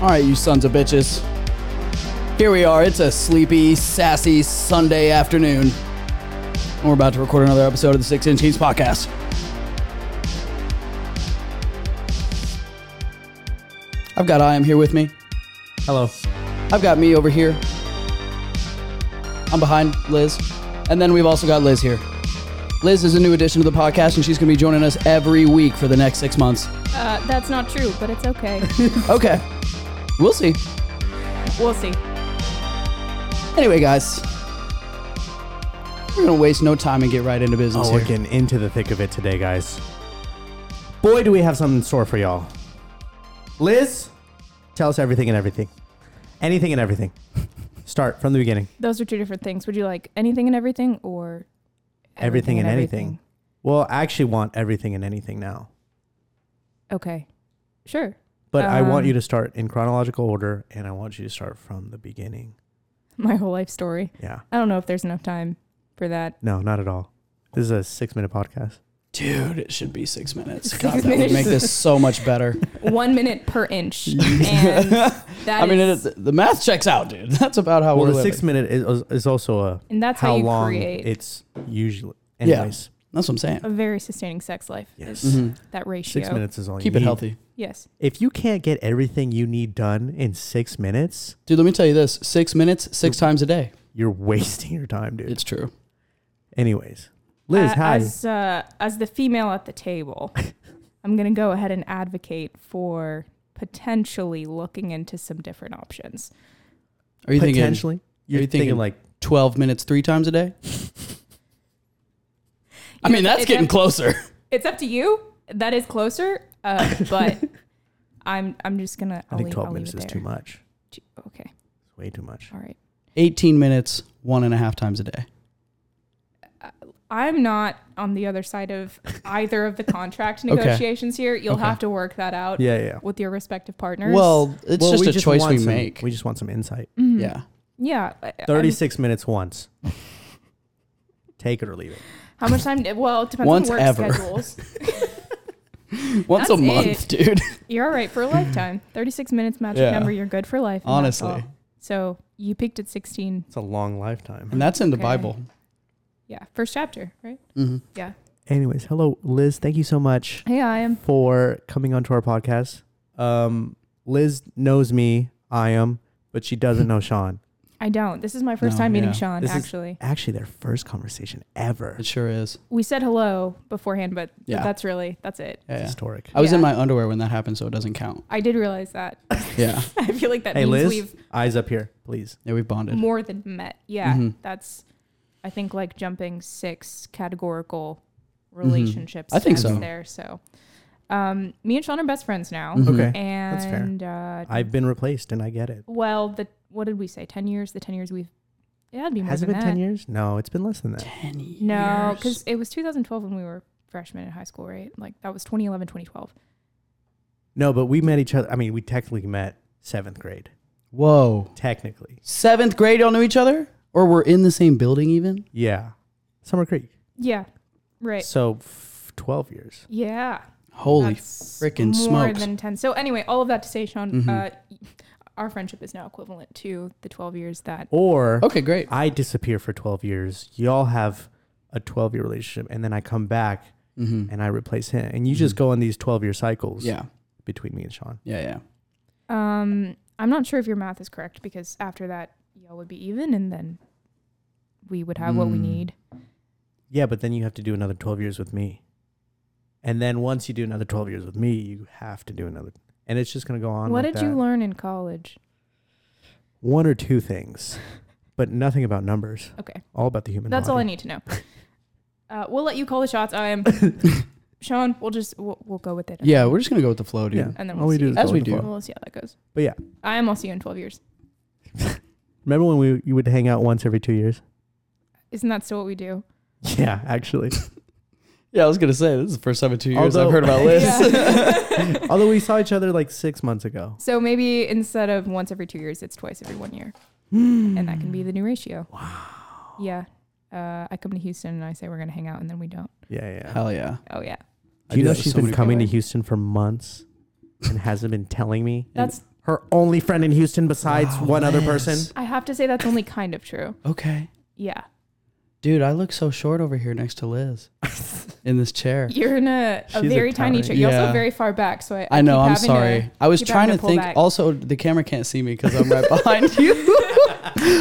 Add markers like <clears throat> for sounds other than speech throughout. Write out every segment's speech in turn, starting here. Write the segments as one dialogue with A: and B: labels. A: All right, you sons of bitches. Here we are. It's a sleepy, sassy Sunday afternoon. And we're about to record another episode of the Six Inch Kings podcast. I've got I am here with me.
B: Hello.
A: I've got me over here. I'm behind Liz. And then we've also got Liz here. Liz is a new addition to the podcast, and she's going to be joining us every week for the next six months.
C: Uh, that's not true, but it's
B: <laughs>
C: okay.
A: Okay. We'll see.
C: we'll see.
A: Anyway, guys, we're going to waste no time and get right into business
B: Oh, we're
A: here.
B: getting into the thick of it today, guys. Boy, do we have something in store for y'all. Liz, tell us everything and everything. Anything and everything. <laughs> Start from the beginning.
C: Those are two different things. Would you like anything and everything or
B: Everything and anything. Well, I actually want everything and anything now.
C: Okay. Sure. <laughs>
B: But I want
C: Um,
B: you to start in chronological order and I want you to start from the beginning.
C: My whole life story.
B: Yeah.
C: I don't know if there's enough time for that.
B: No, not at all. This is a six minute podcast.
A: Dude, it should be six minutes.
C: Six
A: God, that would
C: minutes.
A: make this so much better.
C: One <laughs> minute per
B: <laughs>
C: inch. And that
A: I mean, it
C: is-
A: is, the math checks out, dude. <laughs> That's about how
B: Well,
A: we're
B: the
A: living.
B: six minute is, is also a
C: and that's how,
B: how
C: you
B: long
C: create
B: it's usually.
A: Yeah.
B: Anyways,
A: That's what I'm saying.
C: a very sustaining sex life. is
B: Yes.
A: Mhm.
C: That ratio.
B: six minutes is all
A: Keep
B: you
A: it
B: need.
A: healthy.
C: Yes.
B: if you can't get everything you need done in six minutes,
A: Dude, let me tell you this six minutes, six times a day.
B: you're <laughs> wasting your time, dude.
A: It's true.
B: Anyways, Liz,
C: A-
B: hi.
C: As, uh, as the female at the
B: <laughs>
C: table, I'm going to go ahead and advocate for potentially looking into some different options.
A: Are you thinking
B: Potentially,
A: you
B: you're thinking,
A: thinking-
B: like
A: 12 minutes three times a day? I
C: You
A: mean,
C: know,
A: that's
C: it's
A: getting
C: up-
A: closer. <laughs>
C: It's up to you. That is closer, uh, but I'm I'm just gonna.
B: I
C: I'll
B: think
C: leave-
B: 12
C: I'll leave
B: minutes
C: it
B: is
C: there.
B: too much.
C: Gee, Okay,
B: It's way too much.
C: all right.
A: 18 minutes, one and a half times a day.
C: I'm not on the other side of either of the contract
A: Okay.
C: negotiations here. You'll
A: Okay.
C: have to work that out
B: Yeah, yeah.
C: with your respective partners.
A: Well, it's
B: Well,
A: just a choice
B: want
A: we
B: some-
A: make.
B: We just want some insight.
C: Mhm.
A: yeah.
C: yeah. Um, I- I'm-
B: 36 minutes once. Take it or leave it.
C: How much time? Well, it depends
A: Once
C: on work
A: ever.
C: schedules.
A: Once a
C: That's
A: month, dude.
C: You're all right for a lifetime. 36 minutes magic
A: Yeah.
C: number. You're good for life. and that's
A: Honestly.
C: all. So you peaked at 16.
B: It's a long lifetime.
A: <laughs> And that's in the
C: Okay.
A: Bible.
C: Yeah, first chapter, right?
A: Mhm.
C: Yeah.
B: Anyways, hello, Liz. Thank you so much
C: Hey, I am.
B: for coming onto our podcast. Um, Liz knows me, I am, but she doesn't know Sean.
C: I don't. This is my first
A: No,
C: time meeting
A: yeah.
C: Sean.
B: This is-
C: actually,
B: Actually, their first conversation ever.
A: It sure is.
C: we said hello beforehand, but but
A: Yeah.
C: that's really that's it.
A: Yeah, yeah.
B: historic.
A: I was in
C: Yeah.
A: my underwear when that happened, so it doesn't <laughs> count.
C: I did realize that. <laughs>
A: Yeah.
C: I feel like that
B: Hey,
C: means
B: Liz,
C: we've
B: eyes up here, please.
A: Yeah, we bonded.
C: more than met. Yeah,
A: Mhm.
C: that's. I think like jumping six categorical relationships.
A: Mm-hmm. I think
C: steps
A: so.
C: There, so um, me and Sean are best friends now,
A: Mhm.
B: Okay.
C: and
B: fair.
C: uh,
B: I've been replaced and I get it.
C: well, the what did we say? Ten years. The ten years we've. Yeah, it'd be more
B: Has it
C: than
B: been
C: that.
B: 10 years? No, it's been less than that.
A: Ten years.
C: No, because it was 2012 when we were freshmen in high school, right? Like that was 2011, 2012.
B: No, but we met each other. I mean, we technically met seventh grade.
A: Whoa.
B: Technically.
A: Seventh grade, y'all knew each other? Or we're in the same building even?
B: Yeah. Summer Creek.
C: Yeah, right.
B: So f- 12 years.
C: Yeah.
A: Holy
C: That's
A: frickin'
C: More
A: smokes.
C: than 10. So, anyway, all of that to say, Sean,
A: Mhm.
C: uh, <laughs> our friendship is now equivalent to the 12 years that.
B: Or
A: Okay, great.
B: I disappear for 12 years. Y'all have a 12 year relationship. And then I come back
A: Mm-hmm.
B: and I replace him. And you just go on these 12 year cycles
A: Yeah.
B: between me and Sean.
A: Yeah, yeah.
C: Um, I'm not sure if your math is correct because after that, y'all would be even and then we would have what we
A: Mm.
C: need.
B: Yeah, but then you have to do another 12 years with me. And then once you do another 12 years with me, you have to do another. And it's just going to go on.
C: What
B: like
C: did you
B: that.
C: learn in college?
B: One or two
C: <laughs>
B: things, but nothing about numbers.
C: Okay.
B: All about the human
C: That's all I need to know. Uh, we'll let you call the shots.
A: <laughs>
C: I am. Sean, we'll just, we'll, we'll go with it.
A: Yeah, we're just gonna go with the flow, dude.
B: Yeah.
C: And then
B: all
C: we'll
B: we
C: see.
B: do is
A: As
B: go
A: we
B: with the
A: do.
B: flow.
C: We'll see how that goes.
B: But yeah.
C: I am. I'll see you in 12
A: <laughs>
C: years.
B: Remember when we you would hang out once every two years? <laughs>
C: Isn't that still what we do?
B: Yeah,
C: <laughs>
B: actually.
A: Yeah, I was gonna say this is the first time in two years I've
B: Although-
A: heard
C: <laughs>
A: about Liz.
B: <laughs>
C: Yeah.
B: Although we saw each other like six months ago.
C: So maybe instead of once every two years, it's twice every one year, and that can be the new ratio. Hmm. Wow. Yeah. Uh, I come to Houston and I say we're gonna hang out, and then we don't.
B: Yeah,
A: <laughs>
B: yeah.
A: Hell yeah.
C: Oh yeah,
A: I do
B: do you know
A: that with
B: she's
A: so
B: been
A: many
B: coming to
C: people.
B: Houston for months and hasn't been telling me
C: <laughs> that's
B: her only friend in Houston besides
A: Wow,
B: one other
A: Liz.
B: person.
C: I have to say that's only kind of true.
A: Okay.
C: Yeah.
A: Dude, I look so short over here next to
B: <laughs>
A: Liz in this chair.
C: You're in a, a
B: She's a
C: very tiny
B: tiny-
C: chair. You're also
A: Yeah.
C: very far back, so I,
A: I know.
C: keep
A: I'm
C: having
A: sorry.
C: To,
A: I was
C: keep
A: trying
C: having
A: to
C: pull
A: think.
C: back.
A: Also, the camera can't see me because I'm right
C: <laughs>
A: behind you. <laughs>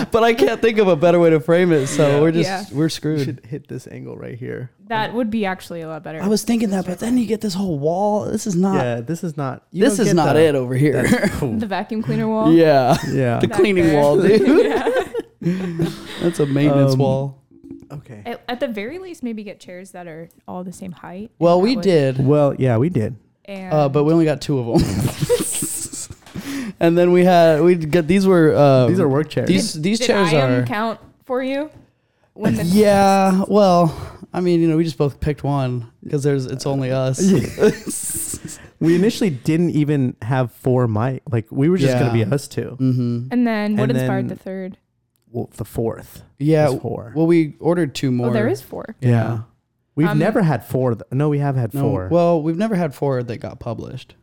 A: but I can't think of a better way to frame it. So
D: Yeah.
A: we're just
C: Yeah.
A: we're
D: You
A: screwed.
D: should hit this angle right here.
C: that would be actually a lot better.
A: I was thinking that, but then you get this whole wall. This is not.
B: Yeah, this is not. you
A: this
B: don't
A: is
B: get
A: not
B: the-
A: it over here. <laughs>
B: <laughs> That's cool.
C: the vacuum cleaner wall.
A: yeah.
B: yeah.
A: The
C: Back
A: cleaning
C: there.
A: wall, dude.
C: <laughs> Yeah.
A: That's a maintenance
B: Um,
A: wall.
D: Okay.
C: At, at the very least, maybe get chairs that are all the same height.
A: Well,
C: That
A: we
C: would-
A: did,
B: Well, yeah, we did.
C: And
A: uh, but we only got two of them. <laughs> and then we had we got these were uh,
B: These are work chairs.
A: These these
C: did
A: chairs
C: IM
A: are.
C: count for you.
A: <laughs>
C: When the,
A: Yeah, well, I mean, you know, we just both picked one because there's it's only us.
B: we initially didn't even have four mic. Like we were just gonna be
A: Yeah.
B: us two.
A: Mm-hmm.
C: And then what
B: And
C: inspired
B: then-
C: the third?
B: Well, the fourth.
A: Yeah.
B: was four.
A: Well, we ordered two more.
C: Oh, there is four.
A: Yeah.
B: Yeah. We've
C: Um,
B: never had four. Th- no, we have had
A: No,
B: four.
A: Well, we've never had four that got published.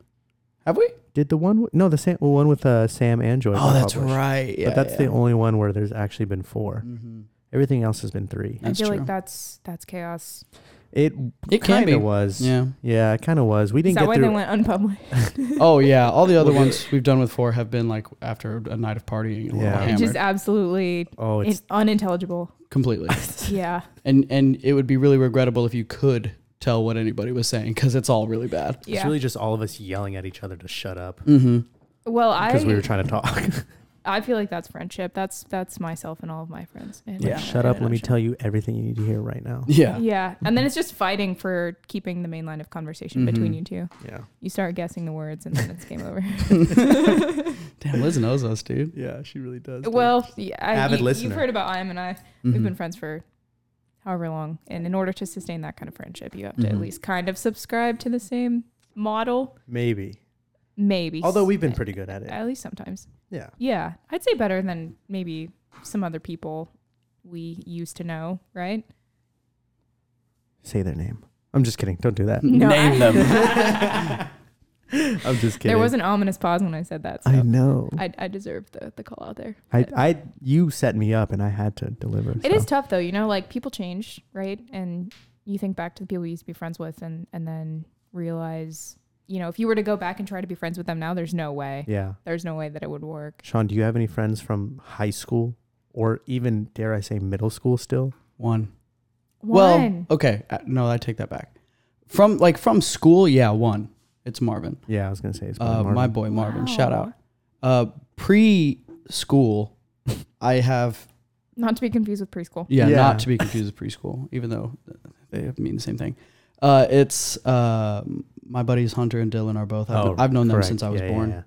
A: Have we?
B: Did the one? w- No, the Sam, well, one with uh, Sam and Joy.
A: Oh,
B: got
A: that's
B: published.
A: right. Yeah,
B: but that's the
A: yeah.
B: only one where there's actually been four.
A: Mhm.
B: Everything else has been three.
A: That's
C: I feel
A: true.
C: like that's that's chaos.
B: It
A: It can
B: kind
A: be.
B: of
C: <laughs>
B: was.
A: Yeah.
B: Yeah, it kind of was. We
C: Is
B: didn't
C: that
B: get
C: why
B: through.
C: they went unpublished?
A: Oh yeah. All the other ones we've done with four have been like after a night of partying and we're all
B: Yeah.
A: hammered
C: Just absolutely
B: oh,
C: in,
B: <laughs> it's
C: unintelligible. <laughs>
B: <laughs>
A: completely.
C: Yeah.
A: and and it would be really regrettable if you could tell what anybody was saying because it's all really bad.
C: Yeah.
B: it's really just all of us yelling at each other to shut up
A: Mm-hmm.
C: well, I
B: because we were trying to talk. Like,
C: I feel like that's friendship. That's that's myself and all of my friends. And
A: Yeah.
B: shut up. Let me tell Mm-hmm. you everything you need to hear right now.
A: Yeah.
C: Yeah, and then it's just fighting for keeping the main line of conversation between
B: Mm-hmm.
A: Mhm.
C: you two.
B: Yeah.
C: You start guessing the words, and then it's game
B: <laughs>
C: over. <laughs>
A: <laughs> Damn, Liz knows us, dude.
D: Yeah, she really does. dude.
C: well, yeah, I,
B: Avid
C: you,
B: listener.
C: you've heard about I am and I.
B: Mm-hmm.
C: We've
A: Mhm.
C: been friends for however long, and in order to sustain that kind of friendship, you have to
A: Mhm.
B: Mm-hmm.
C: at least kind of subscribe to the same model,
B: Maybe.
C: maybe.
B: Although we've been pretty good at it.
C: at least sometimes.
B: Yeah.
C: Yeah, I'd say better than maybe some other people we used to know, right?
B: Say their name. I'm just kidding. Don't
A: <laughs>
B: do that. <laughs>
A: <laughs>
C: No,
A: Name
C: I-
A: them.
C: <laughs>
B: I'm just kidding.
C: There was an ominous pause when I said that. So.
B: I know.
C: I, I deserve the, the call out there.
B: I,
C: But
B: I, you set me up, and I had to deliver.
C: it is tough though, you know, like people change, right? And you think back to the people you used to be friends with and, and then realize, you know, if you were to go back and try to be friends with them now, there's no way.
B: yeah,
C: There's no way that it would work.
B: Sean, do you have any friends from high school or even dare I say middle school still?
A: One.
C: One.
A: Well, okay. Uh, No, I take that back. From like from school, yeah, one. It's Marvin.
B: Yeah, I was gonna say it's
A: Uh,
B: Marvin.
A: my boy Marvin. Shout
C: Wow.
A: out. Uh, pre-school, I have
C: Not to be confused with preschool.
A: yeah,
B: Yeah.
A: not to be confused with preschool, even though they mean the same thing. Uh, it's uh, my buddies Hunter and Dylan are both. I've,
B: Oh,
A: I've known
B: correct.
A: them since I was
B: Yeah, yeah,
A: born,
B: yeah.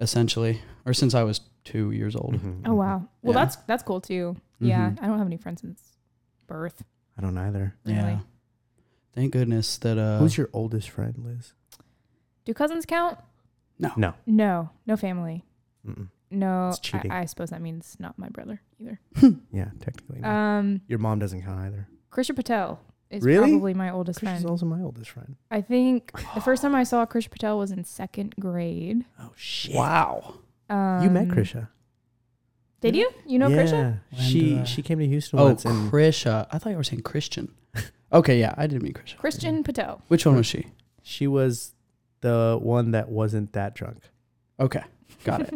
A: essentially, or since I was two years old.
B: Mhm,
C: Oh
B: mhm.
C: wow. Well
A: Yeah.
C: that's that's cool too.
B: Mm-hmm.
C: Yeah.
A: Mhm.
C: I don't have any friends since birth.
B: I don't either.
C: Really.
A: Yeah. Thank goodness that. Uh,
B: Mm-hmm. Who's your oldest friend, Liz?
C: Do cousins count?
A: No.
B: No.
C: No. No family.
B: Mm-mm.
C: No.
B: It's cheating.
C: I, I suppose that means not my brother either.
B: Yeah, technically. not.
C: Um
B: your mom doesn't count either.
C: Krisha Patel is
B: Really?
C: probably my oldest
B: She's
C: friend.
B: also my oldest friend.
C: I think the
A: <sighs>
C: first time I saw Krisha Patel was in second grade.
B: Oh shit!
A: wow.
C: Um,
B: you met Krisha. uh,
C: Did you? You know
B: yeah.
C: Krisha?
A: When did I-
B: She she came to Houston
A: Oh,
B: once, and
A: Krisha. I thought you were saying Christian. <laughs> okay, yeah, I didn't mean Christian.
C: Christian Patel.
A: Which one was she?
B: she was the one that wasn't that drunk.
A: Okay, got <laughs>
C: <laughs>
A: it.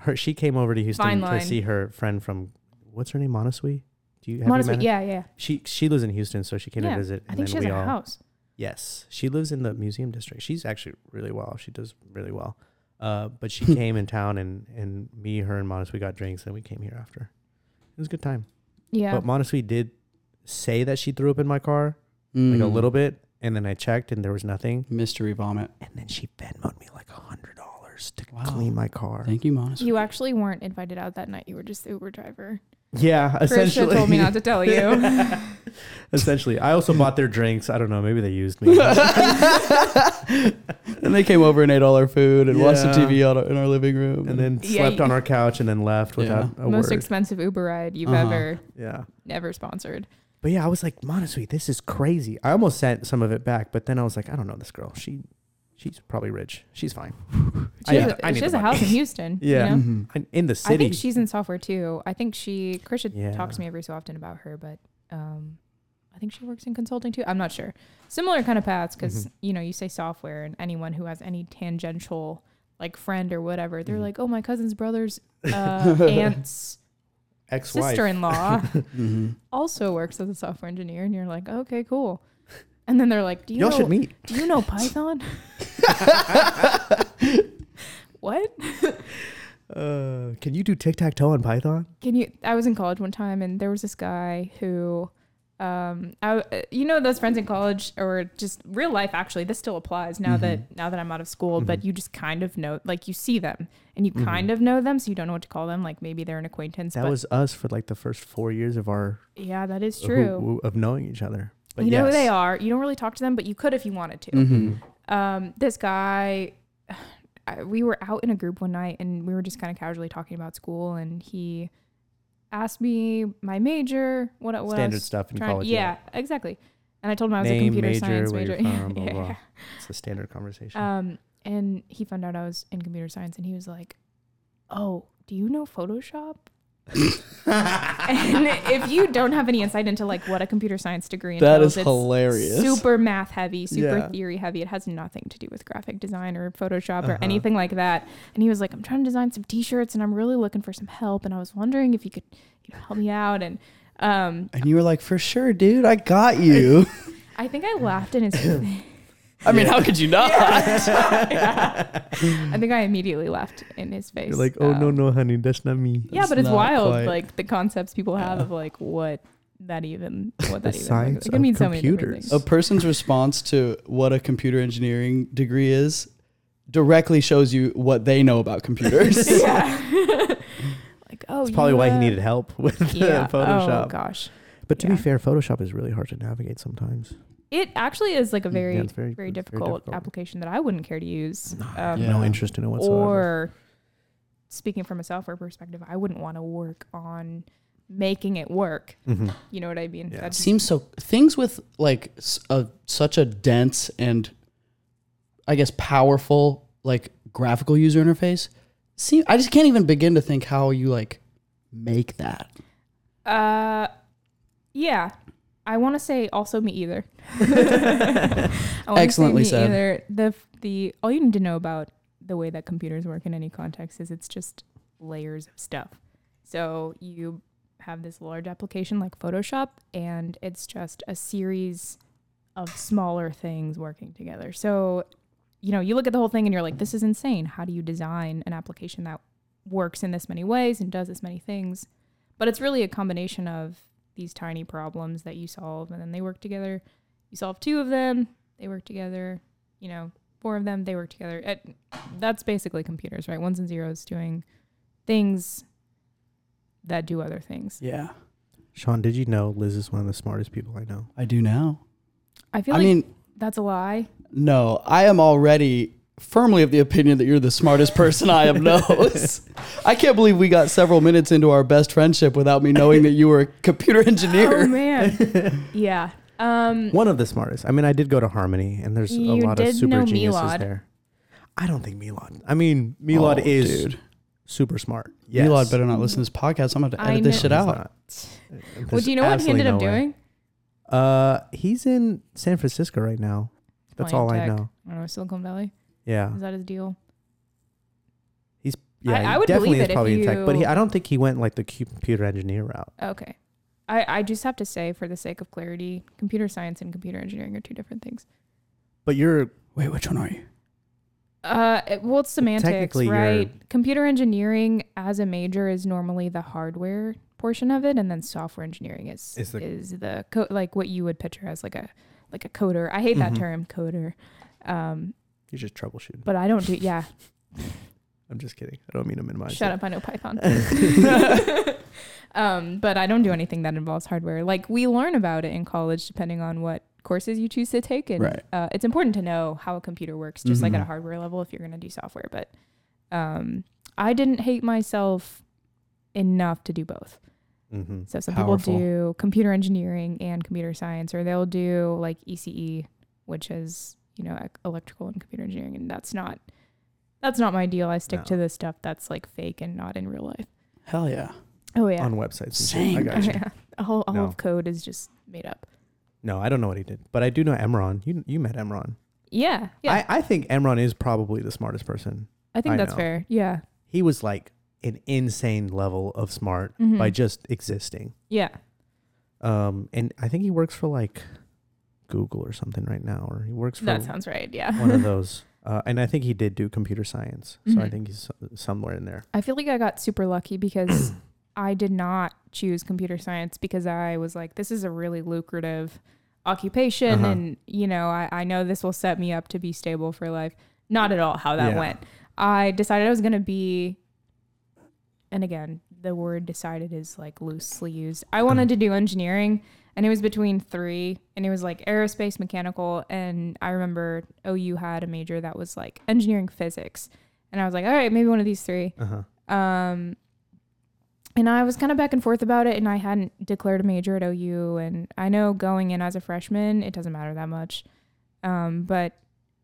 B: her she came over to Houston
C: Fine
B: to
C: line.
B: see her friend from what's her name Montesui. Do you have you
C: Honestly,
B: met her?
C: yeah, yeah.
B: She she lives in Houston, so she came
C: Yeah,
B: to visit.
C: I think she has a house.
B: Yes, she lives in the museum district. She's actually really well. She does really well. Uh, but <laughs> she came in town, and and me, her, and Montesui got drinks, and we came here after. It was a good time.
C: Yeah.
B: But Montesui did say that she threw up in my car, like a
A: Mm.
B: little bit, and then I checked, and there was nothing.
A: mystery vomit.
B: And then she Venmoed me like a hundred dollars to
A: Wow.
B: clean my car.
A: Thank you, Monica.
C: you actually weren't invited out that night. You were just the Uber driver.
B: Yeah, essentially.
C: Krisha told me not to
B: <laughs>
C: tell you.
B: Essentially, I also bought their drinks. I don't know. Maybe they used
C: <laughs>
B: me. yeah,
A: <laughs> and they came over and ate all our food and watched the
B: Yeah.
A: TV out in our living room.
B: and then
C: Yeah,
B: slept
C: you-
B: on our couch and then left without a
C: <laughs> Most
B: word.
C: expensive Uber ride you've
A: Uh-huh.
C: ever
B: yeah,
C: ever sponsored.
B: but yeah, I was like, Montessori, this is crazy. I almost sent some of it back, but then I was like, I don't know this girl. She She's probably rich. She's fine.
C: She
B: I
C: has,
B: need the-
C: a,
B: I
C: she
B: need
C: has
B: the
C: a
B: money.
C: house in
B: <laughs>
C: Houston.
B: Yeah.
C: You know?
A: Mhm.
B: And in the
C: I
B: city.
C: think she's in software too. I think she Krisha
B: Yeah.
C: talks to me every so often about her, but um, I think she works in consulting too. I'm not sure. Similar kind of paths because
B: Mm-hmm.
C: you know you say software and anyone who has any tangential like friend or whatever, they're
B: Mhm.
C: like, oh my cousin's
B: <laughs>
C: brother's uh, aunt's
B: Ex-wife. <laughs>
C: sister-in-law
A: Mhm.
C: also works as a software engineer, and you're like, okay, cool. And then they're like, do you
B: Y'all
C: know,
B: should meet.
C: do you know
B: <laughs>
C: Python?
A: Mm-hmm. <laughs>
C: what?
D: Uh, can you do tic tac toe in Python?
C: Can you? I was in college one time, and there was this guy who, um, I, you know, those friends in college or just real life. Actually, this still applies now
B: Mm-hmm.
C: that now that I'm out of school. But you just kind of know, like you see them and you kind of know them, so you don't know what to call them. Like maybe they're an acquaintance.
B: Mm-hmm. That
C: but
B: was us for like the first four years of our
C: yeah, that is
B: who-
C: true.
B: who- of knowing each other. But
C: you know who
B: yes.
C: they are. You don't really talk to them, but you could if you wanted to.
A: Mhm.
C: um, this guy <sighs> I- we were out in a group one night and we were just kind of casually talking about school and he asked me my major what, what I
B: Standard
C: was
B: stuff in
C: trying-
B: college,
C: yeah, exactly and i told him i was a
B: Name,
C: computer
B: major,
C: science
B: where
C: major
B: you're
C: <laughs>
B: from, blah, blah, It's a standard conversation.
C: um, and he found out i was in computer science and he was like oh do you know photoshop <laughs>
A: Mm-hmm.
C: and if you don't have any insight into like what a computer science degree
A: <laughs>
C: entails,
A: That is
C: it's
A: hilarious.
C: super math heavy, super
D: Yeah.
C: theory heavy. It has nothing to do with graphic design or Photoshop
B: Uh-huh.
C: or anything like that. And he was like, I'm trying to design some t-shirts and I'm really looking for some help. And I was wondering if you could you know, help me out. And um,
A: And you were like, for sure, dude, I got you.
C: I think I laughed in his face.
A: <laughs>
C: <laughs>
A: I mean, how could you not?
C: I think I immediately laughed in his face.
D: You're like, oh no
C: Um,
D: no, honey, that's not me.
C: Yeah, but it's
A: not
C: wild.
D: quite-
C: Like the concepts people have of like what that even, what that even
B: science
C: like, it
B: of
C: can mean so many different
B: computers.
C: things.
A: A person's response to what a computer engineering degree is directly shows you what they know about
C: <laughs>
A: computers.
C: yeah. <laughs> like, oh,
B: That's probably
C: you,
B: why he
C: uh,
B: needed help <laughs> with the
C: yeah. Oh
B: Photoshop.
C: gosh,
B: but to
C: yeah.
B: be fair, Photoshop is really hard to navigate sometimes.
C: it actually is like a very,
B: it's
C: very,
B: very- it's very
C: difficult
B: difficult.
C: application that I wouldn't care to use. Um,
A: Yeah.
B: No interest in it whatsoever.
C: Or speaking from a software perspective, I wouldn't want to work on making it work.
B: Mhm.
C: You know what I mean?
B: Yeah.
A: It
C: That's
A: seems so things with like s- a, such a dense and I guess powerful like graphical user interface. See, I just can't even begin to think how you like make that.
C: Uh, yeah. I want to say also me either. <laughs> I wanna say
A: Excellently said.
C: Either. The the all you need to know about the way that computers work in any context is it's just layers of stuff. So you have this large application like Photoshop, and it's just a series of smaller things working together. So you know you look at the whole thing and you're like, this is insane. How do you design an application that works in this many ways and does this many things? But it's really a combination of these tiny problems that you solve and then they work together. You solve two of them, they work together, you know, four of them, they work together. It, that's basically computers, right? Ones and zeros doing things that do other things.
A: Yeah,
B: Sean, did you know Liz is one of the smartest people I know?
A: I do now.
C: I feel
A: I
C: like
A: mean,
C: that's a
B: <laughs>
C: lie.
A: no, I am already firmly of the opinion that you're the smartest person I have knows. I can't believe we got several minutes into our best friendship without me knowing that you were a computer engineer.
C: Oh man.
B: <laughs>
C: yeah. Um
B: One of the smartest. I mean, I did go to Harmony, and there's
C: You
B: a lot of
C: did
B: super
C: know
B: geniuses
C: Milad.
B: there. I don't think Milad. I mean, Milad
A: Oh,
B: is
A: dude.
B: super smart. Yes.
A: Milad better not listen to this podcast. I'm gonna have to
C: I
A: edit this
C: know-
A: shit
B: He's
A: out.
B: not. There's
C: well, do you know what he
B: absolutely
C: ended up
B: no way.
C: doing?
B: Uh, he's in San Francisco right now. That's
C: Playing
B: all I
C: tech.
B: know.
C: I don't know, Silicon Valley.
B: Yeah,
C: Is that his deal?
B: he's
C: I-
B: yeah.
C: I
B: he
C: would
B: definitely
C: believe
B: is
C: it if
B: probably in tech, but he,
C: you-
B: I don't think he went like the cu- computer engineer route.
C: Okay. I, I just have to say, for the sake of clarity, computer science and computer engineering are two different things.
B: But you're
A: Wait, which one are you?
C: Uh, it- well, it's semantics,
B: technically you're-
C: right? Computer engineering as a major is normally the hardware portion of it, and then software engineering is
B: Is
C: is
B: the-
C: the, co- like what you would picture as like a like a coder. I hate
B: Mhm.
C: that term, coder. Um,
B: you're just troubleshooting.
C: but I don't do.
B: <laughs>
C: Yeah,
B: I'm just kidding. I don't mean to minimize.
C: shut
B: it.
C: up. I know Python.
B: <laughs>
C: <laughs> um, but I don't do anything that involves hardware. Like we learn about it in college, depending on what courses you choose to take, and
A: Right.
C: uh, it's important to know how a computer works, just like at
B: Mm-hmm.
A: Mhm.
C: a hardware level, if you're going to do software. But um, I didn't hate myself enough to do both.
B: Mm-hmm.
C: So some
A: Powerful.
C: people do computer engineering and computer science, or they'll do like ECE, E which is you know, ec- electrical and computer engineering, and that's not that's not my deal. I stick
B: No.
C: to the stuff that's like fake and not in real life.
A: Hell yeah.
C: Oh yeah,
B: on websites.
A: Same.
B: I got you.
C: <laughs> yeah. All, all
B: No.
C: of code is just made up.
B: No, I don't know what he did, but I do know Emron. You you met Emron.
C: Yeah, yeah.
B: I, I think Emron is probably the smartest person.
C: I, think
B: I
C: that's
B: know.
C: fair. Yeah,
B: He was like an insane level of smart
C: Mhm.
B: by just existing.
C: yeah.
B: Um, and I think he works for like Google or something right now, or he works for
C: That sounds <laughs> right. Yeah.
B: one of those. Uh, and I think he did do computer science, so I
C: Mhm.
B: think he's so- somewhere in there.
C: I feel like I got super lucky
B: <clears throat>
C: because I did not choose computer science because I was like, this is a really lucrative occupation.
B: Uh-huh.
C: And, you know, I, I know this will set me up to be stable for life. Not at all how that
B: Yeah.
C: went. I decided I was going to be, and again, the word decided is like loosely used. I wanted
B: Mm.
C: to do engineering and it was between three and it was like aerospace mechanical and i remember ou had a major that was like engineering physics and i was like all right maybe one of these three
B: Uh huh.
C: um, and I was kind of back and forth about it, and I hadn't declared a major at OU. And I know going in as a freshman, it doesn't matter that much. Um, but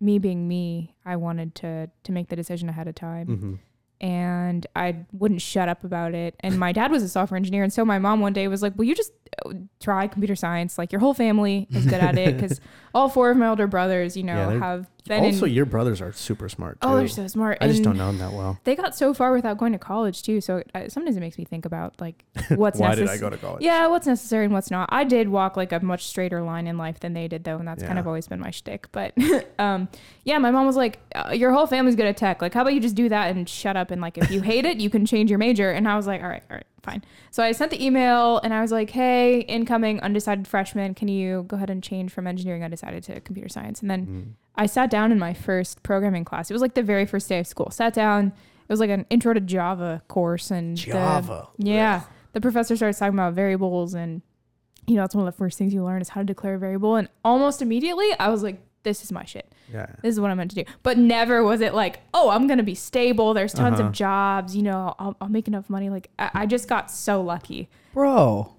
C: me being me, I wanted to to make the decision ahead of time,
B: hmm
C: and I wouldn't shut up about it. And my dad was a software engineer, and so my mom one day was like, "Will you just uh, try computer science? Like your whole family is good at it,
B: <laughs>
C: because all four of my older brothers, you know,
B: they're-
C: have been
B: Also,
C: in."
B: your brothers are super smart. Too.
C: Oh, they're so smart.
B: I just
C: and-
B: don't know him that well.
C: they got so far without going to college too. So it, I, sometimes it makes me think about
B: <laughs>
C: like what's
B: Why
C: necessary.
B: did I go to college?
C: yeah, what's necessary and what's not. I did walk like a much straighter line in life than they did though, and that's kind
B: Yeah.
C: of always been my shtick. But <laughs> um, yeah, my mom was like, uh, "Your whole family's good at tech. Like, how about you just do that and shut up? And like, if you hate it, you can change your major." And I was like, "All right, all right, fine." So I sent the email and I was like, "Hey, incoming undecided freshman, can you go ahead and change from engineering undecided to computer science?" And then
B: Mm.
C: I sat down in my first programming class. It was like the very first day of school. Sat down. It was like an intro to Java course, and the-
B: Java.
C: yeah, the professor starts talking about variables, and you know, that's one of the first things you learn is how to declare a variable. And almost immediately, I was like, "This is my shit.
B: Yeah.
C: This is what I'm meant to do." But never was it like, "Oh, I'm gonna be stable. There's tons
B: Uh-huh.
C: of jobs. You know, I'll, I'll make enough money." Like I, I just got so lucky.
A: Bro,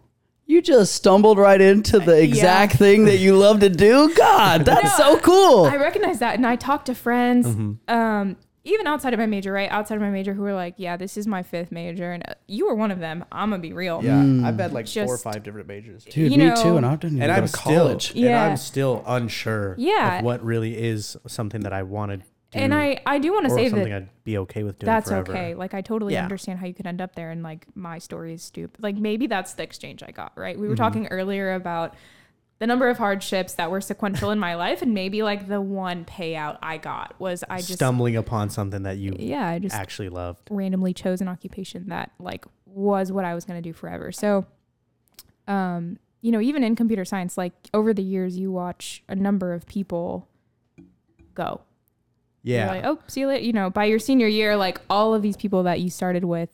A: you just stumbled right into the exact thing that you love to do. God, that's so cool.
B: Oh.
C: I recognize that, and I talk to friends,
B: Mm-hmm.
C: um, even outside of my major, right? Outside of my major, who are like, "Yeah, this is my fifth major," and uh, you were one of them. I'm gonna be real.
B: Yeah, I've had like four or
C: Just-
B: five different majors,
A: Dude,
C: you
A: me
C: know-
A: too. And I didn't even
B: and
A: go
B: I'm
A: to college.
B: still, and
C: Yeah.
B: I'm still unsure.
C: Yeah.
B: of what really is something that I wanted, to,
C: And I, I do want
B: or
C: to say
B: something
C: that
B: I'd be okay with doing.
C: that's
B: forever.
C: okay. Like I totally
B: Yeah.
C: understand how you could end up there, and like my story is stupid. Like maybe that's the exchange I got. Right? We
B: Mm-hmm.
C: were talking earlier about the number of hardships that were sequential in my life, and maybe like the one payout I got was I just
B: Stumbling upon something that you
C: yeah, I just
B: actually loved.
C: randomly chose an occupation that like was what I was going to do forever. So, um, you know, even in computer science, like over the years, you watch a number of people go. You're
B: Yeah,
C: like, oh, see you later. You know, by your senior year, like all of these people that you started with,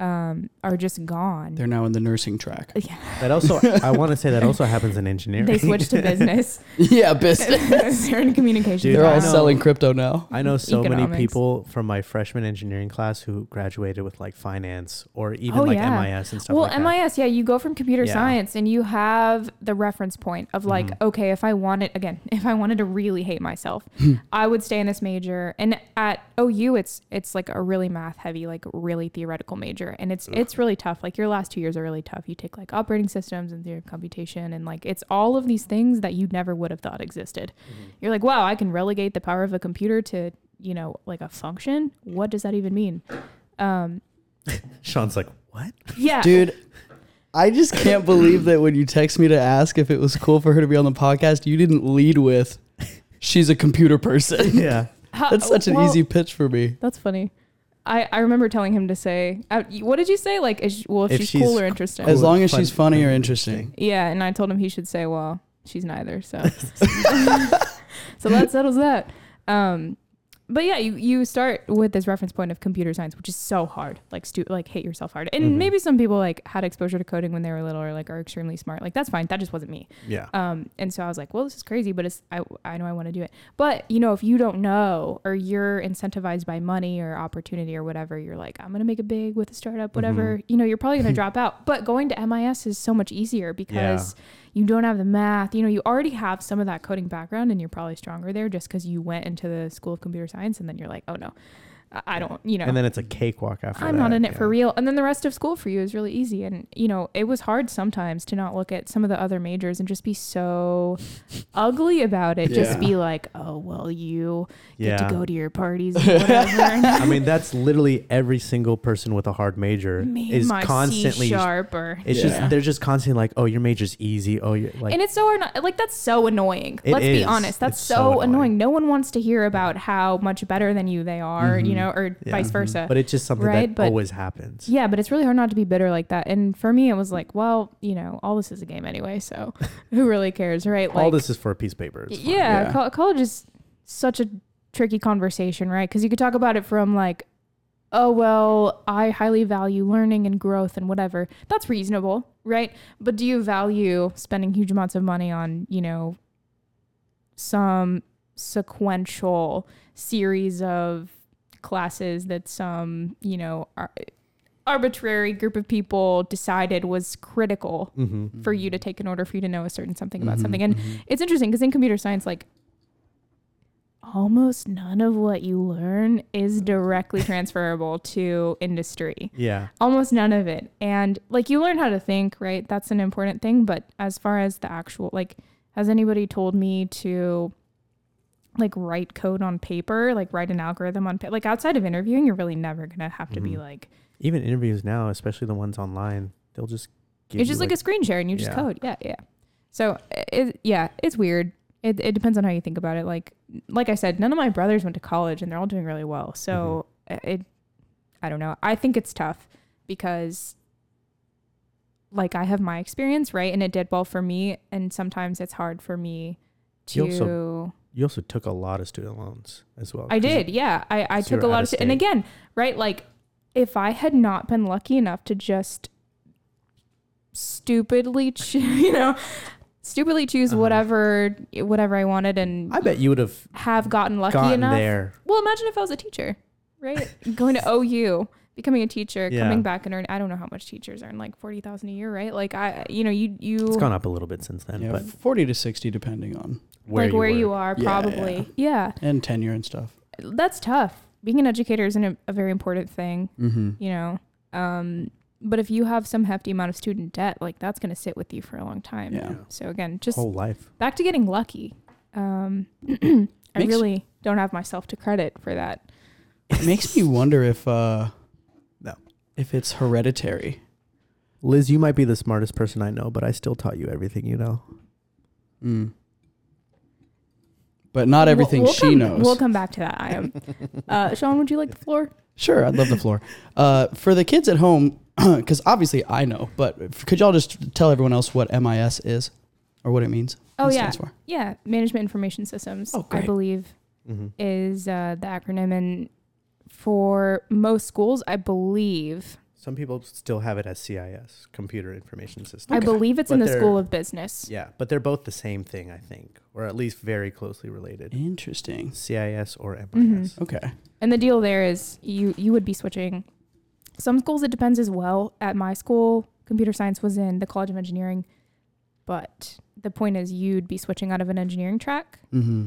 C: um, are just gone.
A: They're now in the nursing track. <laughs>
C: <laughs>
B: that also I want to say that also happens in engineering.
C: They switched to business. <laughs>
A: yeah, business.
C: They're in communications.
B: Dude,
A: They're
B: I
A: all
B: know.
C: now.
A: selling crypto now.
B: <laughs> I know so many
C: Economics.
B: people from my freshman engineering class who graduated with like finance or even
C: Oh,
B: like
C: yeah.
B: MIS and stuff
C: well
B: like that.
C: mis yeah you go from computer
B: Yeah.
C: science and you have the reference point of like
A: Mm-hmm.
C: okay if i wanted again <laughs> if i wanted to really
A: <laughs>
C: hate myself
A: Hmm.
C: i would stay in this major and at ou it's it's like a really math heavy like really theoretical major and it's it's really tough like your last two years are really tough you take like operating systems and theory of computation and like it's all of these things that you never would have thought existed
A: Mm-hmm.
C: you're like wow i can relegate the power of a computer to you know like a function what does that even mean um
B: Sean's like, what?
C: <laughs> yeah
A: Dude, I just can't believe that when you text me to ask if it was cool for her to be on the podcast, you didn't lead with she's a computer
C: <laughs>
A: person. <laughs>
B: Yeah,
C: How-
A: That's such an
C: well-
A: easy pitch for me.
C: That's funny. I, I remember telling him to say, uh, y- what did you say? Like, is she, well, if,
B: If
C: she's,
B: she's
C: cool or interesting.
A: As
B: cool,
A: long as
B: fun-
A: she's funny or
B: and
A: interesting.
C: yeah, and I told him he should say, <laughs>
B: <laughs>
C: well, she's neither. So, so that settles that. Um, but yeah, you, you start with this reference point of computer science, which is so hard. Like stu- like hit yourself hard. And
B: Mhm.
C: maybe some people like had exposure to coding when they were little or like are extremely smart. Like that's fine. That just wasn't me.
B: Yeah.
C: Um, and so I was like, well, this is crazy, but it's I, I know I want to do it. But you know, if you don't know or you're incentivized by money or opportunity or whatever, you're like, I'm gonna make it big with a startup, whatever. You know, you're probably gonna drop out. But going to MIS is so much easier because you don't have the math. You know, you already have some of that coding background, and you're probably stronger there just because you went into the school of computer science, and then you're like, oh no, I, I don't. You know,
B: And then it's a cakewalk after
C: I'm
B: that,
C: not in it
B: yeah.
C: for real. And then the rest of school for you is really easy. And, you know, it was hard sometimes to not look at some of the other majors and just be
B: <laughs>
C: so ugly about it.
A: Yeah.
C: Just be like, oh, well, you get
B: Yeah.
C: to go to your
B: <laughs>
C: parties and whatever. <laughs>
B: I mean, that's literally every single person with a hard major
C: Me,
B: is
C: my
B: constantly.
C: C sharp or.
B: It's
A: Yeah.
B: just they're just constantly like, oh, your major's easy. Oh, you're like
C: and it's so anno- like that's so annoying.
B: It
C: Let's be
B: is.
C: honest, that's
B: It's
C: so,
B: so
C: annoying.
B: annoying.
C: No one wants to hear about how much better than you they are, you know, or
B: Mm-hmm. Yeah.
C: vice versa.
B: But it's just something
C: Right,
B: that
C: but-
B: always happens.
C: Yeah, but it's really hard not to be bitter like that. And for me, it was like, well, you know, all this is a game anyway, so
B: <laughs>
C: who really cares, right? Like,
B: All this is for a piece of paper. It's fine.
C: yeah,
A: yeah.
C: col- college is such a tricky conversation, right? Because you could talk about it from like, oh well, I highly value learning and growth and whatever. That's reasonable, right? But do you value spending huge amounts of money on, you know, some sequential series of classes that some, you know, ar- arbitrary group of people decided was critical
B: Mm-hmm.
C: for you to take in order for you to know a certain something about something. And it's interesting because in computer science, like almost none of what you learn is directly transferable to industry.
B: Yeah.
C: Almost none of it. And like you learn how to think, right? That's an important thing. But as far as the actual, like, has anybody told me to like write code on paper, like write an algorithm on paper? Like outside of interviewing, you're really never going to have to be like,
B: Even interviews now, especially the ones online, they'll just. Give
C: it's
B: you
C: just like, a screen share and you just
B: Yeah.
C: code yeah yeah so it, yeah it's weird it, it depends on how you think about it like like i said none of my brothers went to college and they're all doing really well so
B: Mm-hmm.
C: it i don't know i think it's tough because like i have my experience right and it did well for me and sometimes it's hard for me to
B: You also- you also took a lot of student loans as well.
C: I
B: 'cause you-
C: did, yeah. I, I
B: So you
C: took a
B: were
C: lot
B: out
C: of,
B: of
C: st- and
B: state.
C: again, right? Like, if I had not been lucky enough to just stupidly, <laughs> cho- you know, stupidly choose
B: Uh-huh.
C: whatever whatever I wanted and
B: I bet you would have
C: have gotten lucky
B: gotten
C: enough.
B: there.
C: Well, imagine if I was a teacher, right? Going
B: <laughs>
C: to OU, becoming a teacher,
B: Yeah.
C: coming back and earn. I don't know how much teachers earn, like forty thousand a year, right? Like I, you know, you you
B: It's gone up a little bit since then,
A: Yeah,
B: but
A: forty to sixty, depending on
B: where
C: like
B: you
C: where
B: were.
C: you are,
A: Yeah,
C: probably, yeah.
A: and tenure and stuff.
C: That's tough. Being an educator isn't a, a very important thing.
A: Mm-hmm.
C: you know um but if you have some hefty amount of student debt like that's going to sit with you for a long time
A: Yeah.
C: so again just
B: whole life.
C: back to getting lucky um <clears throat> i
A: Makes-
C: really don't have myself to credit for that
A: It makes me wonder if uh,
B: No.
A: if it's hereditary.
B: Liz, you might be the smartest person I know, but I still taught you everything you know.
A: Mm. But not everything
C: We'll- we'll
A: she
C: come-
A: knows.
C: we'll come back to that i
A: <laughs>
C: am uh sean would you like the floor
A: Sure, I'd love the floor. Uh, for the kids at home, <clears throat> because obviously I know, but f- could y'all just tell everyone else what MIS is or what it means?
C: oh
A: what it
C: yeah
A: stands for?
C: yeah management information systems
A: Oh,
C: i
A: great.
C: believe
B: Mm-hmm.
C: is uh the acronym and for most schools i believe
B: Some people still have it as CIS, Computer Information System.
C: i believe it's in the
B: But
C: school
B: they're-
C: of business
B: Yeah, but they're both the same thing, I think, or at least very closely related.
A: Interesting.
B: CIS or MIS.
C: Mm-hmm.
A: Okay.
C: And the deal there is you you would be switching. Some schools it depends as well. At my school, computer science was in the College of Engineering, but the point is you'd be switching out of an engineering track
A: Mm-hmm.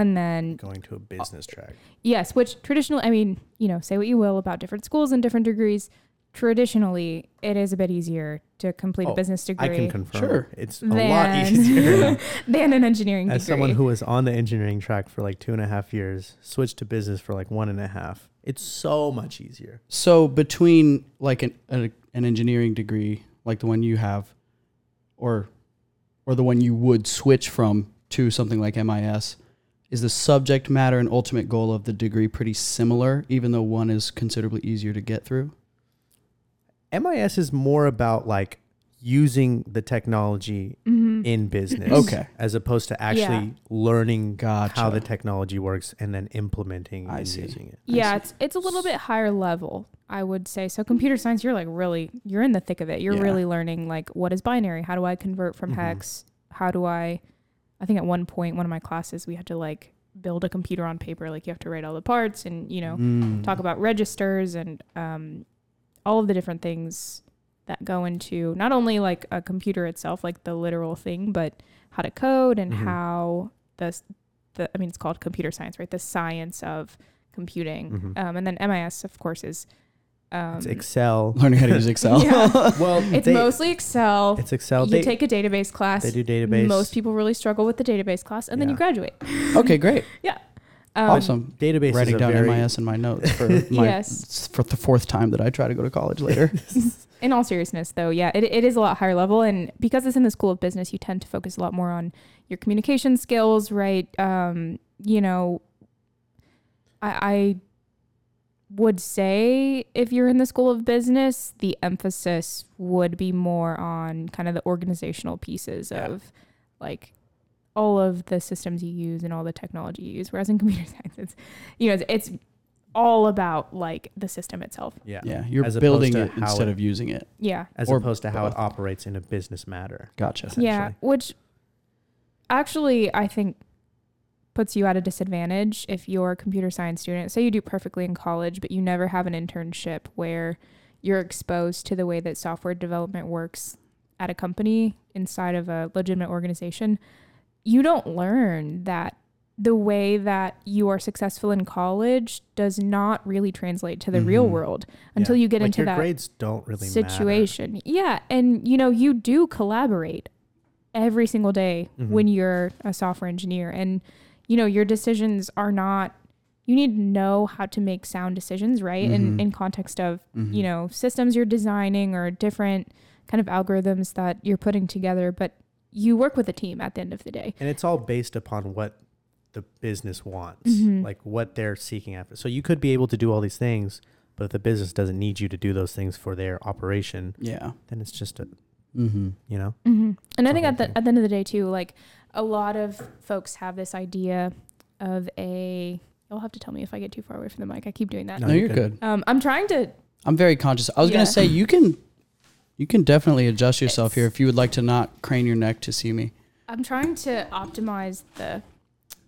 C: and then
B: Going to a business track.
C: yes, which traditionally I mean, you know, say what you will about different schools and different degrees, traditionally it is a bit easier to complete a
B: Oh,
C: business
B: I can
C: degree
B: confirm.
A: Sure.
B: It's
C: <laughs>
B: a lot
C: Then-
B: easier.
C: than an engineering
B: <laughs> As
C: degree.
B: someone who was on the engineering track for like two and a half years, switched to business for like one and a half, it's so much easier.
A: So between like an a, an engineering degree, like the one you have, or or the one you would switch from to something like MIS, is the subject matter and ultimate goal of the degree pretty similar, even though one is considerably easier to get through?
B: MIS is more about like using the technology
C: Mm-hmm.
B: in business.
A: Okay.
B: As opposed to actually
C: Yeah.
B: learning
A: Gotcha.
B: how the technology works and then implementing
A: I
B: and
A: see.
B: using it.
C: Yeah, it's it's a little bit higher level, I would say. So computer science, you're like really you're in the thick of it. You're
A: Yeah. Mm-hmm.
C: really learning like what is binary? How do I convert from
B: Mhm.
C: hex? How do I I think at one point one of my classes we had to like build a computer on paper, like you have to write all the parts and you know,
A: Mm.
C: talk
B: Mm-hmm.
C: about registers and um all of the different things that go into not only like a computer itself, like the literal thing, but how to code and
B: Mhm.
C: how the s- the I mean it's called computer science, right? The science of computing.
B: Mhm.
C: Um, and then MIS, of course, is um,
B: It's Excel.
A: <laughs> Learning how to
C: <laughs>
A: use Excel.
C: yeah.
B: Well,
C: it's
B: they-
C: mostly Excel.
B: It's Excel.
C: you
B: They,
C: take a database class.
B: they do database.
C: Most people really struggle with the database class, and then
B: Yeah.
C: you graduate.
A: <laughs> okay, great.
C: Um,
A: awesome.
B: database is
A: Writing
B: a
A: down
B: very-
A: MIS in my notes
C: <laughs>
A: for my
C: Yes.
A: for the fourth time that I try to go to college
B: <laughs>
A: later.
C: in all seriousness though yeah it, it is a lot higher level and because it's in the school of business you tend to focus a lot more on your communication skills right um you know i i would say if you're in the school of business the emphasis would be more on kind of the organizational pieces of like all of the systems you use and all the technology you use whereas in <laughs> computer science it's you know it's, it's all about like the system itself
B: Yeah.
A: yeah, you're
B: As opposed
A: building
B: to
A: it
B: how
A: instead
B: it-
A: of using it.
C: yeah
B: As
A: Or
B: opposed to how it
A: both.
B: operates in a business matter.
A: Gotcha.
C: Yeah, which actually I think puts you at a disadvantage if you're a computer science student. Say you do perfectly in college, but you never have an internship where you're exposed to the way that software development works at a company inside of a legitimate organization. You don't learn that the way that you are successful in college does not really translate to the real
A: Mhm.
C: world until you get
B: Mm-hmm. Like,
C: into
B: your
C: that
B: grades don't really matter.
C: situation. Yeah, and you know you do collaborate every single day
B: Mhm.
C: when you're a software engineer, and you know your decisions are not. You need to know how to make sound decisions, right? In
B: Mm-hmm.
A: Mhm.
C: in context of
A: Mhm.
C: you know systems you're designing or different kind of algorithms that you're putting together, but you work with a team at the end of the day.
B: and it's all based upon what the business wants,
C: Mhm.
B: like what they're seeking after. So you could be able to do all these things, but if the business doesn't need you to do those things for their operation,
A: Yeah.
B: then it's just a
A: Mm-hmm.
B: you know.
C: Mm-hmm. And I
B: the
C: think
B: whole
C: at the
B: thing.
C: at the end of the day too, like a lot of folks have this idea of a. You'll have to tell me if I get too far away from the mic. I keep doing that.
A: No,
B: No, you're
A: you're good.
C: Um, I'm trying to.
A: I'm very conscious. I was
C: Yeah.
A: gonna say you can, you can definitely adjust yourself
C: It's-
A: here if you would like to not crane your neck to see me.
C: I'm trying to optimize the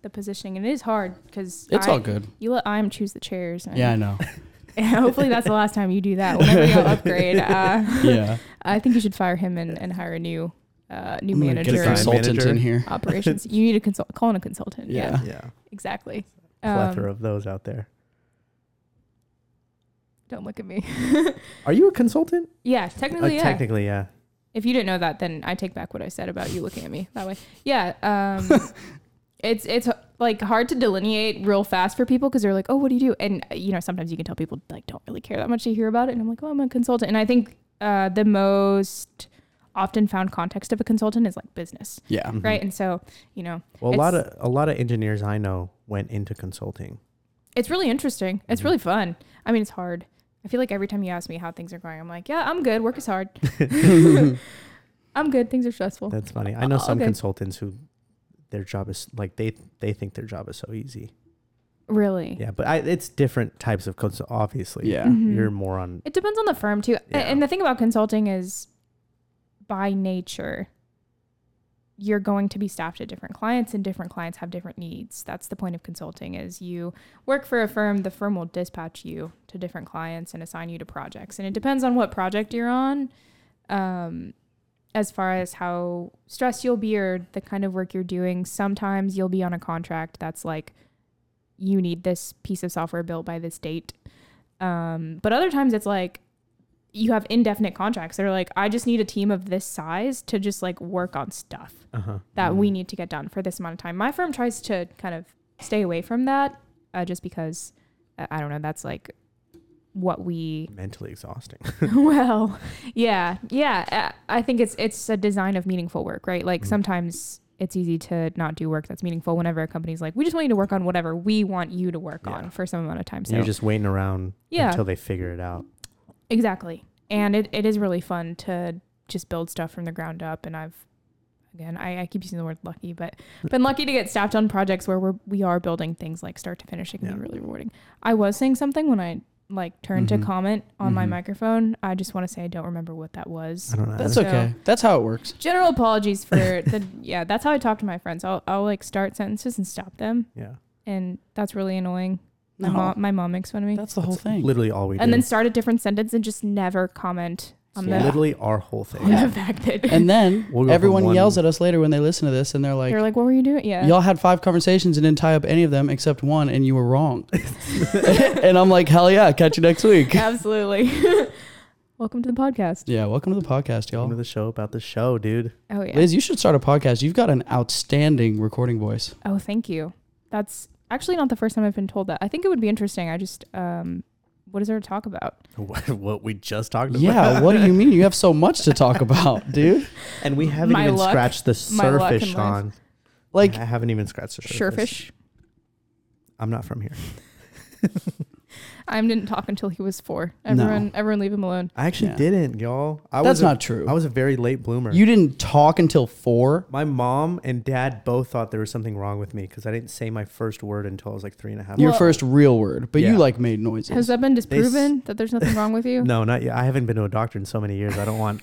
C: the positioning, and it is hard because
A: It's all good.
C: You let IM choose the chairs. And
A: Yeah, I know.
C: <laughs> hopefully, that's the last time you do that. Whenever you upgrade, uh,
A: yeah,
C: I think you should fire him and, and hire a new uh, new
A: I'm gonna get
C: manager.
A: a
B: Design
A: consultant
B: manager.
A: in here.
C: Operations. You need to consult. Call in a consultant. Yeah,
A: Yeah.
B: Yeah.
C: exactly.
B: Plethora
C: Um,
B: of those out there.
C: don't look at me. <laughs>
B: Are you a consultant?
C: yeah,
B: Uh,
C: technically, yeah.
B: Technically, yeah.
C: if you didn't know that, then I take back what I said about you looking at me that way. Yeah. Um, it's it's like hard to delineate real fast for people because they're like, oh, what do you do? And uh, you know, sometimes you can tell people like don't really care that much to hear about it. And I'm like, oh, I'm a consultant. And I think uh, the most often found context of a consultant is like business,
A: Yeah,
B: Mhm.
C: right? And so you know,
B: Well, a lot
C: It's-
B: of a lot of engineers I know went into consulting.
C: it's really interesting. It's
B: Mhm.
C: really fun. I mean, it's hard. I feel like every time you ask me how things are going, I'm like, yeah, I'm good. Work is hard. <laughs> I'm good. Things are stressful.
B: That's funny. I know
C: Oh,
B: some
C: okay.
B: consultants who their job is like they they think their job is so easy.
C: Really.
B: Yeah, but I, it's different types of consult. Obviously,
A: yeah.
C: Mhm.
B: you're more on
C: It depends on the firm too. A-
B: Yeah.
C: And the thing about consulting is by nature you're going to be staffed at different clients and different clients have different needs. That's the point of consulting is you work for a firm, the firm will dispatch you to different clients and assign you to projects. And it depends on what project you're on. Um as far as how stressed you'll be or the kind of work you're doing, sometimes you'll be on a contract that's like you need this piece of software built by this date um, but other times it's like you have indefinite contracts that are like, I just need a team of this size to just like work on stuff
B: uh
C: that we need to get done for this amount of time. My firm tries to kind of stay away from that uh, just because uh, I don't know, that's like what
B: <laughs>
C: we <laughs>
B: mentally exhausting.
C: well, yeah, yeah. uh, I I think it's it's a design of meaningful work, right?
B: Mm.
C: Like sometimes it's easy to not do work that's meaningful whenever a company's like, we just want you to work on whatever we want you to work
B: Yeah.
C: on for some amount of time. So
B: You're just waiting around
C: Yeah.
B: until they figure it out.
C: Exactly. And it, it is really fun to just build stuff from the ground up. And I've, again, I, I keep using the word lucky, but been lucky to get staffed on projects where we're, we are building things like start to finish. It can
B: Yeah.
C: be really rewarding. I was saying something when I like turned
B: Mhm.
C: to comment on my
B: Mhm.
C: microphone. I just want to say I don't remember what that was.
B: I don't know.
A: That's
C: So-
A: okay. That's how it works.
C: General apologies for the yeah. That's how I talk to my friends. I'll I'll like start sentences and stop them,
B: yeah.
C: and that's really annoying. My
A: No.
C: mom my mom makes fun of me,
A: That's the whole
B: That's
A: thing.
B: Literally all we do.
C: and then start a different sentence and just never comment on
A: Yeah.
C: the
B: literally our whole thing.
C: on
A: Yeah.
C: the fact that
A: And then
B: <laughs> We'll go from
A: everyone
B: one-
A: yells at us later when they listen to this and
C: <laughs>
A: they're like,
C: they're like, "What were you doing?" Yeah, <laughs>
A: y'all had five conversations and didn't tie up any of them except one and you were wrong. <laughs>
B: <laughs>
A: and I'm like, hell yeah, catch you next week.
C: absolutely. <laughs> Welcome to the podcast.
A: <laughs> Yeah, welcome to the podcast,
B: Name of
A: y'all.
B: the show about the show, dude. <laughs>
C: Oh yeah.
A: Liz, you should start a podcast. You've got an outstanding recording voice.
B: <laughs>
C: Oh, thank you. That's actually not the first time I've been told that. I think it would be interesting. I just um, what is there to talk about?
B: What, what we just talked about.
A: Yeah, what do you mean? You have so much to talk about, <laughs> dude.
B: And we haven't
C: My
B: even
C: luck-
B: scratched the
C: my luck in
B: surface,
C: life.
B: Sean.
A: Like,
B: I haven't even scratched the surface.
C: Surefish.
B: I'm not from here.
C: I didn't talk until he was four.
A: No.
C: Everyone, everyone, leave him alone.
B: I actually
A: Yeah.
B: didn't, y'all. I
A: that's
B: was a-
A: not true.
B: I was a very late bloomer.
A: you didn't talk until four.
B: my mom and dad both thought there was something wrong with me because I didn't say my first word until I was like three and a half.
A: Your
C: Well-
A: first real word, but you
B: Yeah.
A: like made noises.
C: Has that been
B: s-
C: disproven that there's nothing wrong with you?
B: <laughs> No, not yet. I haven't been to a doctor in so many years. I don't want.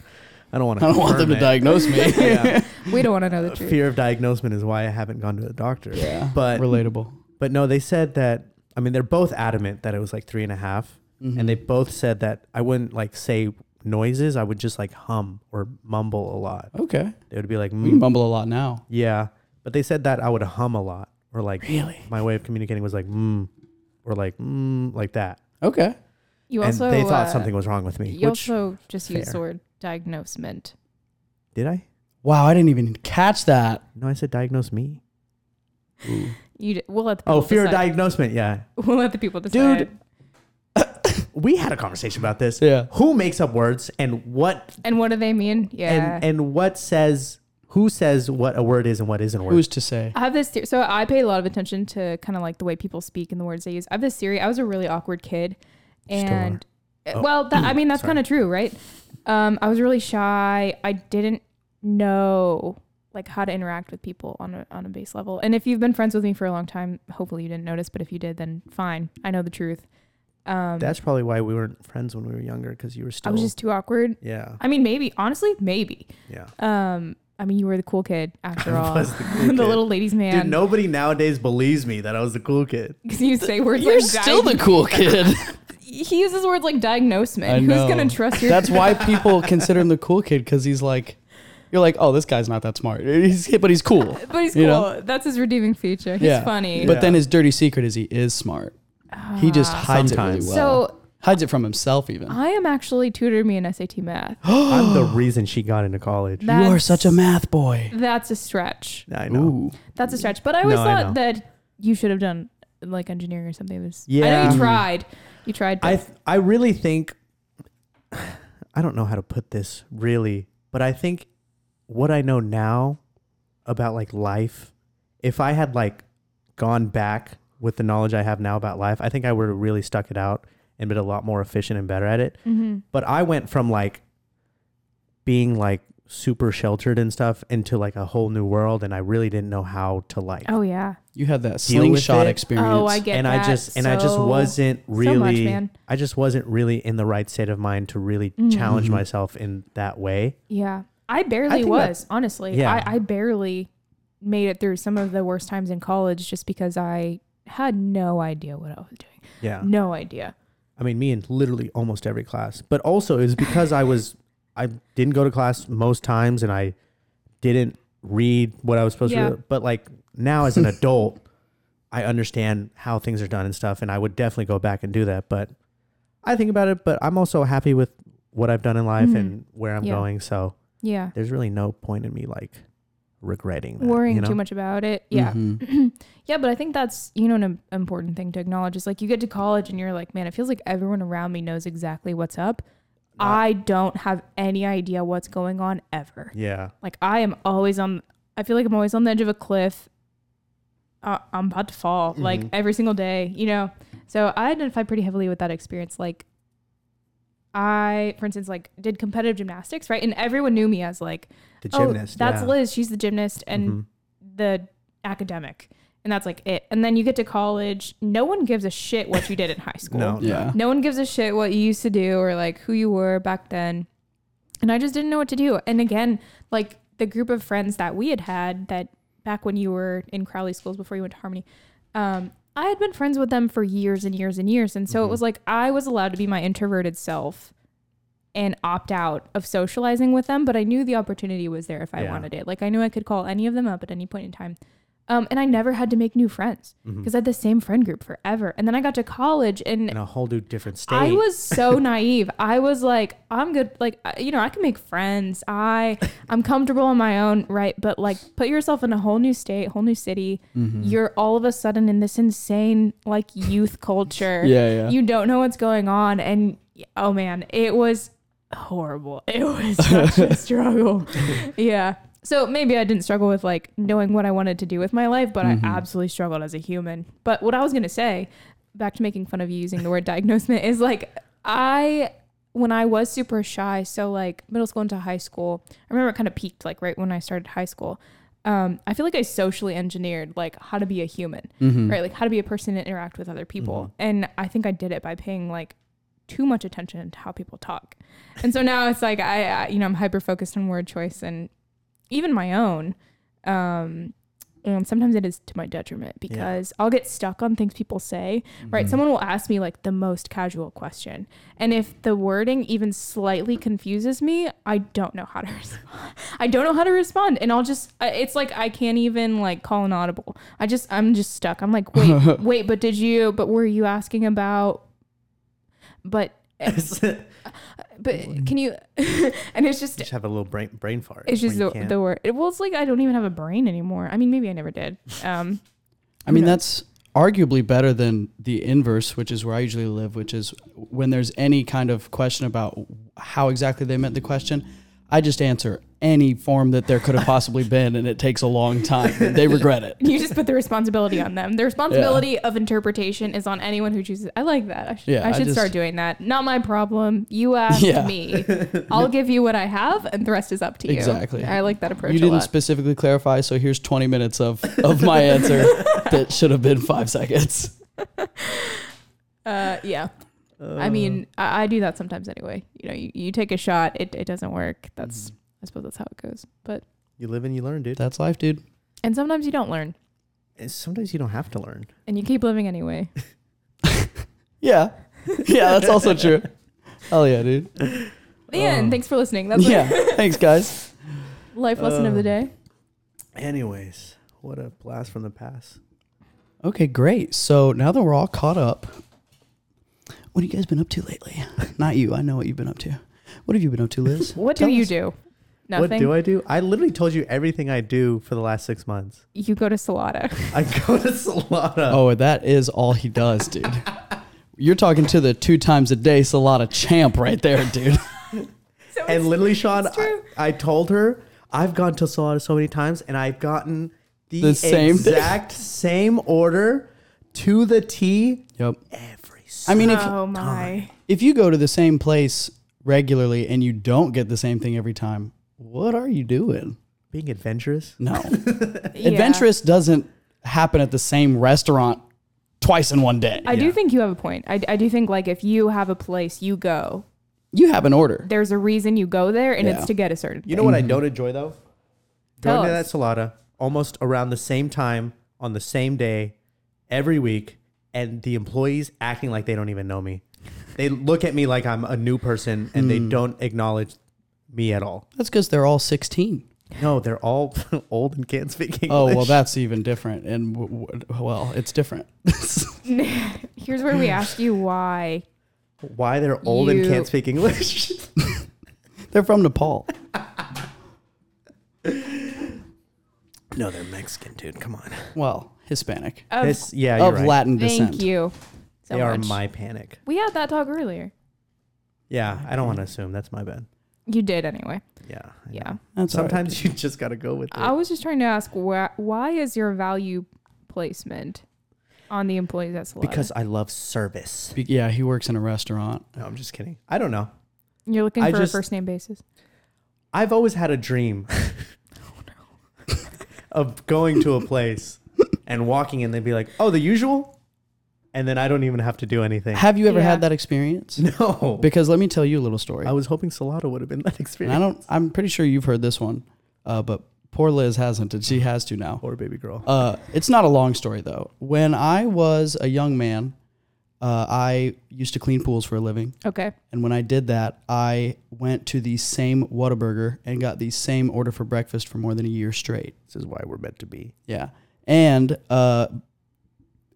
B: I don't
A: <laughs>
B: want.
A: I don't want them to
B: confirm
A: diagnose
B: <laughs>
A: me. <laughs>
B: it. Yeah.
C: We don't want to know the
B: Uh,
C: truth.
B: Fear of diagnosement is why I haven't gone to a doctor.
A: yeah,
B: But
A: relatable.
B: but no, they said that. I mean, they're both adamant that it was like three and a half,
A: Mm-hmm.
B: and they both said that I wouldn't like say noises. I would just like hum or mumble a lot.
A: Mm-hmm. okay.
B: They would be like,
A: We
B: mm,
A: mumble a lot now.
B: yeah. But they said that I would hum a lot or like
C: <laughs>
A: Really?
B: my way of communicating was like mm or like mm like that.
A: Okay.
C: You
B: and
C: also
B: they thought
C: uh,
B: something was wrong with me.
C: You
B: Which
C: also just used the
B: fair.
C: word diagnosement.
B: did I?
A: Wow, I didn't even catch that.
B: No, I said diagnose me.
C: You d- we'll let the people
B: Oh, fear of
C: decide.
B: diagnosement. Yeah.
C: <laughs> We'll let the people decide.
B: We had a conversation about this.
A: Yeah.
B: Who makes up words and what
C: And what do they mean? Yeah.
B: and and what says who says what a word is and what isn't a word.
A: Who's to say?
C: I have this theory. So I pay a lot of attention to kind of like the way people speak and the words they use. I have this theory. I was a really awkward kid,
B: Still
C: and
B: are. Oh.
C: well, that, I mean that's
B: Sorry.
C: kind of true, right? Um, I was really shy. I didn't know like how to interact with people on a, on a base level. And if you've been friends with me for a long time, hopefully you didn't notice. But if you did, then fine. I know the truth. Um,
B: That's probably why we weren't friends when we were younger because you were still
C: I was just too awkward.
B: yeah
C: I mean, maybe honestly, maybe.
B: yeah.
C: Um, I mean, you were the cool kid after all,
B: was the
C: <laughs>
B: cool
C: the,
B: kid.
C: little ladies' man.
B: Dude, nobody nowadays believes me that I was the
C: <gasps>
B: cool kid.
C: Because <laughs> you say words
A: You're
C: like
A: still
C: diag-
A: the cool
C: <laughs>
A: kid.
C: he uses words like diagnosement.
A: I
C: Who's
A: know.
C: gonna trust your?
A: That's why people consider him the cool kid because he's like, you're like, oh, this guy's not that smart. He's but he's cool.
C: but he's cool.
A: you know?
C: That's his redeeming feature. He's
A: yeah,
C: funny. Ah.
A: But
B: Yeah.
A: then his dirty secret is he is smart. He just hides it
B: Sometimes.
A: really well.
C: So Ah,
A: hides it from himself even.
C: I am actually tutored me in SAT math.
B: I'm the reason she got into
A: <gasps>
B: college.
A: you are
C: That's-
A: such a math boy.
C: That's a stretch.
B: I know.
A: Ooh.
C: That's a stretch. But I always
B: Mm. No, I
C: thought
B: know.
C: that you should have done like engineering or something. There's, I know
B: Yeah.
C: you tried. You tried. But
B: I th- I really think I don't know how to put this really, but I think what I know now about like life, if I had like gone back with the knowledge I have now about life, I think I would have really stuck it out and been a lot more efficient and better at it.
C: Mhm.
B: But I went from like being like super sheltered and stuff into like a whole new world and I really didn't know how to like
C: Oh yeah.
A: You had that
B: Deal with
A: slingshot
B: it.
A: experience.
C: Oh, I get
B: and
C: that.
B: I just and I just
C: so-
B: wasn't really
C: much, man. Mm-hmm.
B: I just wasn't really in the right state of mind to really challenge myself in that way.
C: Yeah. I barely
B: think
C: was, honestly.
B: Yeah.
C: I, I barely made it through some of the worst times in college just because I had no idea what I was doing.
B: Yeah.
C: No idea.
B: I mean me in literally almost every class. But also
C: <laughs>
B: it was because I was I didn't go to class most times and I didn't read what I was supposed
C: Yeah.
B: to do. But like now as an adult, I understand how things are done and stuff and I would definitely go back and do that. But I think about it, but I'm also happy with what I've done in life
C: Mhm.
B: and where I'm
C: Yeah.
B: going. So
C: Yeah.
B: there's really no point in me like regretting that,
C: Worrying
B: you know? Mm-hmm.
C: too much about it. Yeah.
A: Mhm.
C: <clears throat> Yeah, but I think that's, you know, an im- important thing to acknowledge is like you get to college and you're like, man, it feels like everyone around me knows exactly what's up. I don't have any idea what's going on ever.
B: Yeah.
C: Like I am always on. I feel like I'm always on the edge of a cliff. Uh, I'm about to fall like
B: Mm-hmm.
C: every single day, you know. So I identify pretty heavily with that experience. Like I, for instance, like did competitive gymnastics, right? And everyone knew me as like,
B: The
C: oh,
B: gymnast.
C: that's
B: yeah.
C: Liz. She's the gymnast and
B: Mhm.
C: the academic, and that's like it. And then you get to college, no one gives a shit what you did in
B: <laughs>
C: high school.
B: No,
A: Yeah.
C: No one gives a shit what you used to do or like who you were back then. And I just didn't know what to do. And again, like the group of friends that we had had that back when you were in Crowley schools before you went to Harmony, um, I had been friends with them for years and years and years. And so it
B: Mhm.
C: was like I was allowed to be my introverted self and opt out of socializing with them, but I knew the opportunity was there if I
B: Yeah.
C: wanted it. Like I knew I could call any of them up at any point in time. Um, and I never had to make new friends
B: Mhm.
C: because I had the same friend group forever. And then I got to college and
B: in a whole new different state.
C: I was so naive. I was like, I'm good. Like, I- you know, I can make friends. I, I'm comfortable on my own, right? But like, put yourself in a whole new state, whole new city. You're all of a sudden in this insane like youth culture.
A: Yeah, yeah.
C: You don't know what's going on, and oh man, it was horrible. <laughs> It was such a struggle. Yeah. So maybe I didn't struggle with like knowing what I wanted to do with my life, but I absolutely struggled as a human. But what I was going to say, back to making fun of you using the word <laughs> diagnosement, is like I when I was super shy, so like middle school into high school, I remember it kind of peaked like right when I started high school. Um, I feel like I socially engineered like how to be a human,
A: Mm-hmm.
C: right? Like how to be a person and interact with other people. And I think I did it by paying like too much attention to how people talk. And so now it's like I, I you know, I'm hyper focused on word choice and even my own. Um, and sometimes it is to my detriment because I'll get stuck on things people say, right? Someone will ask me like the most casual question. And if the wording even slightly confuses me, I don't know how to <laughs> respond. I don't know how to respond. And I'll just, I- it's like I can't even like call an audible. I just, I'm just stuck. I'm like, wait, wait, but did you, but were you asking about, but, eh, uh, but can you, <laughs> and it's just,
B: just have a little brain brain fart.
C: it's just
B: when you
C: the,
B: can't.
C: the word. Well, it's like I don't even have a brain anymore. I mean, maybe I never did. Um, <laughs>
A: I mean,
C: Okay.
A: that's arguably better than the inverse, which is where I usually live, which is when there's any kind of question about how exactly they meant the question, I just answer any form that there could have possibly been, and it takes a long
C: <laughs>
A: time. and They regret it.
C: you just put the responsibility on them. The responsibility of interpretation is on anyone who chooses. I like that. I, sh-
A: Yeah,
C: I
A: I
C: should start
A: just-
C: doing that. Not my problem. You asked
A: Yeah. <laughs>
C: me. I'll give you what I have, and the rest is up to you.
A: Exactly.
C: I like that approach
A: You
C: a
A: didn't
C: lot.
A: specifically clarify, so here's 20 minutes of, of my
C: <laughs>
A: answer that should have been five seconds.
C: uh, yeah.
B: Uh.
C: I mean, I, I do that sometimes anyway. You know, you, you take a shot, it, it doesn't work. That's
B: Mm-hmm.
C: I suppose that's how it goes. But
B: you live and you learn, dude.
A: That's life, dude.
C: and sometimes you don't learn,
B: And Sometimes you don't have to learn.
C: and you keep
A: <laughs>
C: living anyway.
A: Yeah. Yeah, that's also
C: <laughs>
A: true. Hell yeah, dude.
C: The end. Thanks for listening. That's
A: Um, Yeah. Thanks, guys.
C: a life lesson of the
B: Uh,
C: day.
B: Anyways, what a blast from the past.
A: Okay, great. So now that we're all caught up, what have you guys been up to lately? <laughs> Not you. I know what you've been up to. What have you been up to,
C: <laughs>
A: Liz?
C: What
A: Tell
C: do you
A: us.
C: do? Nothing.
B: What do I do? I literally told you everything I do for the last six months.
C: you go to
B: <laughs>
C: Salada.
B: I go to Solana.
A: Oh, that is all he does, dude. You're talking to the two times a day Salada champ right there, dude.
C: so
B: and literally, Sean, I,
C: true.
B: I told her I've gone to Solana so many times, and I've gotten the,
A: The same thing.
B: exact same order to the T
A: Yep.
B: every.
A: I mean, if
C: oh my.
A: if you go to the same place regularly and you don't get the same thing every time, what are you doing?
B: Being adventurous.
A: No. Adventurous doesn't happen at the same restaurant twice in one day.
C: I do think you have a point. I, I do think like if you have a place you go,
A: you have an order.
C: there's a reason you go there, and
A: Yeah.
C: it's to get a certain.
B: You know what I don't enjoy though?
C: Tell
B: Going to that
C: us.
B: Salada almost around the same time on the same day every week, and the employees acting like they don't even know me. They look at me like I'm a new person, and they don't acknowledge me at all.
A: That's because they're all 16.
B: No, they're all <laughs> old and can't speak English.
A: Oh well, that's even different, and w- w- well, it's different. <laughs>
C: Here's
B: <laughs>
C: where we ask you why.
B: why they're old and
C: You-
B: can't speak English. <laughs>
A: They're from Nepal.
B: no, they're Mexican, dude. Come on.
A: Well, Hispanic
C: Of,
B: This, yeah, you're
A: of
B: right.
A: Latin
C: thank
A: descent.
C: you. So
B: They are
C: much.
B: my panic.
C: we had that talk earlier.
B: Yeah, I don't want to assume. That's my bad.
C: You did anyway.
B: Yeah. I know.
C: Yeah.
A: That's all right.
B: Sometimes you just gotta go with it.
C: I was just trying to ask why. Why is your value placement on the employees at Salada?
B: because I love service.
A: Be- Yeah, he works in a restaurant.
B: No, I'm just kidding. I don't know.
C: You're looking
B: I
C: for
B: just-
C: a first name basis.
B: I've always had a <laughs> dream Oh, of going to a place and walking in, they'd be like, "Oh, the usual," and then I don't even have to do anything.
A: Have you ever
C: Yeah.
A: had that experience?
B: No,
A: Because let me tell you a little story.
B: I was hoping Salado would have been that
A: And
B: experience.
A: I don't. I'm pretty sure you've heard this one, uh, but poor Liz hasn't, and she has to now.
B: Poor baby girl.
A: Uh, it's not a long story though. When I was a young man, uh, I used to clean pools for a living,
C: Okay.
A: and when I did that, I went to the same Whataburger and got the same order for breakfast for more than a year straight.
B: This is why we're meant to be.
A: Yeah, and uh,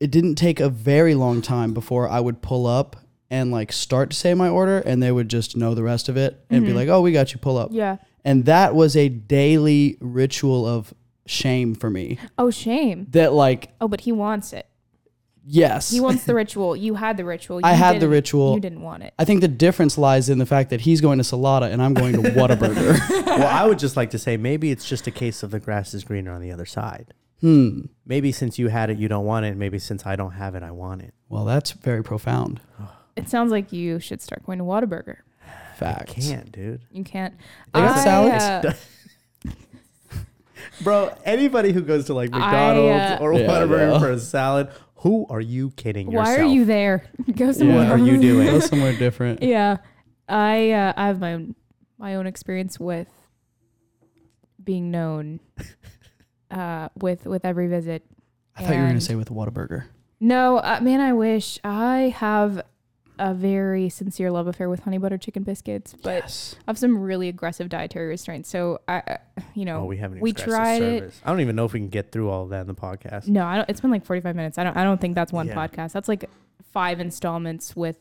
A: it didn't take a very long time before I would pull up and like start to say my order, and they would just know the rest of it and be like, "Oh, we got you. Pull up."
C: Yeah.
A: And that was a daily ritual of shame for me.
C: Oh, shame.
A: That, like,
C: Oh, but he wants it.
A: yes, <laughs>
C: He wants the ritual. You had the ritual.
A: I
C: You
A: had the
C: didn't-
A: ritual.
C: You didn't want it.
A: I think the difference lies in the fact that he's going to Salada and I'm going to Whataburger.
B: well, I would just like to say maybe it's just a case of the grass is greener on the other side.
A: hmm.
B: Maybe since you had it, you don't want it. and Maybe since I don't have it, I want it.
A: Well, that's very profound.
C: It sounds like you should start going to Whataburger.
A: Facts.
B: Can't, dude.
C: You can't.
A: They got salads?
C: uh,
B: Bro, anybody who goes to like
C: I,
B: McDonald's
C: uh,
B: or
A: Yeah,
B: Whataburger
A: no.
B: for a salad, who are you kidding
C: why
B: yourself?
C: are you there? <laughs> Go somewhere.
B: What are you
C: else.
A: Go <laughs>
B: doing?
A: somewhere
C: <laughs>
A: different.
C: Yeah, I uh, I have my own my own experience with
A: <laughs>
C: being known uh, with with every visit.
A: I thought you were going to
C: And-
A: say with Whataburger.
C: No, uh, man, I wish I have a very sincere love affair with honey butter chicken biscuits, but
A: yes.
C: I have some really aggressive dietary restraints. So I, I- you know,
B: oh, we haven't.
C: we
B: expressed the
C: tried it.
B: service. I don't even know if we can get through all of that in the podcast.
C: No, I don't, it's been like 45 minutes. I don't I don't think that's one
B: Yeah.
C: podcast. That's like five
A: <laughs>
C: installments with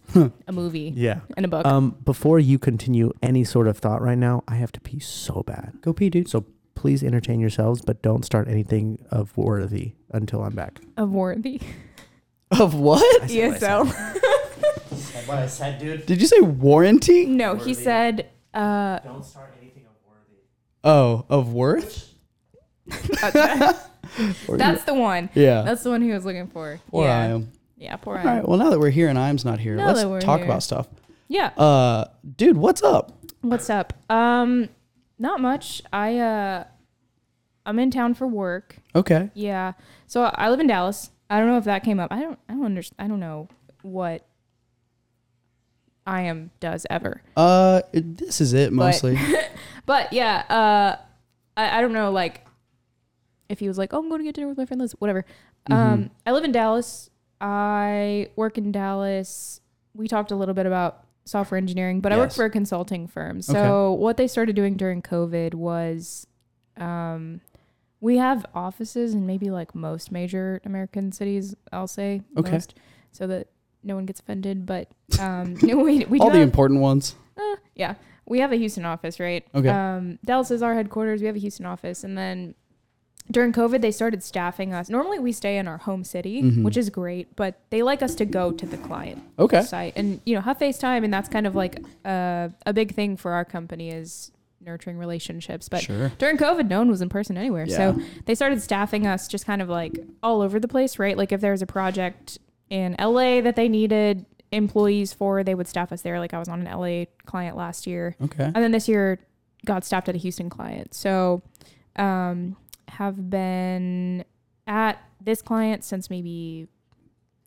C: a movie
B: Yeah.
C: and a
A: Uh,
C: book.
B: Um, before you continue any sort of thought right now, I have to pee so bad.
A: Go pee, dude.
B: So please entertain yourselves, but don't start anything of worthy until I'm back.
C: of worthy.
A: Of what?
B: <laughs> E
C: ESO.
B: What I said, dude.
A: Did you say warranty?
C: <laughs> no, he said uh,
B: Don't start anything of worthy.
A: Oh, of worth? <laughs> Or-
C: uh, that's the one.
A: yeah.
C: That's the one he was looking for.
A: Poor
C: yeah.
A: I am.
C: Yeah, poor I
A: All right. Well, now that we're here and I'm not here,
C: Now that we're
A: let's talk
C: here.
A: about stuff.
C: Yeah.
A: Uh, dude, what's up?
C: What's up? Um not much. I uh I'm in town for work.
A: Okay.
C: Yeah. So I live in Dallas. I don't know if that came up. I don't I don't understand I don't know what I am does ever.
A: Uh, it- this is it mostly.
C: But yeah, uh, I, I don't know, like, if he was like, oh, I'm going to get dinner with my friend Liz, whatever.
A: Mm-hmm.
C: Um, I live in Dallas. I work in Dallas. We talked a little bit about software engineering, but I work
B: Yes.
C: for a consulting firm. So what they started doing during COVID was, um, we have offices in maybe like most major American cities. I'll say
A: Okay.
C: most, so that no one gets offended. But um, <laughs> no, we <laughs> we do
A: All the
C: have-
A: important ones.
C: uh, yeah, we have a Houston office, right?
A: Okay.
C: Um, Dallas is our headquarters. We have a Houston office, and then during COVID, they started staffing us. Normally, we stay in our home city,
A: Mm-hmm.
C: which is great, but they like us to go to the client
A: Okay.
C: site and you know have FaceTime, and that's kind of like uh, a big thing for our company is nurturing relationships. But
A: Sure.
C: during COVID, no one was in person anywhere, so
A: Yeah.
C: they started staffing us just kind of like all over the place, right? Like if there was a project in LA that they needed employees for, they would staff us there. Like I was on an LA client last year,
A: Okay.
C: and then this year got staffed at a Houston client. So um, have been at this client since maybe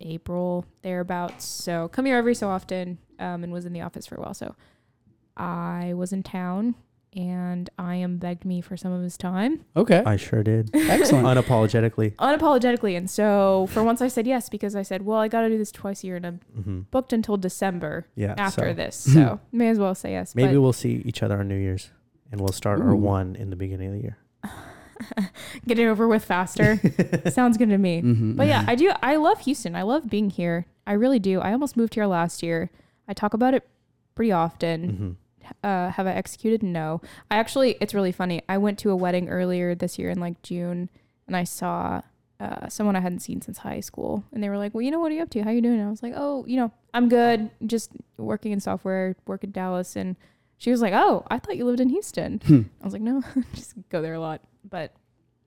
C: April thereabouts. So come here every so often um, and was in the office for a while. So I was in town and I am begged me for some of his time <laughs>
A: Okay.
B: I sure did.
A: Excellent.
B: Unapologetically.
C: unapologetically. And so for once I said yes because I said, well, I got to do this twice a year and I'm
B: hmm
C: booked until December
B: Yeah.
C: after
B: so
C: this.
B: <laughs>
C: So may as well say yes.
B: Maybe
C: but-
B: we'll see each other on New Year's and we'll start our
A: Ooh.
B: one in the beginning of the year.
C: get it over with
B: <laughs>
C: faster. Sounds good to me.
A: Mhm,
C: But yeah, I do. I love Houston. I love being here. I really do. I almost moved here last year. I talk about it pretty often.
B: hmm
C: Uh, have I executed? No. I actually, it's really funny. I went to a wedding earlier this year in like June, and I saw uh, someone I hadn't seen since high school, and they were like, "Well, you know, what are you up to? How you doing?" And I was like, "Oh, you know, I'm good. Just working in software, work in Dallas." And she was like, "Oh, I thought you lived in Houston."
A: Hmm.
C: I was like, "No, <laughs> just go there a lot." But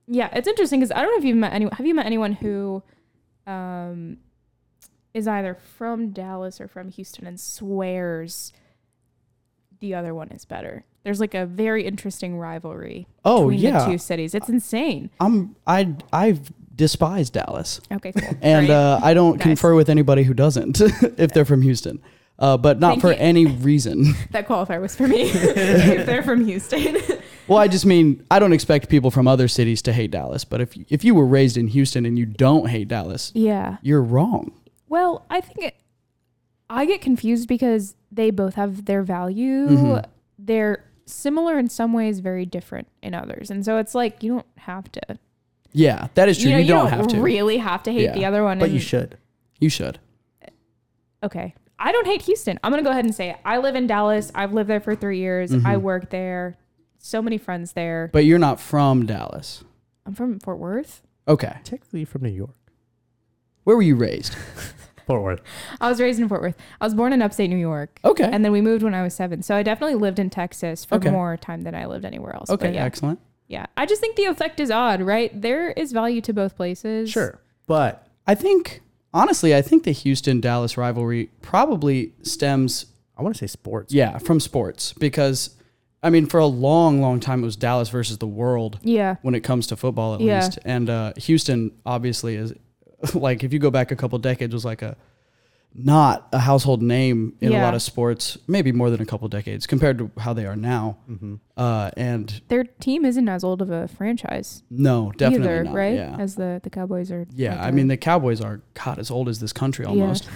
C: yeah, it's interesting because I don't know if you've met anyone. Have you met anyone who um, is either from Dallas or from Houston and swears the other one is better. There's like a very interesting rivalry
A: Oh
C: between
A: yeah,
C: the two cities. It's insane.
A: I'm I I despise Dallas,
C: Okay, cool.
A: and
C: Great.
A: uh, I don't
C: <laughs> Nice.
A: confer with anybody who doesn't <laughs> if they're from Houston, uh, but not
C: Thank
A: for
C: you. <laughs>
A: any reason.
C: <laughs> that qualifier was for me. <laughs> if they're from Houston, <laughs>
A: well, I just mean I don't expect people from other cities to hate Dallas, but if if you were raised in Houston and you don't hate Dallas,
C: yeah.
A: you're wrong.
C: Well, I think it, I get confused because they both have their value.
A: Mhm.
C: They're similar in some ways, very different in others. And so it's like you don't have to.
A: Yeah, that is true. You,
C: know,
A: don't, have to.
C: really have to hate
A: Yeah.
C: the other one.
B: But you
C: and-
B: should.
A: you should.
C: okay. I don't hate Houston. I'm going to go ahead and say it. I live in Dallas. I've lived there for three years.
A: Mm-hmm.
C: I work there. So many friends there.
A: But you're not from Dallas.
C: I'm from Fort Worth.
A: Okay.
B: Technically from New York.
A: Where were you raised?
B: Fort Worth.
C: I was raised in Fort Worth. I was born in upstate New York.
A: Okay.
C: And then we moved when I was seven. So I definitely lived in Texas for
A: Okay.
C: more time than I lived anywhere else.
A: okay,
C: But yeah.
A: excellent.
C: Yeah. I just think the effect is odd, right? There is value to both places.
B: Sure. But
A: I think honestly, I think the Houston Dallas rivalry probably stems
B: I want to say sports.
A: yeah, from sports because I mean for a long long time it was Dallas versus the world
C: Yeah.
A: when it comes to football at
C: Yeah.
A: least. And uh, Houston obviously is <laughs> like if you go back a couple decades was like a not a household name in a
C: Yeah.
A: lot of sports, maybe more than a couple decades compared to how they are now. Uh, and
C: Their team isn't as old of a franchise
A: no, definitely
C: either,
A: not.
C: right?
A: Yeah.
C: As the, the Cowboys are.
A: Yeah,
C: like
A: I
C: a-
A: mean the Cowboys are God as old as this country
C: Yeah.
A: almost,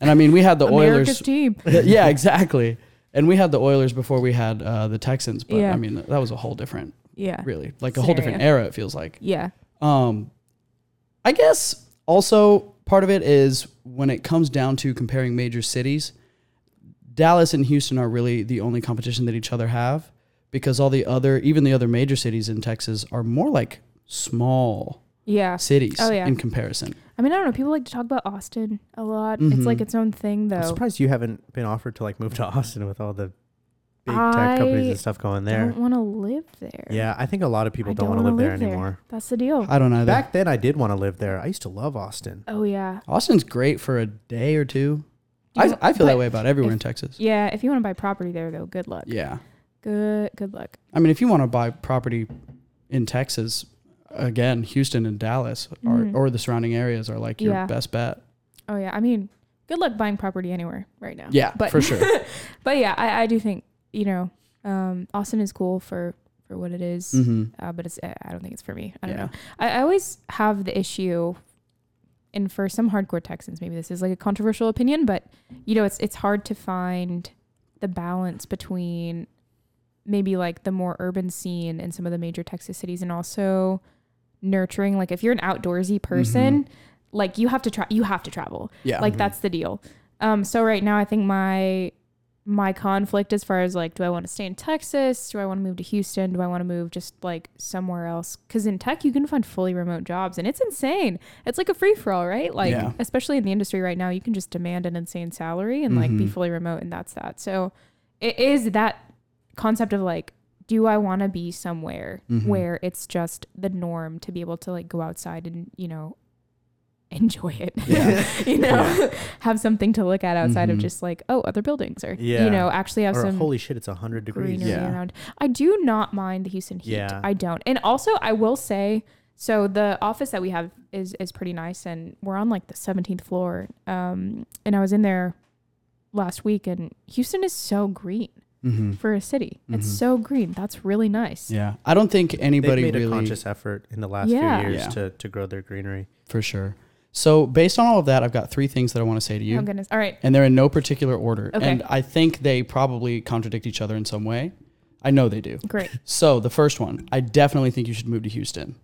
A: and I mean we had the
C: <laughs> America's
A: Oilers.
C: team. <laughs>
A: yeah, exactly. And we had the Oilers before we had uh, the Texans, but
C: Yeah.
A: I mean that was a whole different,
C: Yeah.
A: really, like a whole different era. It feels like.
C: Yeah.
A: Um, I guess also part of it is when it comes down to comparing major cities, Dallas and Houston are really the only competition that each other have because all the other, even the other major cities in Texas, are more like small
C: Yeah.
A: cities
C: Oh, yeah.
A: in comparison.
C: I mean, I don't know. People like to talk about Austin a lot. It's like
A: Mhm.
C: its own thing,
B: I'm
C: though.
B: surprised you haven't been offered to like move to <laughs> Austin with all the big
C: I
B: tech companies and stuff going
C: I
B: there.
C: don't want to live there.
B: Yeah, I think a lot of people
C: I
B: don't,
C: don't
B: want to
C: wanna
B: live, there
C: live there.
B: anymore.
C: That's the deal.
A: I don't know. That
B: Back then, I did want to live there. I used to love Austin.
C: oh, yeah.
A: Austin's great for a day or two.
C: Do you-
A: I, I feel
C: but
A: that way about everywhere
C: if-
A: in Texas.
C: Yeah. If you want to buy property there, though, good luck.
A: Yeah.
C: Good, good luck.
A: I mean, if you want to buy property in Texas, again, Houston and Dallas are,
C: Mhm.
A: or the surrounding areas are like your
C: Yeah.
A: best bet.
C: Oh, yeah. I mean, good luck buying property anywhere right now.
A: Yeah,
C: But,
A: for sure.
C: <laughs> but yeah, I, I do think, you know, um, Austin is cool for, for what it is.
B: Mm-hmm.
A: hmm
C: uh, but it's I I don't think it's for me. I don't
A: Yeah.
C: know. I, I always have the issue, and for some hardcore Texans, maybe this is like a controversial opinion, but you know, it's it's hard to find the balance between maybe like the more urban scene in some of the major Texas cities, and also nurturing. Like if you're an outdoorsy person, like you have to try, you have to travel.
A: Yeah. Mm-hmm.
C: Like that's the deal. Um, so right now I think my my conflict as far as like, do I want to stay in Texas? Do I want to move to Houston? Do I want to move just like somewhere else? Because in tech you can find fully remote jobs and it's insane. It's like a free for all, right? Like
A: Yeah.
C: especially in the industry right now, you can just demand an insane salary and like be
A: Mm-hmm.
C: fully remote and that's that. So it is that concept of like, do I want to be somewhere
A: Mm-hmm.
C: where it's just the norm to be able to like go outside and you know <laughs> enjoy it. <laughs> you know, have something to look at outside of
A: Mhm.
C: just like, oh, other buildings are,
B: Yeah.
C: you know, actually have
B: Or
C: some
B: holy shit, it's hundred degrees.
C: greenery
A: Yeah.
C: around. I do not mind the Houston heat.
B: Yeah.
C: I don't. And also, I will say, so the office that we have is is pretty nice, and we're on like the 17th floor. Um, and I was in there last week, and Houston is so green
A: hmm
C: for a city. It's so green. That's really nice.
A: Yeah. I don't think
B: They've
A: anybody
B: made a
A: really,
B: conscious effort in the last
C: Yeah.
B: few years
A: Yeah.
B: to, to grow their greenery.
A: for sure. So, based on all of that, I've got three things that I want to say to you.
C: Oh goodness. All right.
A: And they're in no particular order.
C: Okay.
A: And I think they probably contradict each other in some way. I know they do.
C: Great. <laughs>
A: So the first one, I definitely think you should move to Houston.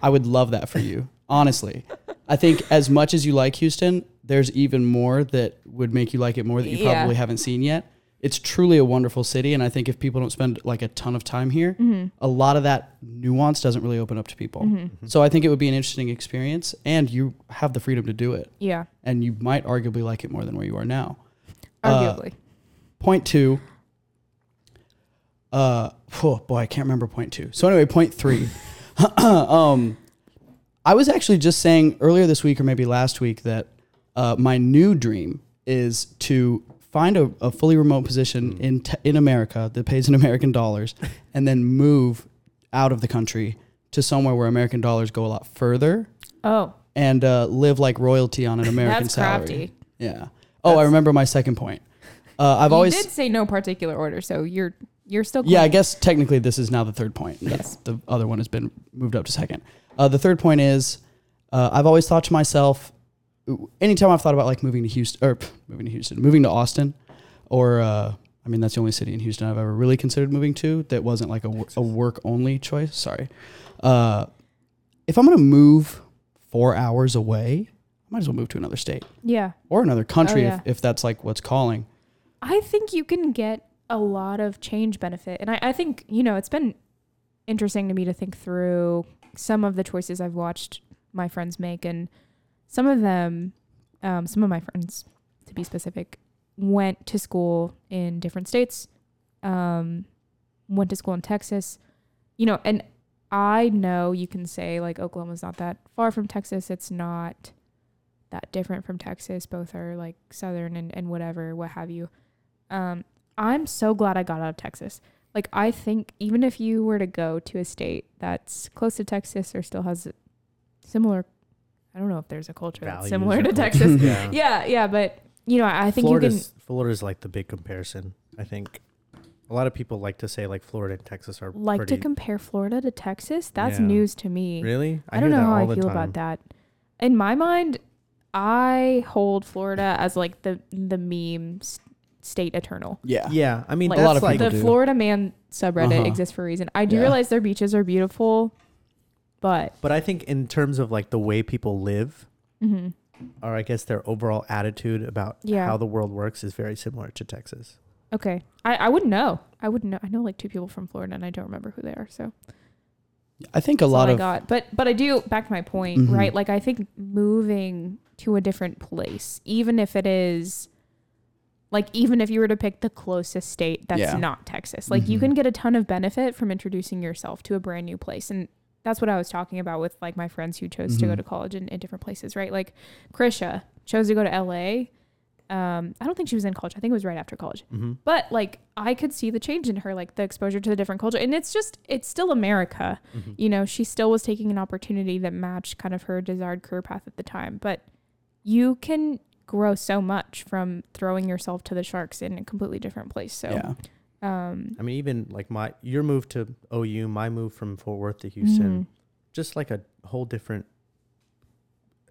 A: I would love that for you. Honestly, I think as much as you like Houston, there's even more that would make you like it more that you
C: Yeah.
A: probably haven't seen yet. It's truly a wonderful city, and I think if people don't spend like a ton of time here,
C: Mm-hmm.
A: a lot of that nuance doesn't really open up to people. So I think it would be an interesting experience, and you have the freedom to do it,
C: Yeah.
A: and you might arguably like it more than where you are now. Uh,
C: Arguably.
A: Point two. Uh, oh boy, I can't remember point two. So anyway, point three. <laughs> um, I was actually just saying earlier this week or maybe last week that uh, my new dream is to find a, a fully remote
C: Hmm.
A: position in t- in America that pays in American dollars, and then move out of the country to somewhere where American dollars go a lot further
C: Oh,
A: and uh, live like royalty
C: <laughs>
A: on an American
C: that's
A: salary.
C: crafty.
A: Yeah. Oh, I remember my second point. Uh, I've
C: you
A: always
C: did say no particular order, so you're you're still
A: yeah. I
C: clean.
A: guess technically this is now the third point. The-
C: Yes.
A: The, other one has been moved up to second. Uh, the third point is uh, I've always thought to myself, uh, anytime I've thought about like moving to Houston or pff, moving to Houston, moving to Austin, or uh, I mean that's the only city in Houston I've ever really considered moving to that wasn't like a, wor- a work only choice. Sorry. Uh, if I'm gonna move four hours away, I might as well move to another state
C: yeah.
A: or another country
C: Oh, yeah.
A: if, if that's like what's calling.
C: I think you can get a lot of change benefit. And I, I think, you know, it's been interesting to me to think through some of the choices I've watched my friends make. And some of them, um, some of my friends, to be specific, went to school in different states, um, went to school in Texas, you know, and I know you can say like Oklahoma's not that far from Texas. It's not that different from Texas. Both are like southern and, and whatever, what have you um, I'm so glad I got out of Texas. Like, I think even if you were to go to a state that's close to Texas or still has a similar, I don't know if there's a culture that's
B: Values
C: similar
B: or
C: to
B: culture.
C: Texas.
B: yeah.
C: Mm-hmm. yeah, yeah, but you know, I I think you can.
B: Florida's, Florida's like the big comparison. I think a lot of people like to say like Florida and Texas are
C: Like
B: pretty,
C: to compare Florida to Texas? That's
B: Yeah.
C: news to me.
B: Really,
C: I, don't
B: hear
C: know
B: that
C: how I
B: all the
C: feel about
B: time.
C: that. In my mind, I hold Florida as like the the meme s- state eternal.
A: Yeah.
B: Yeah, I mean
C: Like,
B: that's
C: A
A: lot of
B: like
A: people
C: the
A: do.
C: Florida man subreddit
A: Uh-huh.
C: exists for a reason. I do
A: Yeah.
C: realize their beaches are beautiful, but
B: But I think in terms of like the way people live,
A: Mm-hmm.
C: mhm.
B: or I guess their overall attitude about
C: Yeah.
B: how the world works is very similar to Texas.
C: okay, I, I wouldn't know. I wouldn't know. I know like two people from Florida, and I don't remember who they are. So
A: I think a
C: that's
A: lot
C: all I
A: of
C: got. But but I do back to my point,
A: Mhm.
C: right? Like I think moving to a different place, even if it is. Like even if you were to pick the closest state that's
A: Yeah.
C: not Texas, like you
A: Mhm.
C: can get a ton of benefit from introducing yourself to a brand new place, and that's what I was talking about with like my friends who chose to go
A: Mhm.
C: to college in, in different places, right? Like Krisha chose to go to LA. Um, I don't think she was in college. I think it was right after college.
B: Mhm.
C: But like I could see the change in her, like the exposure to the different culture. And it's just it's still America. You know, she still was taking an opportunity that matched kind of her desired career path at the time. But you can grow so much from throwing yourself to the sharks in a completely different place. So
A: yeah.
C: um
B: I mean, even like my your move to OU, my move from Fort Worth to Houston,
C: mhm.
B: just like a whole different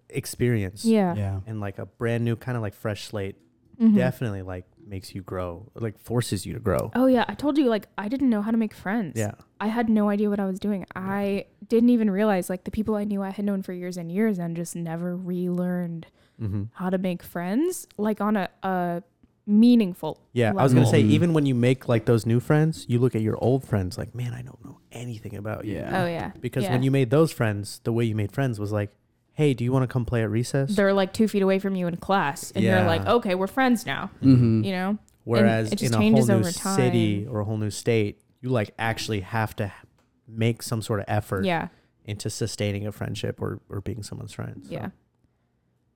B: experience.
C: Yeah.
A: Yeah.
B: And like a brand new kind of like fresh slate
C: Mhm.
B: definitely like makes you grow, like forces you to grow.
C: Oh yeah, I told you like I didn't know how to make friends.
B: Yeah.
C: I had no idea what I was doing. I didn't even realize like the people I knew I had known for years and years and just never relearned
B: Mm-hmm.
C: how to make friends like on a, a meaningful
B: Yeah, I was gonna say
A: Mhm.
B: even when you make like those new friends, you look at your old friends like, man, I don't know anything about you.
A: Yeah.
C: Oh yeah.
B: Because
C: Yeah.
B: when you made those friends, the way you made friends was like, hey, do you want to come play at recess?
C: they're like two feet away from you in class and you're
B: Yeah.
C: like, okay, we're friends now.
A: Mm-hmm.
C: You know?
B: Whereas
C: it just
B: in a whole
C: changes
B: new
C: over
B: city or a whole new state, you like actually have to h- make some sort of effort
C: Yeah.
B: into sustaining a friendship or, or being someone's friend. So
C: Yeah.
B: it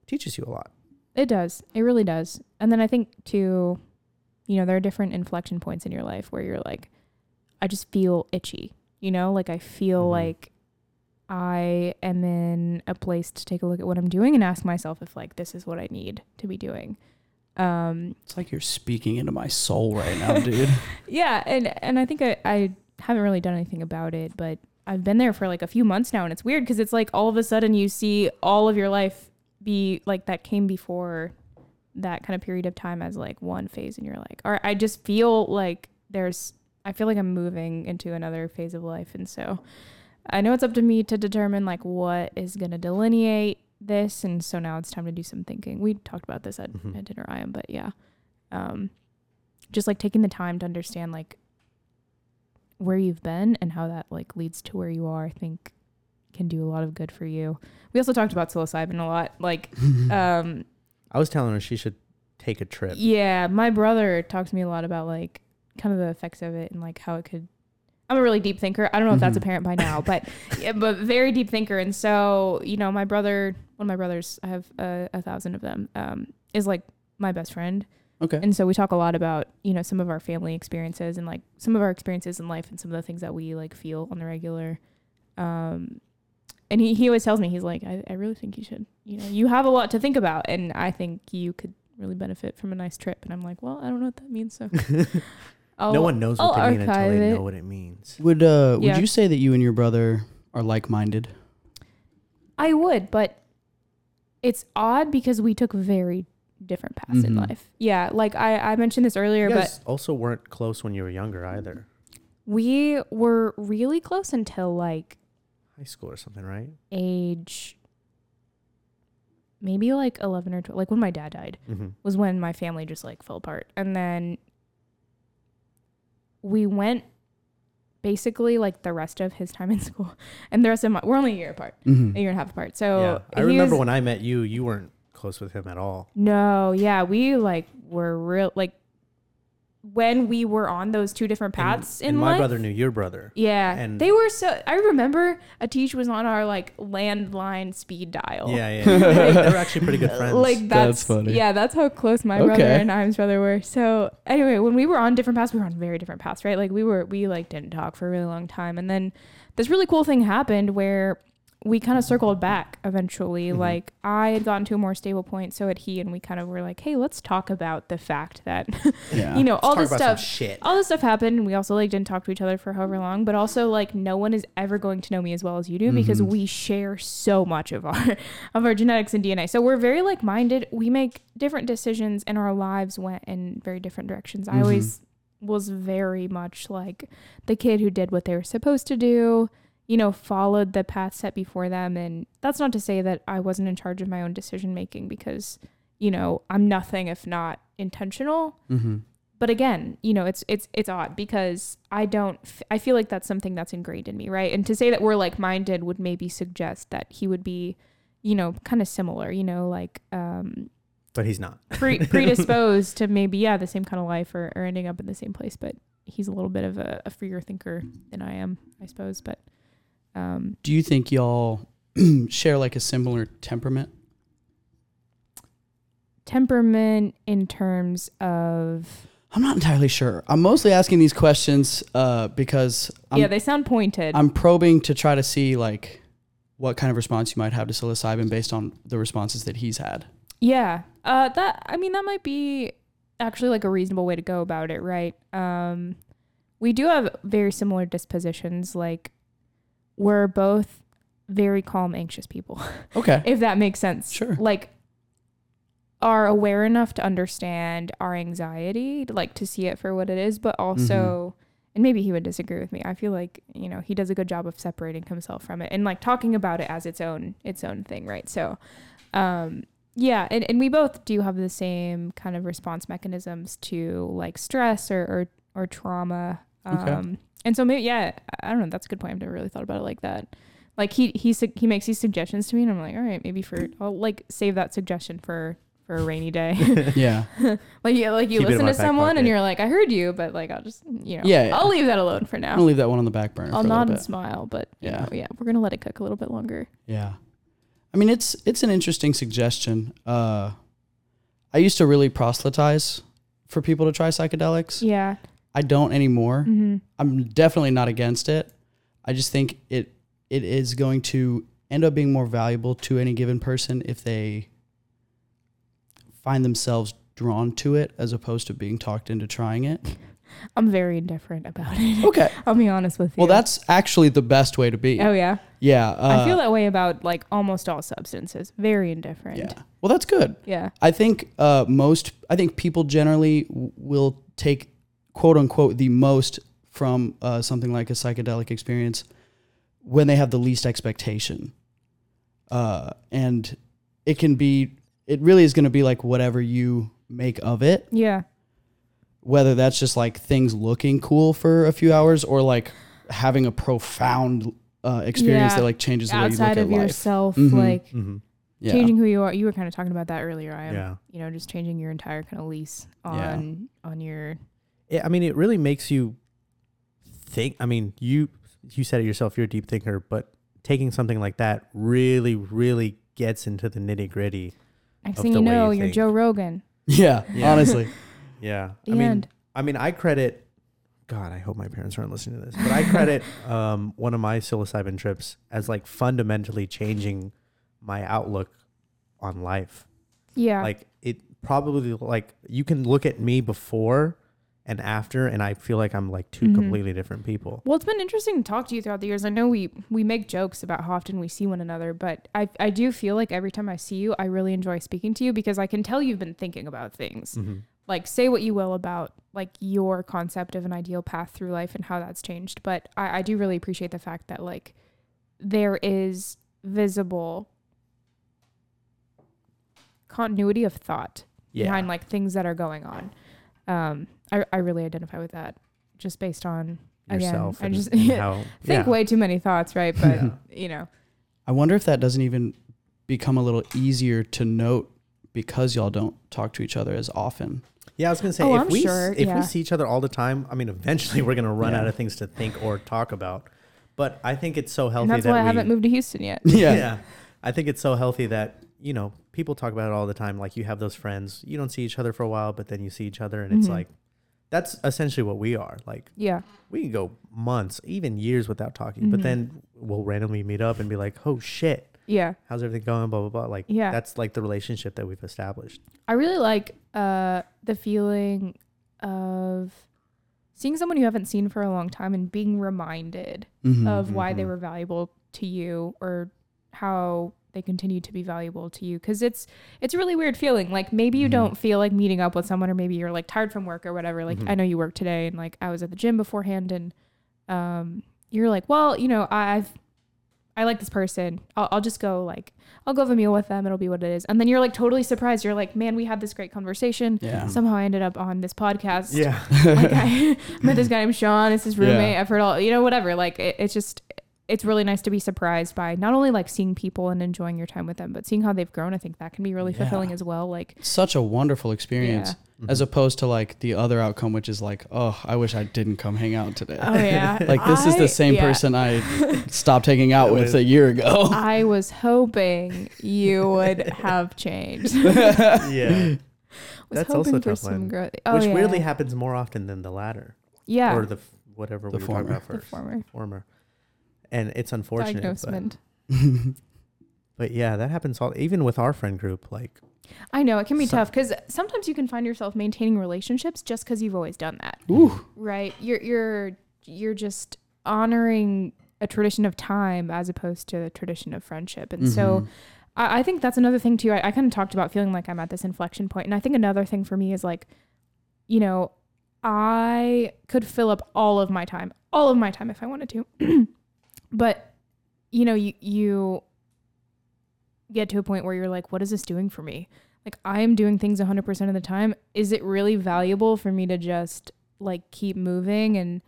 B: teaches you a lot.
C: It does. It really does. And then I think too, you know, there are different inflection points in your life where you're like, I just feel itchy. You know, like I feel
B: Mhm.
C: like I am in a place to take a look at what I'm doing and ask myself if like this is what I need to be doing. Um,
A: It's like you're speaking into my soul right now,
C: <laughs>
A: dude.
C: yeah, and and I think I, I haven't really done anything about it, but I've been there for like a few months now, and it's weird because it's like all of a sudden you see all of your life be like that came before that kind of period of time as like one phase, and you're like, all right, I just feel like there's, I feel like I'm moving into another phase of life, and so I know it's up to me to determine like what is gonna delineate this, and so now it's time to do some thinking. We talked about this at,
B: Mhm.
C: at dinner, I am, but yeah. Um, just like taking the time to understand like where you've been and how that like leads to where you are i think can do a lot of good for you we also talked about psilocybin a lot like um
B: I was telling her she should take a trip. <laughs>
C: yeah my brother talks to me a lot about like kind of the effects of it and like how it could i'm a really deep thinker i don't know if that's
A: Mhm.
C: apparent by now but yeah, but very deep thinker and so you know my uh, brother one of my brothers i have a, a thousand of them um is like my best friend
A: <laughs> Okay.
C: And so we talk a lot about, you know, some of our family experiences and like some of our experiences in life and some of the things that we like feel on the regular. Um, and he, he always tells me, he's like, I, I really think you should, you know, you have a lot to think about. And I think you could really benefit from a nice trip. And I'm like, well, I don't know what that means. So I'll,
B: no one knows what
C: I'll
B: they mean until
C: archive
B: they
C: it.
B: know what it means.
A: Would uh would
C: Yeah.
A: you say that you and your brother are like minded?
C: I would, but it's odd because we took very different paths in
A: Mhm.
B: Mm-hmm.
C: life. Yeah. Like I, I mentioned this earlier,
B: You
C: but
B: guys also weren't close when you were younger either,
C: we were really close until like
B: high school or something, right?
C: age maybe like 11 or 12 like when my dad died
B: Mm-hmm.
C: was when my family just like fell apart and then we went basically like the rest of his time in <laughs> school and the rest of my we're only a year apart
A: Mm-hmm.
C: a year and a half apart
B: yeah,
C: so
B: I
C: he
B: remember
C: was-
B: when I met you, you weren't close with him at all.
C: no yeah we like were real like when we were on those two different
B: And-
C: paths in
B: and my
C: life
B: brother knew your brother.
C: yeah
B: and-
C: they were so i remember atish was on our like landline speed dial
B: Yeah, yeah. yeah. they, they were actually
C: <laughs>
B: pretty good friends.
C: Uh, Like
A: That's
C: that's,
A: funny.
C: Yeah, that's how close my brother
A: Okay.
C: and I's brother were. So anyway, when we were on different paths, we were on very different paths, right? Like we were we like didn't talk for a really long time, and then this really cool thing happened where we kind of circled back eventually.
A: Mm-hmm.
C: Like I had gotten to a more stable point, so had he, and we kind of were like, hey, let's talk about the fact that <laughs>
A: Yeah.
C: you know all
B: Talk
C: this
B: about some
C: stuff.
B: shit.
C: All this stuff happened, and we also like didn't talk to each other for however long. But also, like, no one is ever going to know me as well as you do because we share so much of our <laughs> of our genetics and DNA. So we're very like minded. We make different decisions, and our lives went in very different directions. I always was very much like the kid who did what they were supposed to do. You know, followed the path set before them, and that's not to say that I wasn't in charge of my own decision making because you know I'm nothing if not intentional
A: Mm-hmm.
C: but again you know it's it's it's odd because i don't f- i feel like that's something that's ingrained in me right and to say that we're like minded would maybe suggest that he would be you know kind of similar you know like um
B: But he's not.
C: pre- predisposed to maybe yeah the same kind of life or, or ending up in the same place but he's a little bit of a, a freer thinker than i am i suppose but um
A: Do you think y'all <clears throat> share like a similar temperament?
C: temperament in terms of
A: I'm not entirely sure. I'm mostly asking these questions uh, because I'm,
C: yeah they sound pointed
A: I'm probing to try to see like what kind of response you might have to psilocybin based on the responses that he's had.
C: Yeah. Uh that I mean that might be actually like a reasonable way to go about it, right? Um we do have very similar dispositions like we're both very calm anxious people <laughs>
A: Okay.
C: if that makes sense.
A: Sure.
C: Like are aware enough to understand our anxiety, like to see it for what it is, but also and maybe he would disagree with me. I feel like, you know, he does a good job of separating himself from it and like talking about it as its own its own thing, right? So um yeah, and, and we both do have the same kind of response mechanisms to like stress or or, or trauma. Um
A: Okay.
C: and so maybe yeah, I- I don't know, that's a good point. I've never really thought about it like that like he he sug- he makes these suggestions to me and I'm like all right maybe for
A: Mm.
C: I'll like save that suggestion for for a
A: <laughs>
C: rainy day <laughs>
A: yeah.
C: like you like you
B: Keep it
C: listen
B: in my
C: to
B: back
C: someone and
B: pocket.
C: you're like I heard you but like I'll just you know
A: Yeah, yeah.
C: I'll leave that alone for
A: I'm gonna
C: now
A: leave that one on the back burner.
C: I'll
A: for a little
C: nod
A: bit.
C: and smile but yeah
A: Yeah.
C: yeah we're gonna let it cook a little bit longer
A: Yeah. I mean it's it's an interesting suggestion. Uh I used to really proselytize for people to try psychedelics.
C: yeah
A: I don't anymore.
C: mm-hmm.
A: I'm definitely not against it. I just think it it is going to end up being more valuable to any given person if they find themselves drawn to it as opposed to being talked into trying
C: <laughs>
A: it.
C: I'm very indifferent about it
A: Okay.
C: <laughs> I'll be honest with you
A: Oh. Well, that's actually the best way to be.
C: oh yeah
A: Yeah. Uh,
C: I feel that way about like almost all substances very indifferent
A: Yeah. Well, that's good.
C: yeah
A: I think uh, most. I think people generally w- will take quote unquote the most from uh, something like a psychedelic experience when they have the least expectation, uh, and it can be. It really is going to be like whatever you make of it,
C: yeah
A: whether that's just like things looking cool for a few hours or like having a profound uh, experience
C: Yeah.
A: that like changes the
C: outside
A: way you
C: of
A: look at life.
C: yourself
A: Mhm.
C: like
B: Mm-hmm.
A: Yeah.
C: changing who you are you were kind of talking about that earlier I am
B: Yeah.
C: you know, just changing your entire kind of lease
A: Yeah.
C: on on your
B: It, I mean, it really makes you think. I mean, you you said it yourself. You're a deep thinker, but taking something like that really, really gets into the nitty gritty.
C: next
B: Of
C: thing
B: the
C: you
B: way
C: know,
B: you
C: you are
B: think.
C: Joe Rogan.
A: <laughs> yeah.
B: Yeah.
A: Honestly.
B: Yeah.
C: The
B: I mean,
C: end.
B: I mean, I credit. God, I hope my parents aren't listening to this, but I
C: <laughs>
B: credit um, one of my psilocybin trips as like fundamentally changing my outlook on life.
C: Yeah.
B: Like it probably like you can look at me before and after, and I feel like I'm like 2
C: Mhm.
B: completely different people.
C: Well, it's been interesting to talk to you throughout the years. I know we we make jokes about how often we see one another, but I I do feel like every time I see you, I really enjoy speaking to you because I can tell you've been thinking about things.
B: Mhm.
C: Like say what you will about like your concept of an ideal path through life and how that's changed, but I, I do really appreciate the fact that like there is visible continuity of thought behind like things that are going on. Um, I I really identify with that just based on again,
B: yourself.
C: I
B: and,
C: just- <laughs>
B: and how,
C: think
B: yeah.
C: way too many thoughts, right? But
B: <laughs> Yeah.
C: you know,
A: I wonder if that doesn't even become a little easier to note because y'all don't talk to each other as often.
B: Yeah, I was gonna say
C: Oh,
B: if
C: I'm
B: we s-
C: sure,
B: if
C: yeah.
B: we see each other all the time, I mean, eventually we're gonna run
A: Yeah.
B: out of things to think or talk about. But I think it's so healthy
C: and that's
B: that
C: why I
B: we,
C: haven't moved to Houston yet. <laughs>
B: <laughs> Yeah. I think it's so healthy that you know people talk about it all the time. Like you have those friends, you don't see each other for a while, but then you see each other, and it's
C: Mhm.
B: like that's essentially what we are. Like
C: Yeah,
B: we can go months, even years without talking,
C: Mhm.
B: but then we'll randomly meet up and be like, "Oh shit,
C: yeah.
B: how's everything going?" Blah blah blah. Like
C: Yeah.
B: that's like the relationship that
C: <laughs>
B: we've established.
C: I really like uh, the feeling of seeing someone you haven't seen for a long time and being reminded
A: Mhm.
C: of why they
B: mhm.
C: were valuable to you or how they continue to be valuable to you because it's it's a really weird feeling like maybe you
B: Mhm.
C: don't feel like meeting up with someone or maybe you're like tired from work or whatever like
B: Mhm.
C: i know you work today and like i was at the gym beforehand and um you're like well you know I- i've i like this person I'll, I'll just go like i'll go have a meal with them it'll be what it is and then you're like totally surprised you're like man we had this great conversation
A: yeah.
C: somehow i ended up on this podcast
B: Yeah, <laughs>
C: like I <laughs> met this guy named Sean. It's his roommate.
A: Yeah.
C: I've heard all you know, whatever. Like it, it's just it's really nice to be surprised by not only like seeing people and enjoying your time with them, but seeing how they've grown. I think that can be really
A: Yeah.
C: fulfilling as well.
B: <laughs>
C: Like
A: Such a wonderful experience as opposed to like the other outcome, which is like, oh, I wish I didn't come hang out today.
C: oh yeah,
A: like this is
C: I-
A: the same
C: yeah.
A: person
C: <laughs>
A: I stopped hanging out with a year ago. <laughs>
C: I was hoping
B: <laughs>
C: you would have changed. was
B: yeah.
C: <laughs>
B: That's also
C: hoping
B: a
C: for
B: tough
C: some
B: one,
C: growth. Oh,
B: which
C: yeah.
B: weirdly happens more often than the latter
C: yeah.
B: or the f- whatever
A: The
B: we
A: former.
B: were talking about
C: The
B: first.
C: former
B: former. And it's unfortunate. But,
C: diagnosement.
B: but yeah, that happens all even with our friend group. Like
C: I know it can be
B: Some-
C: tough because sometimes you can find yourself maintaining relationships just because you've always done that.
A: Ooh.
C: Right. You're you're you're just honoring a tradition of time as opposed to the tradition of friendship. And
A: Mm-hmm.
C: so I, I think that's another thing too. I, I kind of talked about feeling like I'm at this inflection point. And I think another thing for me is like, you know, I could fill up all of my time, all of my time if I wanted to. <clears throat> but, you know, you you get to a point where you're like, what is this doing for me? Like I am doing things 100% of the time. Is it really valuable for me to just like keep moving and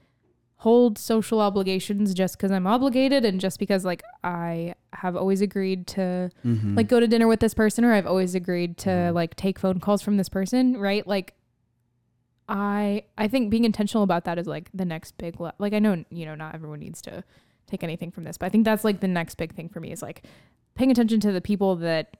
C: hold social obligations just because I'm obligated and just because like I have always agreed to
A: Mhm.
C: like go to dinner with this person or I've always agreed to like take phone calls from this person, right? Like I I think being intentional about that is like the next big le- like I know you know not everyone needs to take anything from this, but I think that's like the next big thing for me is like paying attention to the people that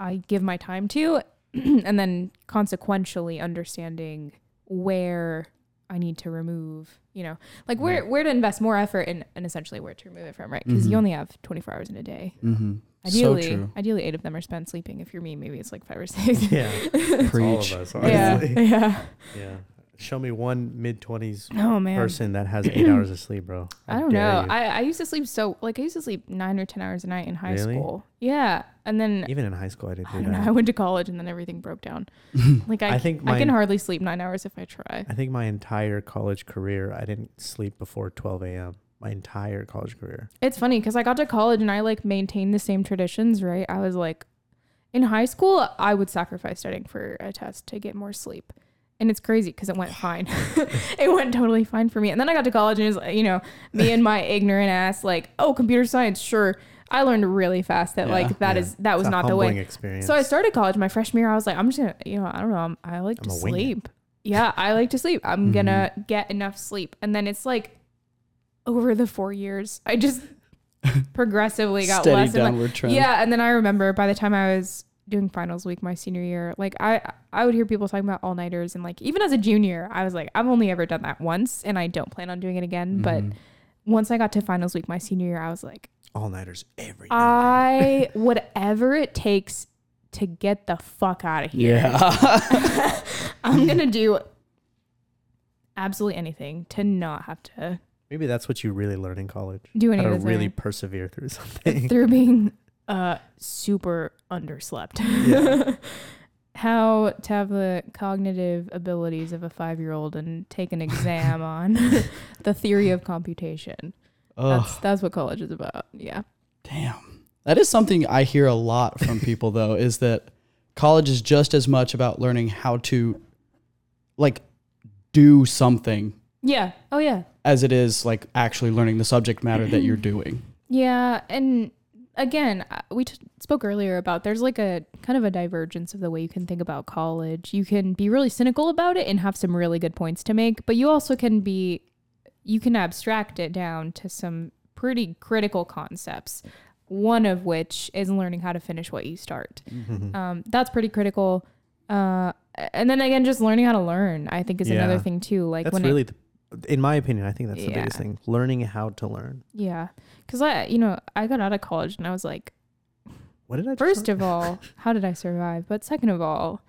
C: I give my time to <clears throat> and then consequentially understanding where I need to remove, you know, like where where to invest more effort and, and essentially where to remove it from, right? Because you
A: Mhm.
C: only have 24 hours in a day.
A: Mhm.
C: Ideally,
A: so true.
C: ideally, eight of them are spent sleeping. If you're me, maybe it's like five or six.
B: <laughs> yeah, it's all
A: Preach.
B: of
C: <laughs>
B: us.
C: yeah,
B: Honestly.
C: yeah.
B: Yeah. Show me one mid twenties
C: Oh man,
B: person that has eight hours of sleep, bro.
C: <clears throat> I don't
B: dare
C: know.
B: you.
C: I, I used to sleep so like I used to sleep nine or ten hours a night in high
B: Really?
C: school. Yeah, and then
B: even in high school, I didn't
C: I
B: do
C: don't know.
B: that.
C: I went to college and then everything broke
B: <laughs>
C: down. like I,
B: I think
C: I can
B: mine-
C: hardly sleep nine hours if I try.
B: I think my entire college career, I didn't sleep before twelve a.m. My entire college career.
C: It's funny because I got to college and I like maintained the same traditions, right? I was like, in high school, I would sacrifice studying for a test to get more sleep. And it's crazy because it went fine. <laughs> it went totally fine for me. And then I got to college and it was, like, you know, me and my ignorant ass, like, oh, computer science, sure. I learned really fast that,
A: Yeah,
C: like, that
B: yeah.
C: is that was
B: It's a
C: not the way.
B: humbling Experience.
C: So I started college my freshman year. I was like, I'm just gonna, you know, I don't know. I'm, I like to
B: I'ma wing it.
C: sleep. Yeah, I like to sleep. I'm gonna
A: Mm-hmm.
C: get enough sleep. And then it's like over the four years,
A: <laughs>
C: I just progressively got
A: Steady
C: less and less.
A: downward trend.
C: Yeah, and then I remember by the time I was doing finals week my senior year, like I I would hear people talking about all nighters and like even as a junior, I was like I've only ever done that once and I don't plan on doing it again. But
A: Mhm.
C: once I got to finals week my senior year, I was like
B: All nighters every
C: Ah. I
B: night.
C: whatever it takes to get the fuck out of
A: <laughs>
C: here.
A: yeah.
C: <laughs> I'm gonna do absolutely anything to not have to
B: Maybe that's what you really learn in college.
C: do any
B: How to
C: of this
B: really persevere through <laughs> something.
C: through being uh super underslept. <laughs>
B: Yeah.
C: How to have the cognitive abilities of a five year old and take an exam on <laughs> the theory of computation. That's
A: Oh,
C: that's what college is about. Yeah.
A: damn. That is something I hear a lot from people though is that college is just as much about learning how to like do something
C: Yeah. Oh yeah.
A: as it is like actually learning the subject matter that you're doing.
C: Yeah, and again, uh, we t- spoke earlier about there's like a kind of a divergence of the way you can think about college. You can be really cynical about it and have some really good points to make, but you also can be you can abstract it down to some pretty critical concepts. One of which is learning how to finish what you start.
B: Mm-hmm.
C: Um, that's pretty critical. Uh, and then again, just learning how to learn, I think, is another
B: Yeah.
C: thing too. Like
B: that's
C: when it-
B: really, the, in my opinion, I think that's the
C: Yeah.
B: biggest thing. Learning how to learn.
C: yeah, because I, you know, I got out of college and I was like,
B: What did I just
C: First
B: learn?
C: of
B: <laughs>
C: all, how did I survive? But second of all,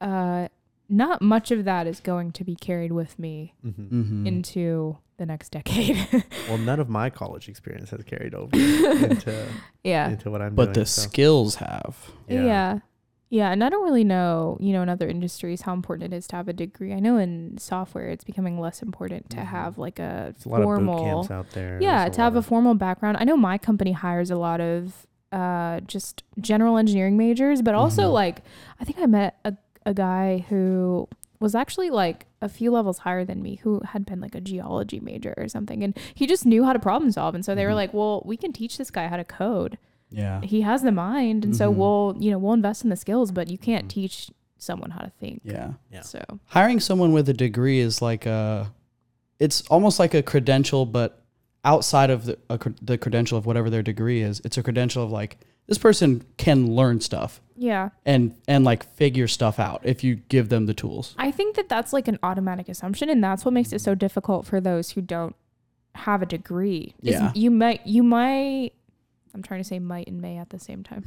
C: uh, not much of that is going to be carried with me
B: Mhm.
A: Mm-hmm.
C: into the next decade. <laughs>
B: Well, none of my college experience has carried over into,
C: yeah.
B: into what I'm doing.
A: but the
B: so,
A: skills have.
C: yeah. Yeah. And I don't really know, you know, in other industries how important it is to have a degree. I know in software it's becoming less important to
B: Mhm.
C: have like a
B: There's a lot of boot
C: formal
B: camps out there.
C: Yeah,
B: There's
C: to have a
B: lot of-
C: formal background. I know my company hires a lot of uh, just general engineering majors, but also
B: Mm-hmm.
A: Mhm.
C: like I think I met a, a guy who was actually like a few levels higher than me who had been like a geology major or something and he just knew how to problem solve and so they were
A: Mhm.
B: Mm-hmm.
C: like well we can teach this guy how to code
B: Ah.
A: Yeah.
C: he has the mind and so
B: Mm-hmm.
A: Mhm.
C: we'll you know we'll invest in the skills but you can't
B: Mhm.
C: teach someone how to think
A: Yeah.
B: Yeah.
C: so
A: Hiring someone with a degree is like a it's almost like a credential but outside of the a, cre- the credential of whatever their degree is, it's a credential of like this person can learn stuff
C: yeah
A: and and like figure stuff out if you give them the
C: <laughs>
A: tools.
C: I think that that's like an automatic assumption, and that's what makes it so difficult for those who don't have a degree. is
A: Yeah.
C: you might, you might. I'm trying to say might and may at the same time.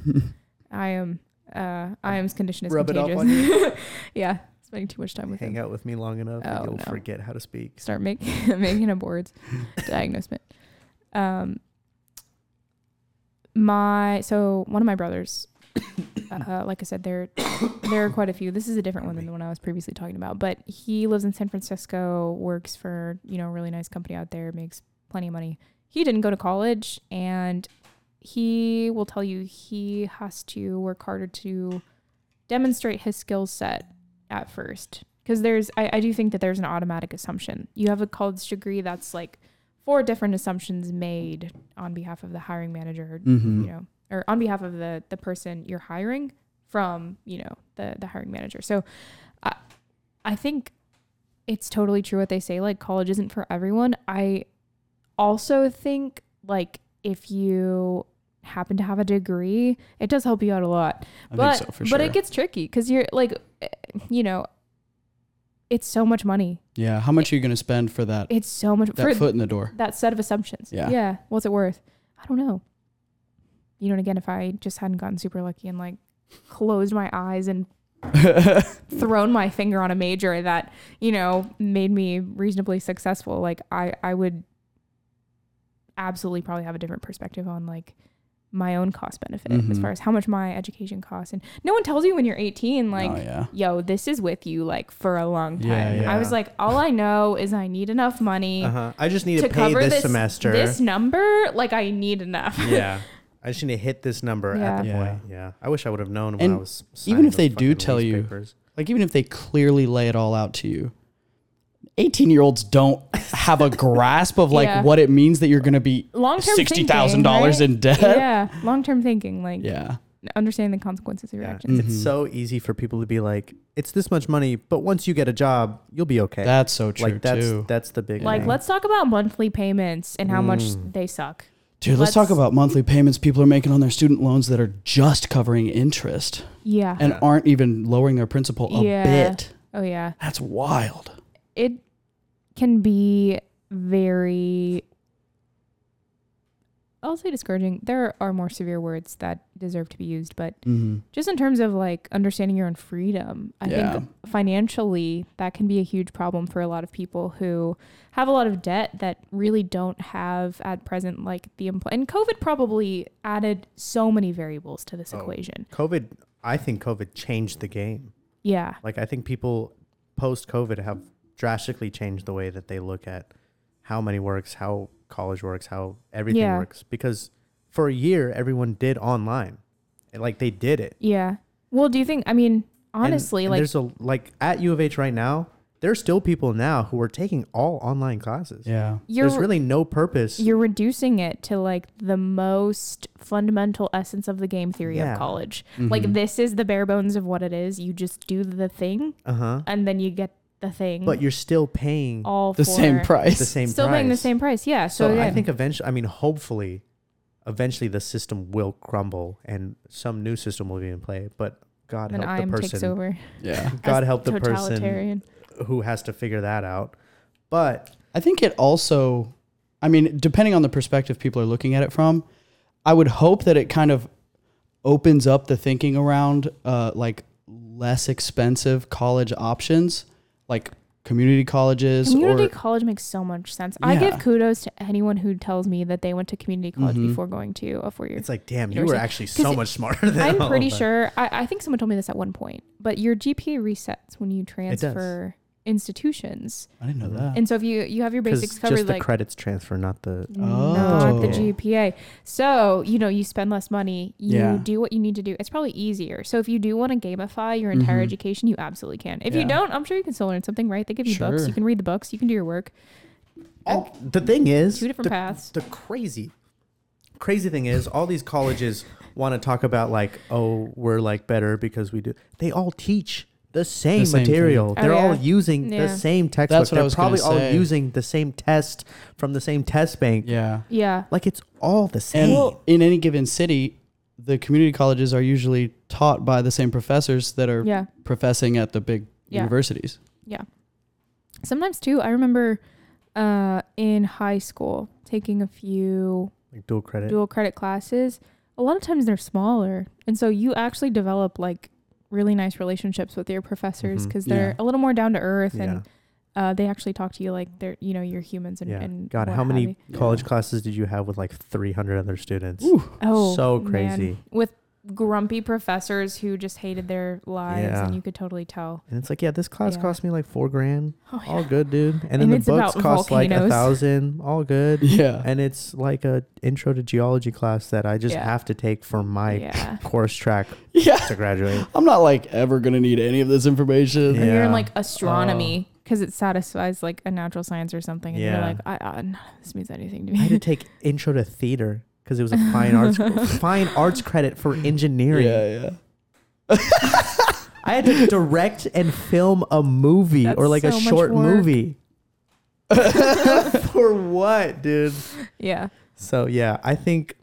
C: I am, uh, I am's condition is
B: Rub it off
C: contagious.
B: on
C: <laughs> yeah, spending too much time with
B: Hang
C: him.
B: out with me long enough
C: Oh,
B: and you'll
C: no.
B: forget how to speak.
C: Start making <laughs> making up words. Diagnosement. Um, my so one of my brothers, <coughs> uh, like I said, they're there are quite a few. This is a different one than the one I was previously talking about. But he lives in San Francisco, works for you know a really nice company out there, makes plenty of money. He didn't go to college, and he will tell you he has to work harder to demonstrate his skill set at first. Because there's, I, I do think that there's an automatic assumption. You have a college degree that's like four different assumptions made on behalf of the hiring manager or
A: <laughs> Mm-hmm.
C: you know, or on behalf of the the person you're hiring from, you know, the the hiring manager. So, I I think it's totally true what they say. Like college isn't for everyone. I also think like if you happen to have a degree, it does help you out a lot.
A: I
C: but
A: think so for
C: but
A: sure.
C: it gets tricky because you're like, eh, you know, it's so much money.
A: yeah, how much are you going to spend for that
C: It's so much
A: that
C: for
A: foot in the
C: <laughs>
A: door?
C: that set of assumptions.
A: Yeah.
C: Yeah. What's it worth? I don't know. You know, and again, if I just hadn't gotten super lucky and like closed my eyes and thrown my finger on a major that, you know, made me reasonably successful, like I, I would absolutely probably have a different perspective on like my own cost benefit as
A: Mhm.
C: far as how much my education costs. And no one tells you when you're 18, like,
A: oh yeah.
C: yo, this is with you like for a long time.
A: Yeah,
C: I
B: yeah.
C: was like, all I know is I need enough money
B: Uh-huh. I just need
C: to
B: to, pay
C: cover
B: this,
C: this
B: semester.
C: This number, like I need enough.
B: <laughs>
C: <laughs>
B: yeah. I just need to hit this number at the
A: Yeah. Yeah.
B: point. Yeah. I wish I would have known when I
A: And
B: was
A: even if
B: signing
A: they
B: the
A: do
B: fucking
A: tell you-
B: newspapers.
A: like even if they clearly lay it all out to you 18 year olds don't have a grasp of like
C: <laughs> Yeah.
A: what it means that you're going to be
C: Long term
A: $60,000 in debt.
C: Yeah, long term thinking, like
A: yeah
C: understanding the consequences of your
B: Yeah. Mm.
C: actions.
A: Mhm.
B: It's so easy for people to be like, it's this much money, but once you get a job, you'll be okay.
A: that's so true
B: like that's
A: too
B: that's the big
C: Like,
B: thing.
C: let's talk about monthly payments and how much
B: Mm.
C: they suck.
A: Dude, let's,
C: Let's-
A: talk about monthly payments people are making on their student loans that are just covering interest
C: Yeah.
A: and aren't even lowering their principal a
C: Yeah.
A: bit.
C: oh yeah.
A: That's wild.
C: It can be very I'll say discouraging. There are more severe words that deserve to be used, but
A: Mm-hmm.
C: just in terms of like understanding your own freedom, I
A: Yeah.
C: think financially that can be a huge problem for a lot of people who have a lot of debt that really don't have at present like the impl- and COVID probably added so many variables to this
B: Oh.
C: equation.
B: COVID, I think COVID changed the game.
C: Yeah.
B: Like I think people post COVID have drastically changed the way that they look at how money works, how college works, how everything
C: Yeah.
B: works. Because for a year, everyone did online, And, like they did it.
C: Yeah. Well, do you think I mean
B: And-
C: honestly
B: and
C: like
B: there's a like at U of H right now, there's still people now who are taking all online classes.
A: Yeah.
C: you're
B: there's really no purpose.
C: you're reducing it to like the most fundamental essence of the game theory
B: Yeah. Mm-hmm.
C: of college. Like this is the bare bones of what it is. You just do the thing
B: Uh huh.
C: and then you get the thing.
B: But you're still paying
C: all
A: The
C: for
A: same
C: <laughs>
A: price.
B: the same.
C: Still paying the
B: price.
C: same price. Yeah. So,
B: So I
C: again,
B: think eventually, I mean, hopefully, eventually the system will crumble and some new system will be in play. But God
C: then
B: help
C: IM
B: the
C: takes
B: person.
C: over.
A: Yeah.
B: God
C: as
B: help the person
C: totalitarian.
B: who has to figure that out. But
A: <laughs> I think it also, I mean, depending on the perspective people are looking at it from, I would hope that it kind of opens up the thinking around uh, like less expensive college options, like community colleges
C: Community
A: or
C: college makes so much sense. I
A: Yeah.
C: give kudos to anyone who tells me that they went to community college
A: Mhm.
C: before going to a four year.
B: Mm-hmm. it's <laughs> like, damn, you
C: Yours-
B: were actually so
C: it-
B: much smarter than
C: I'm
B: all
C: pretty
B: of us.
C: sure. I, I think someone told me this at one point, but your GPA resets when you
B: does.
C: transfer institutions.
A: I didn't know
B: Mhm.
A: that.
C: And so if you you have your
B: 'Cause
C: basics
B: just
C: covered,
B: the
C: like
B: credits transfer, not the.
C: not the
A: Oh.
C: GPA. So, you know, you spend less money, you
A: Yeah.
C: do what you need to do. It's probably easier. So, if you do want to gamify your entire
A: Mhm.
C: education, you absolutely can. If
A: Yeah.
C: you don't, I'm sure you can still learn something, right? They give you books,
A: Sure.
C: you can read the books, you can do your work.
B: All, the thing is,
C: Mm. Two different
B: the,
C: paths.
B: The crazy, crazy thing is, all these colleges want to talk about like, oh, we're like better because we do. They all teach the same,
A: same thing.
B: material.
C: Oh,
B: They're all
C: yeah.
B: using
C: Yeah.
B: the same textbook.
A: what I
B: They're
A: was gonna
B: probably all
A: say.
B: using the same test from the same test bank.
A: yeah.
C: Yeah.
B: Like it's all the
A: And
B: same.
A: in any given city, the community colleges are usually taught by the same professors that are
C: Yeah.
A: professing at the big
C: Yeah.
A: universities.
C: Sometimes, too, I remember uh, in high school taking a few
B: like dual credit.
C: dual credit classes. A lot of times they're smaller. And so you actually develop like really nice relationships with your professors
B: Mhm.
C: because they're
A: Mm-hmm. Yeah.
C: a little more down to earth and
B: yeah,
C: uh, they actually talk to you like they're you know you're humans and,
B: yeah.
C: and
B: God,
C: what
B: how
C: have
B: many
A: you.
B: college classes did you have with like 300 other students?
A: Ooh.
C: you. oh
B: so
C: man.
B: crazy.
C: with grumpy professors who just hated their lives
B: Yeah.
C: and you could totally tell
B: And it's like, yeah, this class
C: Yeah.
B: cost me like four grand.
C: oh,
B: All good, dude. And,
C: And
B: then the
C: it's about
B: books cost like a
C: volcanoes.
B: thousand. All
A: <laughs>
B: good.
A: Yeah.
B: and it's like a intro to geology class that I just
C: Yeah.
B: have to take for my
C: yeah
B: course track
A: yeah.
C: <laughs>
B: to graduate.
A: I'm not like ever going to need any of this information.
C: and you're in
B: Yeah. Oh.
C: like astronomy because it satisfies like a natural science or something and you're
B: Yeah.
C: like I, I none of this means anything to
B: I had to
C: me
B: take intro to theater because it was a fine arts
C: <laughs>
B: fine arts credit for engineering.
A: Yeah, yeah.
B: <laughs> I had to direct and film a movie
C: That's
B: or like a
C: so much
B: short
C: work.
B: movie.
A: <laughs>
B: for what, dude?
C: <laughs> yeah
B: So yeah, I think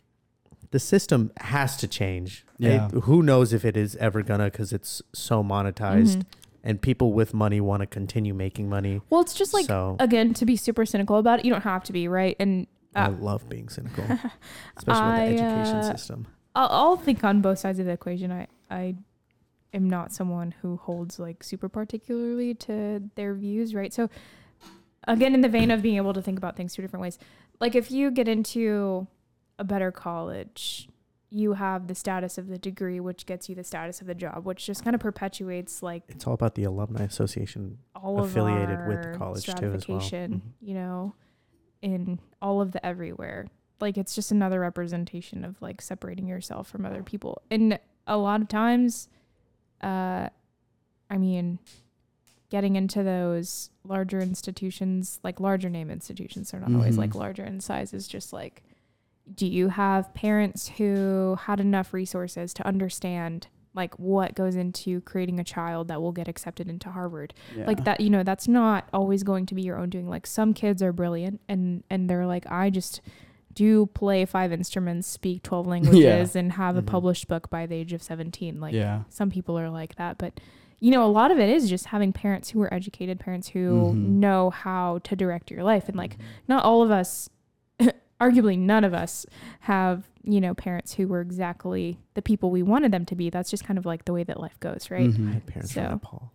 B: the system has to change.
A: Yeah.
B: It- who knows if it is ever gonna because it's so monetized
C: Mhm.
B: and people with money want to continue making money.
C: well it's just like
B: so
C: again to be super cynical about it you don't have to be right and
B: I
C: uh,
B: love being cynical, <laughs> especially
C: I,
B: with the education
C: uh,
B: system.
C: I'll, I'll think on both sides of the equation. I I am not someone who holds like super particularly to their views, right? So again, in the vein of being able to think about things two different ways, like if you get into a better college, you have the status of the degree, which gets you the status of the job, which just kind of perpetuates like
B: It's all about the alumni association.
C: all
B: affiliated
C: of
B: with
C: our
B: the college too as well. Mm-hmm.
C: stratification,
A: Mhm.
C: You know, in all of the everywhere. Like it's just another representation of like separating yourself from other people. And a lot of times, uh, I mean, getting into those larger institutions, like larger name institutions, they're not always
B: Mm-hmm.
A: Mhm.
C: like larger in size. Is just like, do you have parents who had enough resources to understand? like what goes into creating a child that will get accepted into Harvard like that you know that's not always going to be your own doing like some kids are brilliant and and they're like i just do play five instruments, speak 12 languages, and have a published book by the age of 17. Like,
A: yeah.
C: some people are like that but you know a lot of it is just having parents who are educated parents who know how to direct your life and like
A: Mm-hmm.
C: not all of us <laughs> arguably none of us have you know parents who were exactly the people we wanted them to be that's just kind of like the way that life goes right
A: Mhm.
B: My parents were
C: So-
B: Nepal.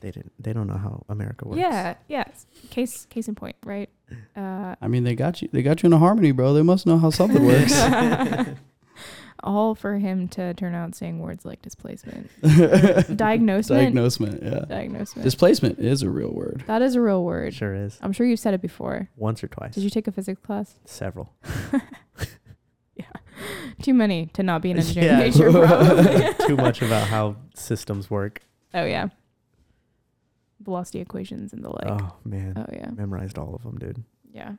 B: They didn't. They don't know how America works.
C: yeah yeah case case in point
B: <clears throat>
C: right uh
A: I mean, they got you. They got you in a harmony, bro. They must know how
C: <laughs>
A: something works.
C: all for him to turn out saying words like displacement
A: <laughs>
C: diagnosement
A: Diagnosement. Yeah.
C: diagnosement
A: Displacement is a real word.
C: that is a real word
B: <laughs> sure is.
C: i'm <laughs> sure you've said it before
B: Once or twice.
C: Did you take a physics class? <laughs>
B: Several.
C: Too many to not be an engineering <laughs>
B: Yeah.
C: major, bro.
B: <laughs> Too much about how systems work.
C: <laughs> oh yeah. Velocity equations and the <laughs> like. Oh,
B: oh man,
C: yeah.
B: memorized all of them, dude.
C: Yeah.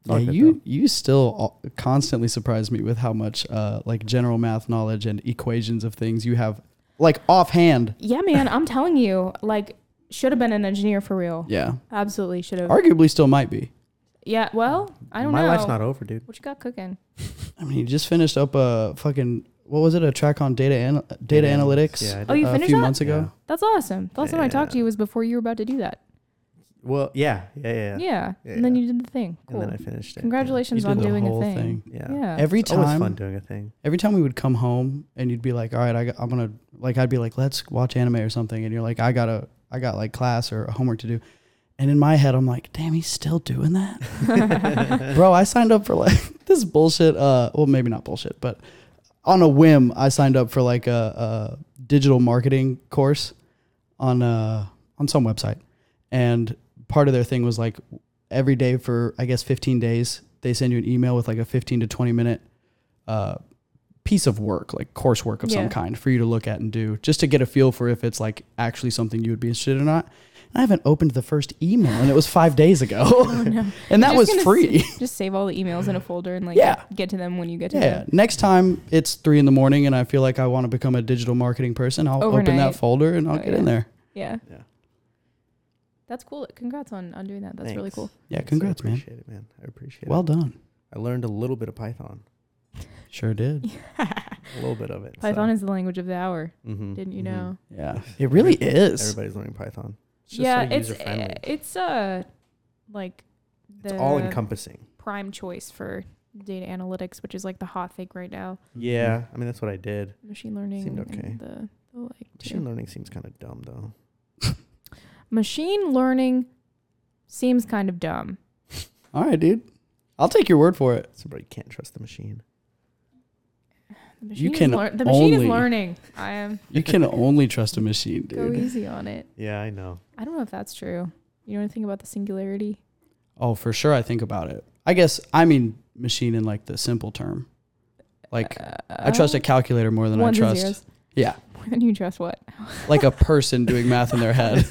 B: It's all
A: yeah,
B: good,
A: you you still al- constantly surprise me with how much uh, like general math knowledge and equations of things you have like offhand.
C: Yeah, man, I'm telling you, like should have been an engineer for real.
A: Yeah,
C: Absolutely should have.
A: arguably still might be.
C: yeah, well, I don't
B: My
C: know.
B: life's not over, dude.
C: what you got cooking?
A: I mean, you just finished up a fucking what was it? A track on data ana- data analytics.
B: Yeah. I
C: Oh,
B: did.
C: you
A: a
C: finished
A: few
C: that?
A: months ago.
C: That's awesome. The last time I talked to
B: Yeah.
C: you was before you were about to do that.
B: Well, yeah, yeah, yeah.
C: Yeah.
B: yeah.
C: And then you did the thing. Cool.
B: And then I finished it. yeah.
C: Congratulations
A: You
C: on
A: did the
C: doing
A: whole
C: a thing.
B: Yeah.
C: Yeah.
A: Every
B: It's always
A: time,
B: fun doing a thing.
A: every time we would come home, and you'd be like, "All right, I got, I'm gonna like," I'd be like, "Let's watch anime or something," and you're like, "I gotta, I got like class or homework to do," and in my head, I'm like, "Damn, he's still doing that." <laughs> bro i signed up for like <laughs> this bullshit uh well maybe not bullshit but on a whim i signed up for like a, a digital marketing course on uh on some website and part of their thing was like every day for i guess 15 days they send you an email with like a 15 to 20 minute uh piece of work like coursework of
C: Yeah.
A: some kind for you to look at and do just to get a feel for if it's like actually something you would be interested in or not and i haven't opened the first email and it was five days ago <laughs> and that
C: Oh, Just
A: was
C: gonna
A: free
C: s- <laughs> just save all the emails in a folder and like
A: Yeah.
C: get to them when you get to
A: Yeah.
C: them.
A: Next time it's three in the morning and I feel like I want to become a digital marketing person, I'll open
C: Overnight.
A: that folder and I'll
C: Oh,
A: get
C: yeah.
A: in there.
C: Yeah.
B: Yeah.
C: That's cool. Congrats on, on doing that. That's really
B: Thanks.
C: cool.
A: Yeah.
B: Thanks,
A: Congrats,
B: I
A: man.
B: appreciate it, man. I appreciate
A: Well
B: it.
A: done.
B: I learned a little bit of Python,
A: Sure did.
C: <laughs>
B: a little bit of it.
C: Python is the language of the hour.
B: uh, mm-hmm,
C: Didn't you know?
A: Yeah. It really is.
B: Everybody's learning Python. It's just
C: yeah,
B: so
C: it's
B: user friendly.
C: it's uh like the
B: It's
C: eh,
B: all encompassing.
C: prime choice for data analytics, which is like the hot thing right now.
B: Yeah, I mean that's what I did.
C: Machine learning.
B: Seemed
C: and
B: okay.
C: The, the like
B: Machine
C: too.
B: learning seems kind of dumb though.
C: Machine learning seems kind of dumb.
A: All right, dude. I'll take your word for it.
B: Somebody can't trust the machine.
C: The machine
A: can
C: is the machine
A: only-
C: is learning.
A: <laughs>
C: I am
A: You can only trust a machine,
C: go
A: dude.
C: easy on it.
B: Yeah, I know.
C: I don't know if that's true. You know anything about the singularity?
A: Oh, for sure. I think about it. I guess I mean machine in like the simple term. Like I trust a calculator more than I
C: Uh, ones and
A: trust
C: zeros.
A: Yeah.
C: <laughs> More than you trust what?
A: like
C: <laughs>
A: a person doing math in their head.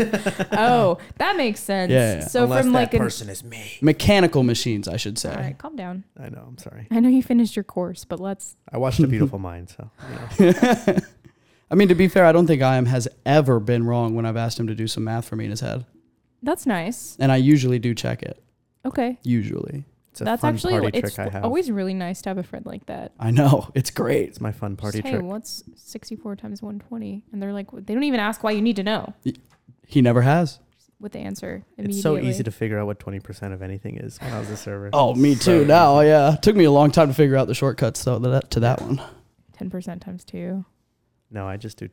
C: oh, that makes
A: <laughs>
C: sense.
A: Yeah, yeah.
C: So from like an
B: is me.
A: Mechanical machines, I should say.
C: all right, calm down.
B: I know. I'm sorry.
C: I know you finished your course, but let's
B: I watched A Beautiful Mind, so you know.
A: <laughs> I mean, to be fair, I don't think IM has ever been wrong when I've asked him to do some math for me in his head.
C: that's nice.
A: And I usually do check it.
C: Okay.
A: Usually.
B: it's a
C: that's
B: fun
C: actually
B: party
C: it's
B: trick I have.
C: always really nice to have a friend like that.
A: I know. <laughs> It's great.
B: it's my fun party
C: Just, hey,
B: trick.
C: what's 64 times 120? And they're like they don't even ask why you need to know
A: He never has.
C: what the answer immediately.
B: It's so easy to figure out what 20% of anything is when I was a server.
A: Oh, me
B: So-
A: too. Now, yeah. Took me a long time to figure out the shortcuts though that, to that one.
C: 10% times 2.
B: No, I just do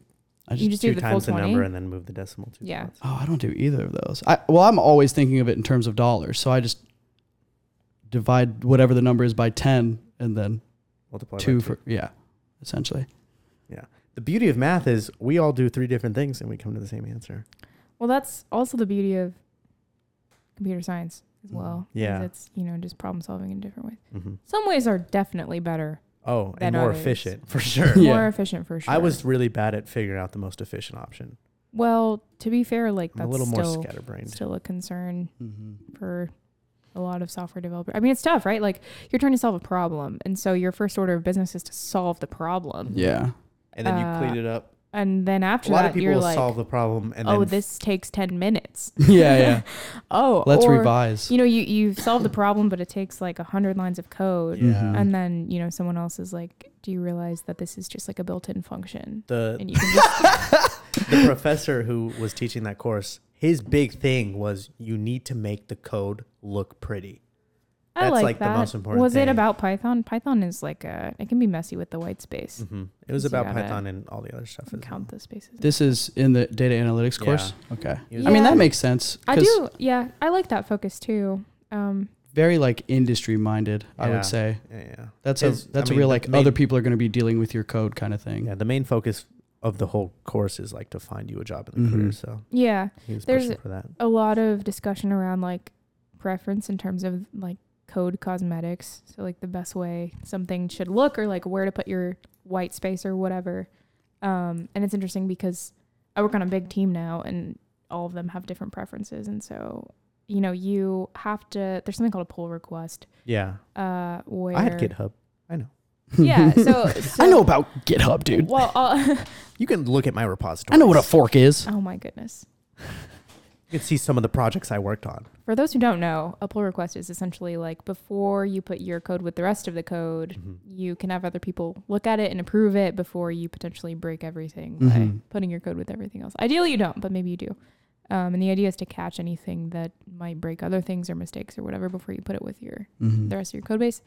A: I
C: You
A: just
C: just
B: two
C: do the full
B: times the
C: 20.
B: number and then move the decimal two
C: Yeah.
B: spots.
A: Oh, I don't do either of those. I well, I'm always thinking of it in terms of dollars. So I just divide whatever the number is by 10 and then
B: Multiply
A: 2
B: by two.
A: for yeah, essentially.
B: The beauty of math is we all do three different things and we come to the same answer.
C: Well, that's also the beauty of computer science as well. is
B: Mm, Yeah.
C: It's, you know, just problem solving in different ways.
B: hmm
C: Some ways are definitely better,
B: Oh,
C: Than
B: and more
C: others. <laughs>
B: efficient for sure.
A: Yeah.
C: more efficient for sure.
B: I was really bad at figuring out the most efficient option.
C: Well, to be fair, like
B: I'm
C: that's
B: a little more
C: still
B: scatterbrained.
C: still a concern
A: Mm-hmm.
C: for a lot of software developers. I mean, it's tough, right? Like you're trying to solve a problem, and so your first order of business is to solve the problem.
A: Yeah. <laughs>
B: And then you
C: uh,
B: clean it up
C: And then
B: A
C: after
B: lot
C: that,
B: of people
C: you're
B: will
C: like,
B: solve the problem and
C: oh,
B: then
C: this takes 10 minutes.
A: yeah, yeah.
C: Oh,
A: Let's
C: or,
A: revise.
C: You know, you, you've solved the problem, but it takes like 100 lines of code.
A: Yeah.
C: And then, you know, someone else is like, do you realize that this is just like a built in function?
B: the
C: <laughs> And you can
B: <laughs>
C: just,
B: the professor who was teaching that course, his big thing was you need to make the code look pretty.
C: I
B: That's,
C: like,
B: like, the
C: that.
B: most important
C: Was
B: thing.
C: it about Python? Python is like a, it can be messy with the white space.
B: Mm-hmm. It was
C: You
B: about
C: gotta
B: Python and all the other stuff. as well.
C: Count the spaces.
A: This is in the data analytics course. Okay.
B: He was
A: I mean,
C: Yeah.
A: that makes sense.
C: I
A: 'cause
C: do. Yeah. I like that focus too. Um,
A: Very like industry minded, I
B: Yeah.
A: would say.
B: Yeah.
A: That's a
B: Is- I
A: that's a
B: mean,
A: real
B: the
A: like
B: main-
A: other people are going to be dealing with your code kind of thing. <laughs>
B: Yeah, the main focus of the whole course is like to find you a job in the
A: Mhm.
B: career. So
C: yeah.
B: he was
C: There's-
B: pushing for that.
C: a lot of discussion around like preference in terms of like code cosmetics. So like the best way something should look or like where to put your white space or whatever. Um, and it's interesting because uh, I work on a big team now and all of them have different preferences. And so, you know, you have to, there's something called a pull request,
B: Yeah,
C: uh, where
B: I had GitHub.
C: <laughs>
A: <laughs>
C: Yeah. So, so
A: I know about GitHub, dude.
C: Well, uh, <laughs>
B: You can look at my repository.
A: I know what a fork is.
C: oh my goodness.
B: You can see some of the projects I worked on.
C: For those who don't know, a pull request is essentially like before you put your code with the rest of the code, you can have other people look at it and approve it before you potentially break everything by
A: Mhm.
C: putting your code with everything else. Ideally, you don't, but maybe you do. Um, and the idea is to catch anything that might break other things or mistakes or whatever before you put it with your
A: Mhm.
C: the rest of your code base.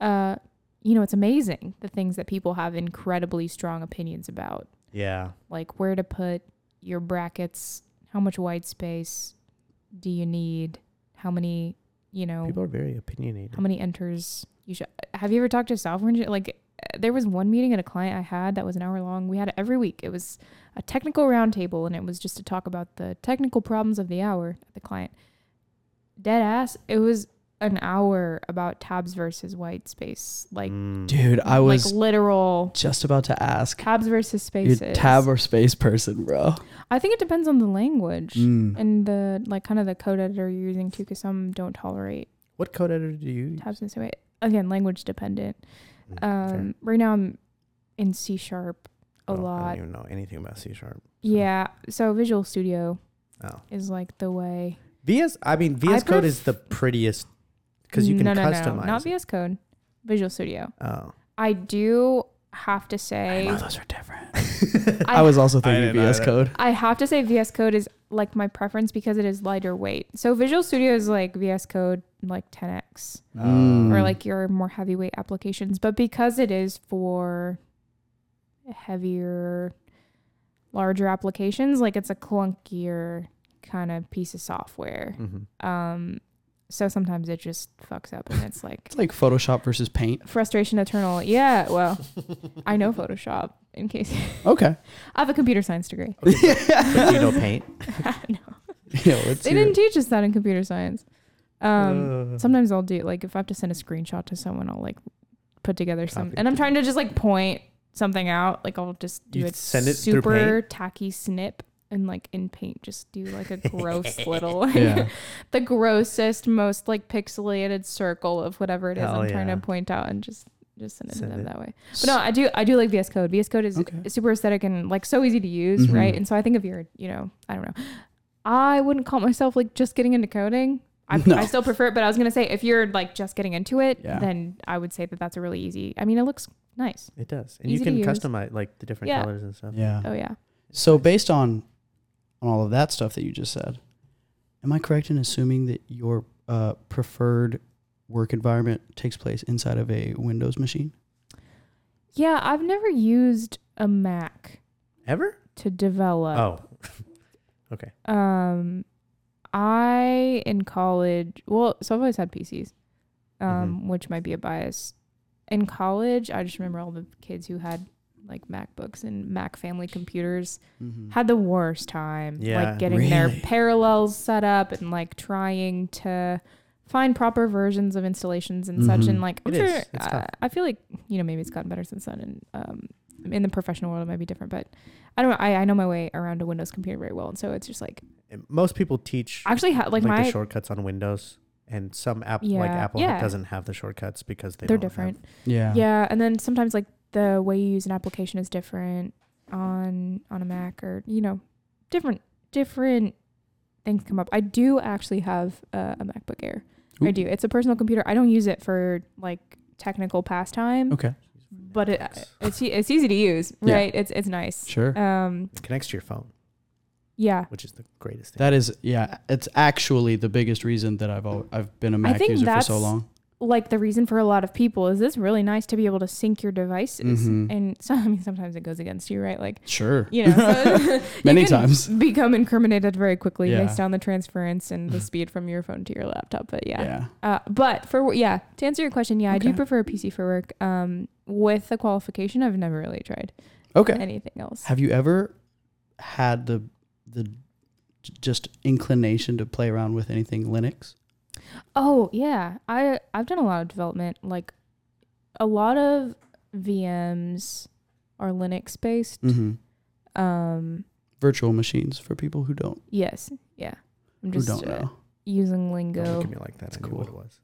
C: Uh, you know, it's amazing the things that people have incredibly strong opinions about
B: Yeah,
C: like where to put your brackets, how much white space do you need, how many, you know,
B: people are very opinionated.
C: how many enters you should. Have you ever talked to a software engineer? Like, uh, there was one meeting at a client I had that was an hour long. We had it every week. It was a technical roundtable, and it was just to talk about the technical problems of the hour at the client. Dead ass. It was an hour about tabs versus white space, like
B: Mm.
A: Dude, I was
C: like literal
A: just about to ask.
C: tabs versus
A: You
C: spaces.
A: tab or space person, bro.
C: I think it depends on the language
A: Mm.
C: and the like kind of the code editor you're using too because some don't tolerate
B: What code editor do you use?
C: Mm-hmm. tabs and so it again language dependent
B: Mm, fair.
C: um right now i'm in c sharp a
B: Oh, I
C: lot
B: don't even know anything about C sharp.
C: yeah so visual studio
B: Oh,
C: is like the way
B: VS. I mean, VS Code
C: pref-
B: is the prettiest because you can
C: no, no,
B: customize.
C: no, not
B: it.
C: vs code visual studio
B: Oh,
C: i do have to say
A: Oh, those are
B: <laughs>
A: different. I,
C: I-
A: was also
B: I
A: thinking
B: didn't
A: VS
B: either.
A: Code.
C: I have to say VS Code is like my preference because it is lighter weight. So Visual Studio is like VS Code like 10x.
A: Mm.
C: or like your more heavyweight applications. But because it is for heavier, larger applications, like it's a clunkier kind of piece of software.
B: hmm
C: Um, so sometimes it just fucks up and it's like
A: it's like Photoshop versus Paint.
C: frustration eternal. Yeah, well, I know Photoshop in case <laughs>
A: <laughs> Okay.
C: I have a computer science degree. <laughs>
B: but
A: <laughs>
B: you know Paint.
C: no,
A: Yeah, let's
C: they
A: hear
C: didn't
A: it.
C: teach us that in computer science. Um,
B: Uh,
C: Sometimes I'll do like if I have to send a screenshot to someone, I'll like put together some,
B: Copy.
C: and I'm trying to just like point something out. Like I'll just do
B: You
C: a
B: send it through
C: super tacky snip and like in paint, just do like
B: <laughs>
C: a gross little, <laughs>
A: Yeah.
C: the grossest, most like pixelated circle of whatever it is
B: Hell
C: I'm trying to
B: yeah.
C: point out and just just send it
B: Send
C: to them
B: it.
C: that way. But no, I do I do like VS Code. VS Code is
A: Okay.
C: super aesthetic and like so easy to use,
A: Mhm.
C: right? And so I think if you're, you know, I don't know, I wouldn't call myself like just getting into coding. I,
A: <laughs> No.
C: I still prefer it, but I was gonna say if you're like just getting into it,
A: Yeah.
C: then I would say that that's a really easy. I mean, it looks nice.
B: It does, and you
C: Easy to
B: can
C: use.
B: customize like the different
C: Yeah.
B: colors and stuff.
A: Yeah.
C: Oh yeah,
A: So based on on all of that stuff that you just said, am I correct in assuming that your uh, preferred work environment takes place inside of a Windows machine?
C: yeah. I've never used a Mac
B: Ever?
C: to develop.
B: Oh,
C: Um, I in college, well, so I've always had PCs, um,
B: Mm-hmm.
C: which might be a bias. In college, I just remember all the kids who had like MacBooks and Mac family computers had the worst time,
B: Mm. Yeah.
C: like getting their
A: Really?
C: parallels set up and like trying to find proper versions of installations and such.
A: Mhm.
C: And like, I'm
B: Mm-hmm. It
C: sure,
B: is. It's
C: uh,
B: tough.
C: I feel like you know maybe it's gotten better since then, and um, in the professional world it might be different, but. I don't know. I, I know my way around a Windows computer very well. And so it's just like,
B: And most people teach
C: I actually ha- like,
B: like,
C: my
B: the shortcuts on Windows, and some app like
C: Yeah.
B: Apple
C: Yeah.
B: doesn't have the shortcuts because they
C: they're
B: don't have-
C: different.
A: Yeah.
C: Yeah. and then sometimes like the way you use an application is different. on on a Mac or you know different different things come up. I do actually have uh, a MacBook Air. I
A: Ooh.
C: do. It's a personal computer. I don't use it for like technical pastime,
A: Okay.
C: but it, it's e- it's easy to use,
A: Yeah.
C: right? It's it's nice.
A: Sure.
C: Um,
B: It connects to your phone,
C: yeah.
B: which is the greatest thing.
A: That is, yeah, it's actually the biggest reason that I've al- I've been a Mac
C: think
A: user for so
C: that's-
A: long.
C: Like the reason for a lot of people is this really nice to be able to sync your devices,
A: Mhm.
C: and <laughs> so I mean sometimes it goes against you, right? Like
A: Sure.
C: you
A: <laughs>
C: know, so <laughs>
A: Many
C: you can
A: times.
C: become incriminated very quickly
A: Yeah.
C: based on the transference and
A: <laughs>
C: the speed from your phone to your laptop. But yeah,
A: Yeah.
C: Uh, but for wo- yeah, to answer your question, yeah, I do
A: Okay.
C: prefer a PC for work. Um, with the qualification, I've never really tried
A: Okay.
C: anything else.
A: Have you ever had the the j- just inclination to play around with anything Linux?
C: Oh yeah, I I've done a lot of development. Like a lot of VMs are Linux based.
A: Mm-hmm.
C: Um,
A: Virtual machines for people who don't
C: yes, yeah. I'm
A: who
C: just
A: don't
C: uh,
A: know.
C: using
B: Don't
C: lingo.
B: look at me like that. I knew what it was.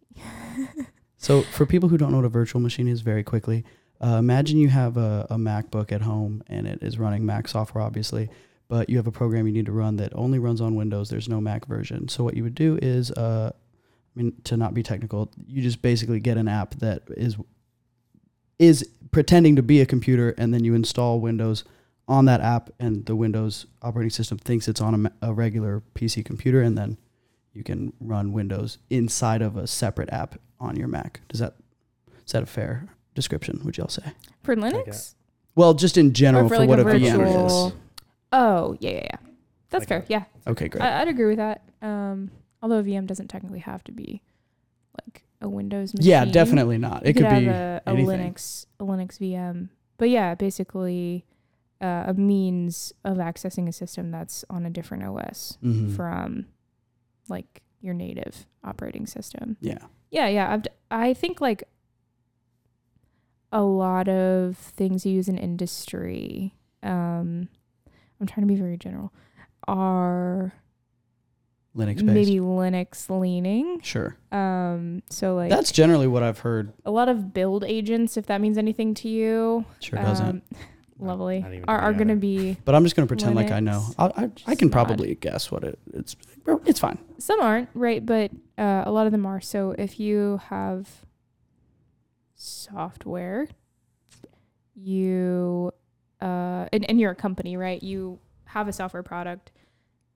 A: So, for people who don't know what a virtual machine is, very quickly, uh, imagine you have a, a MacBook at home and it is running Mac software, obviously, but you have a program you need to run that only runs on Windows. There's no Mac version. So, what you would do is, uh, I mean, to not be technical, you just basically get an app that is is pretending to be a computer, and then you install Windows on that app, and the Windows operating system thinks it's on a, ma- a regular PC computer, and then you can run Windows inside of a separate app on your Mac. Does that is that a fair description? Would y'all say?
C: <laughs> For
B: Like
C: Linux?
A: Well, just in general
C: Or
A: for,
C: for like
A: what
C: a
A: a VM
C: virtual-
A: is.
C: Oh yeah, yeah, yeah. That's
B: Like
C: fair.
B: a-
C: yeah,
A: Okay, great.
C: I, I'd agree with that. Um, although a VM doesn't technically have to be like a Windows machine.
A: yeah, definitely not.
C: You
A: It could,
C: have
A: be
C: a, a
A: anything.
C: Linux a Linux VM. But yeah, basically uh, a means of accessing a system that's on a different OS
A: Mhm.
C: from like your native operating system.
A: yeah.
C: Yeah, yeah. I've d- I think like a lot of things you use in industry. Um, I'm trying to be very general. Are
A: Linux based.
C: maybe Linux leaning.
A: Sure.
C: Um, so like
A: That's generally what I've heard.
C: a lot of build agents, if that means anything to you,
A: Sure doesn't.
C: um, lovely,
B: Not even
C: are,
B: to
C: are
B: me
C: going to
B: either.
C: be
A: But I'm just going to pretend like I know.
C: Linux,
A: I I, I
C: just
A: can
C: not.
A: probably guess what it it's it's
C: <laughs>
A: fine.
C: some aren't right, but uh, a lot of them are. So if you have software, you uh, and, and you're a company, right? You have a software product.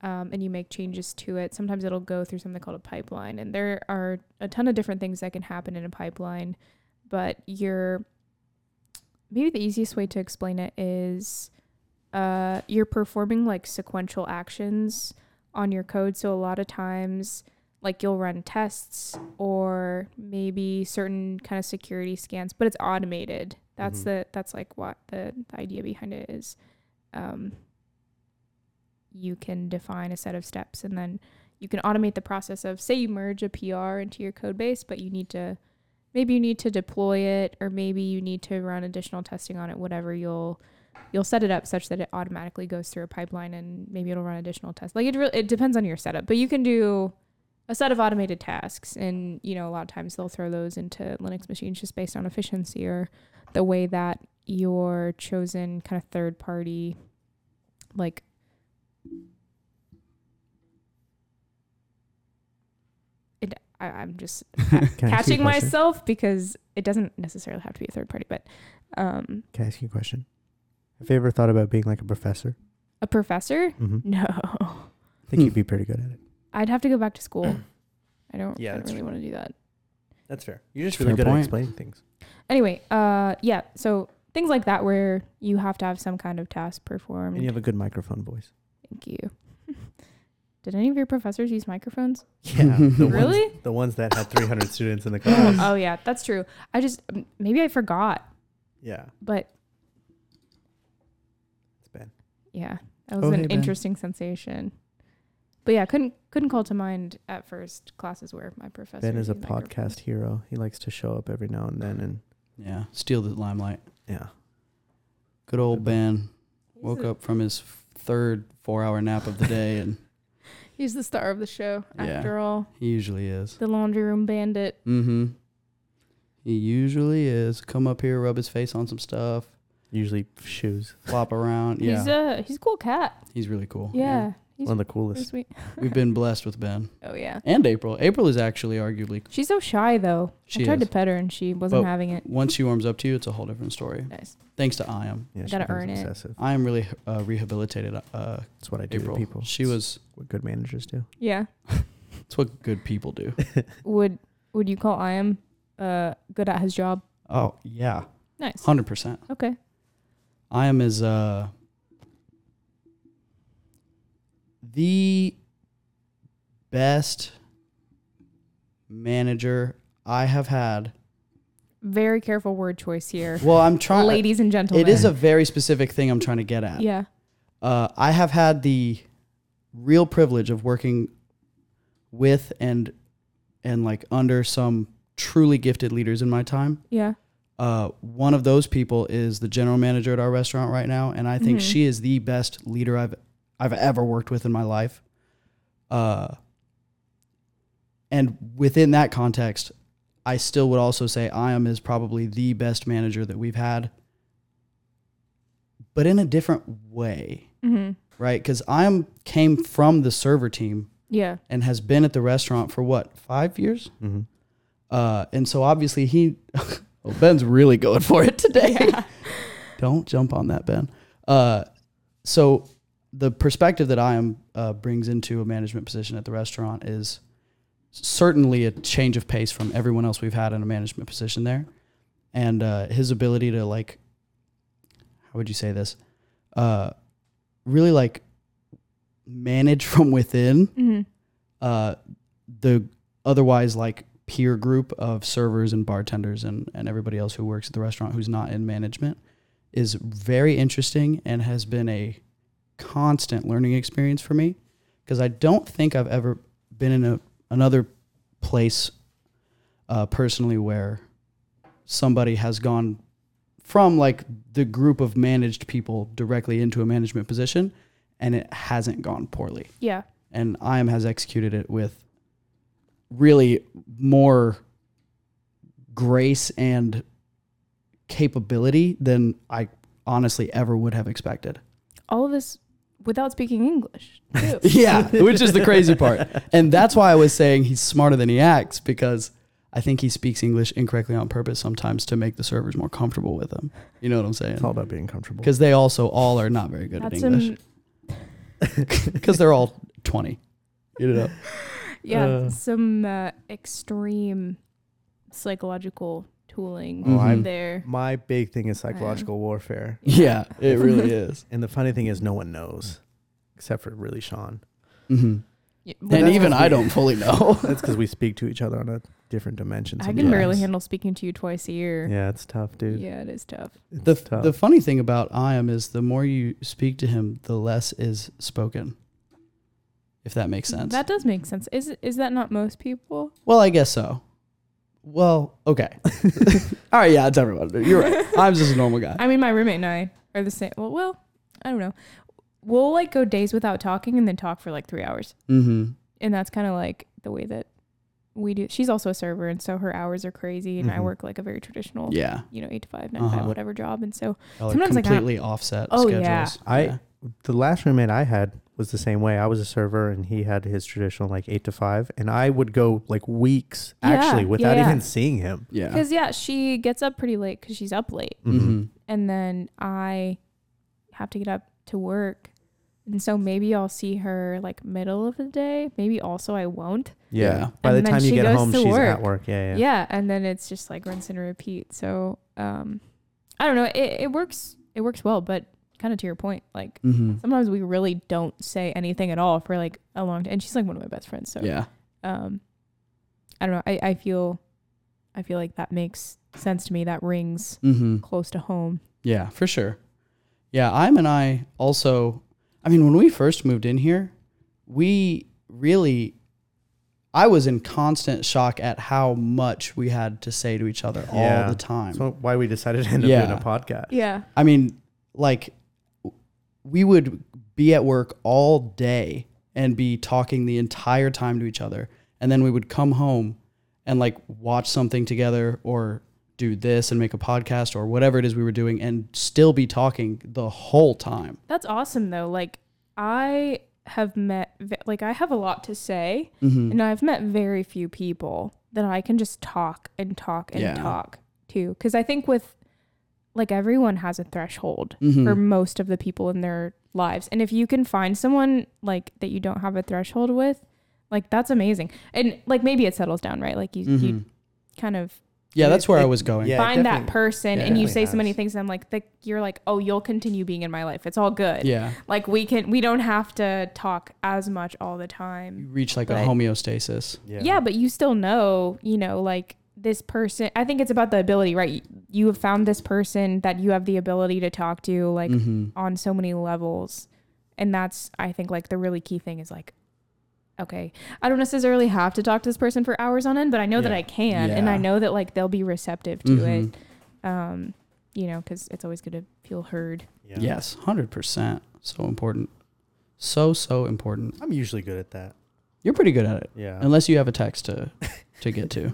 C: Um, and you make changes to it. Sometimes it'll go through something called a pipeline, and there are a ton of different things that can happen in a pipeline. But your maybe the easiest way to explain it is uh, you're performing like sequential actions on your code. So a lot of times, like you'll run tests or maybe certain kind of security scans, but it's automated. That's
B: Mhm.
C: the that's like what the, the idea behind it is. Um, you can define a set of steps and then you can automate the process of say you merge a PR into your code base, but you need to maybe you need to deploy it or maybe you need to run additional testing on it whatever you'll you'll set it up such that it automatically goes through a pipeline and maybe it'll run additional tests like it really it depends on your setup but you can do a set of automated tasks and you know a lot of times they'll throw those into linux machines just based on efficiency or the way that your chosen kind of third party like it, I, i'm just
B: Can I ask you a
C: catching
B: question?
C: myself because it doesn't necessarily have to be a third party, but um,
B: Can I ask you a question? Have you ever thought about being like a professor?
C: a professor? <laughs>
B: Mm-hmm.
C: No,
B: I
A: Hmm.
B: think you'd be pretty good at it.
C: I'd have to go back to
B: <clears throat>
C: school. I don't,
B: Yeah,
C: I don't
B: that's
C: really
B: true.
C: want to do that.
B: That's fair. You're just
A: Fair point.
B: explaining things.
C: Anyway, uh, yeah, so things like that where you have to have some kind of task performed.
B: And you have a good microphone voice.
C: Thank you. <laughs> Did any of your professors use microphones?
B: <laughs> <laughs> Yeah. the Ones,
C: Really?
B: the ones that had 300 students in the
C: <laughs>
B: class.
C: oh, oh yeah, that's true. I just m- maybe I forgot,
B: Yeah.
C: but
B: It's bad.
C: yeah, that was
A: Oh,
C: an
A: hey, Ben.
C: interesting sensation. But yeah, couldn't couldn't call to mind at first classes where my professor.
B: Ben is a
C: used microphones.
B: podcast hero. He likes to show up every now and then. And
A: Yeah, steal the limelight.
B: yeah.
A: Good old Ben
C: He's
A: woke
C: the-
A: up from his third 4-hour nap of the day and
C: He's the star of the show,
A: Yeah.
C: after all.
A: he usually is.
C: The laundry room bandit.
A: Mm-hmm. He usually is. Come up here, rub his face on some stuff.
B: Usually shoes.
A: flop around. Yeah,
C: He's
A: he's,
C: a he's a cool cat.
A: really cool.
C: Yeah. He's
B: One of the
C: pretty
B: coolest.
C: sweet. <laughs>
A: We've been blessed with Ben
C: Oh yeah.
A: and April. April is actually arguably
C: She's so shy though.
A: She
C: I tried
A: is. Oh.
C: to pet her and she wasn't
A: But-
C: having it.
A: once she warms up to you, it's a whole different story.
C: Nice.
A: Thanks to I am.
B: Yeah, she
C: Gotta
B: becomes
C: earn it.
B: obsessive.
A: I am really uh, rehabilitated. Uh,
B: That's what I do
A: April.
B: to people.
A: She
B: It's
A: was.
B: what good managers do.
C: Yeah.
A: It's what good people do.
C: Would would you call I am uh good at his job?
A: <laughs> oh yeah,
C: Nice.
A: hundred percent.
C: Okay.
A: I am is uh the best manager I have had.
C: Very careful word choice here.
A: Well, I'm trying.
C: Ladies and
A: it
C: gentlemen.
A: is a very specific thing I'm trying to get at.
C: Yeah.
A: Uh, I have had the real privilege of working with and and like under some truly gifted leaders in my time.
C: Yeah.
A: Uh, one of those people is the general manager at our restaurant right now, and I think
C: Mhm.
A: she is the best leader I've I've ever worked with in my life. Uh, and within that context, I still would also say Iam is probably the best manager that we've had, but in a different way,
C: Mm-hmm.
A: right? Because Iam came from the server team
C: Yeah.
A: and has been at the restaurant for what five years.
B: Mm-hmm.
A: Uh, and so obviously he, <laughs> well, Ben's really going for it today. <laughs> Don't jump on that, Ben. Uh, so the perspective that I am uh, brings into a management position at the restaurant is certainly a change of pace from everyone else we've had in a management position there, and uh, his ability to like, how would you say this, uh, really like manage from within
C: Mm-hmm.
A: uh, the otherwise like peer group of servers and bartenders and, and everybody else who works at the restaurant who's not in management is very interesting and has been a constant learning experience for me because I don't think I've ever been in a, another place uh, personally where somebody has gone from like the group of managed people directly into a management position and it hasn't gone poorly
C: Yeah.
A: and IM has executed it with really more grace and capability than I honestly ever would have expected.
C: All of this without speaking English.
B: <laughs>
C: Too.
A: Yeah, which is the crazy part. And that's why I was saying he's smarter than he acts because I think he speaks English incorrectly on purpose sometimes to make the servers more comfortable with him. You know what I'm saying?
B: It's all about being comfortable.
A: Because they also all are not very good
C: That's
A: at English
C: some
A: <laughs> because they're all 20. You
B: <laughs>
A: know,
C: <laughs> yeah,
B: Uh.
C: some uh, extreme psychological tooling
A: Oh, I'm-
C: there.
B: My big thing is psychological warfare,
A: <laughs> yeah, it
C: <laughs>
A: really is.
B: <laughs> and the funny thing is, no one knows, except for really Sean.
A: hmm
C: Yeah, well,
A: And
B: that's
A: even
B: what
A: I
B: we-
A: don't fully know.
B: That's because we speak to each other on a different dimension.
C: I can barely
A: sometimes.
C: handle speaking to you twice a year.
B: Yeah, it's tough, dude.
C: Yeah, it is tough.
B: It's
A: the
B: tough.
A: the funny thing about Iam is the more you speak to him, the less is spoken. If that makes sense.
C: That does make sense. Is is that not most people?
A: well, I guess so. Well, okay. <laughs> All right, yeah, it's everyone. Uh, You're
C: <laughs>
A: right. <laughs> I'm just a normal guy.
C: I mean, my roommate and I are the same. Well, well, I don't know. We'll like go days without talking and then talk for like three hours,
A: Mm-hmm.
C: and that's kind of like the way that we do. She's also a server, and so her hours are crazy, and I
B: Mhm.
C: work like a very traditional,
A: Mm-hmm. Yeah.
C: you know, eight to five, nine to
A: Uh-huh.
C: five, whatever job, and so
A: Or
C: Sometimes, like, I-
A: completely offset
C: Oh,
A: schedules.
C: yeah.
B: I- the last roommate I had was the same way. I was a server and he had his traditional like eight to five, and I would go like weeks
C: Yeah,
B: actually without
C: yeah, yeah.
B: even seeing him.
A: yeah.
C: Because yeah, she gets up pretty late because she's up late,
A: Mm-hmm.
C: and then I have to get up to work, and so maybe I'll see her like middle of the day. Maybe also I won't.
A: Yeah.
B: Yeah. By
C: And
B: the
C: then
B: time you
C: she
B: get
C: goes
B: home,
C: to
B: she's
C: work.
B: at work. Yeah,
C: Yeah.
B: yeah.
C: and then it's just like rinse and repeat. So um, I don't know. It it works. It works well, but kind of to your point, like
A: Mm-hmm.
C: sometimes we really don't say anything at all for like a long time. And she's like one of my best friends, so
A: Yeah.
C: um i don't know i i feel i feel like that makes sense to me that rings
A: Mm-hmm.
C: close to home
A: Yeah, for sure. Yeah, I'm and I also, I mean, when we first moved in here, we really, I was in constant shock at how much we had to say to each other all
B: Yeah.
A: the time.
B: That's why we decided to end up
A: Yeah.
B: doing a podcast.
C: yeah
A: I mean, like, w- we would be at work all day and be talking the entire time to each other. And then we would come home and like watch something together or do this and make a podcast or whatever it is we were doing and still be talking the whole time.
C: That's awesome though. Like I have met ve- like I have a lot to say
A: Mm-hmm.
C: and I've met very few people that I can just talk and talk and
A: Yeah.
C: talk to cuz I think with like everyone has a threshold
A: Mm-hmm. Hmm.
C: for most of the people in their lives. And if you can find someone like that you don't have a threshold with, like that's amazing. And like maybe it settles down, right? Like you you kind of
A: Mm-hmm. Yeah,
B: It-
A: that's where I
B: it-
A: was going.
B: yeah.
C: find that
B: definitely-
C: person
A: yeah,
C: and you
B: definitely
C: say so many
B: has.
C: things and I'm like the, you're like, "Oh, you'll continue being in my life. It's all good."
A: Yeah.
C: like we can we don't have to talk as much all the
A: You
C: time
A: reach like a
C: But I-
A: homeostasis.
C: yeah. but you still know you know like this person i think it's about the ability right you have found this person that you have the ability to talk to like
A: Mm-hmm.
C: on so many levels and that's i think like the really key thing is like okay i don't necessarily have to talk to this person for hours on end but i know that
A: Yeah.
C: i can and i
A: Yeah.
C: know that like they'll be receptive to
A: Mhm.
C: it um you know because it's always good to
A: <laughs>
C: feel heard <laughs>
B: Yeah.
A: Yes, 100%. So important. So, so important.
B: I'm usually good at that.
A: You're pretty good at it.
B: Yeah.
A: Unless you have a text to to get to.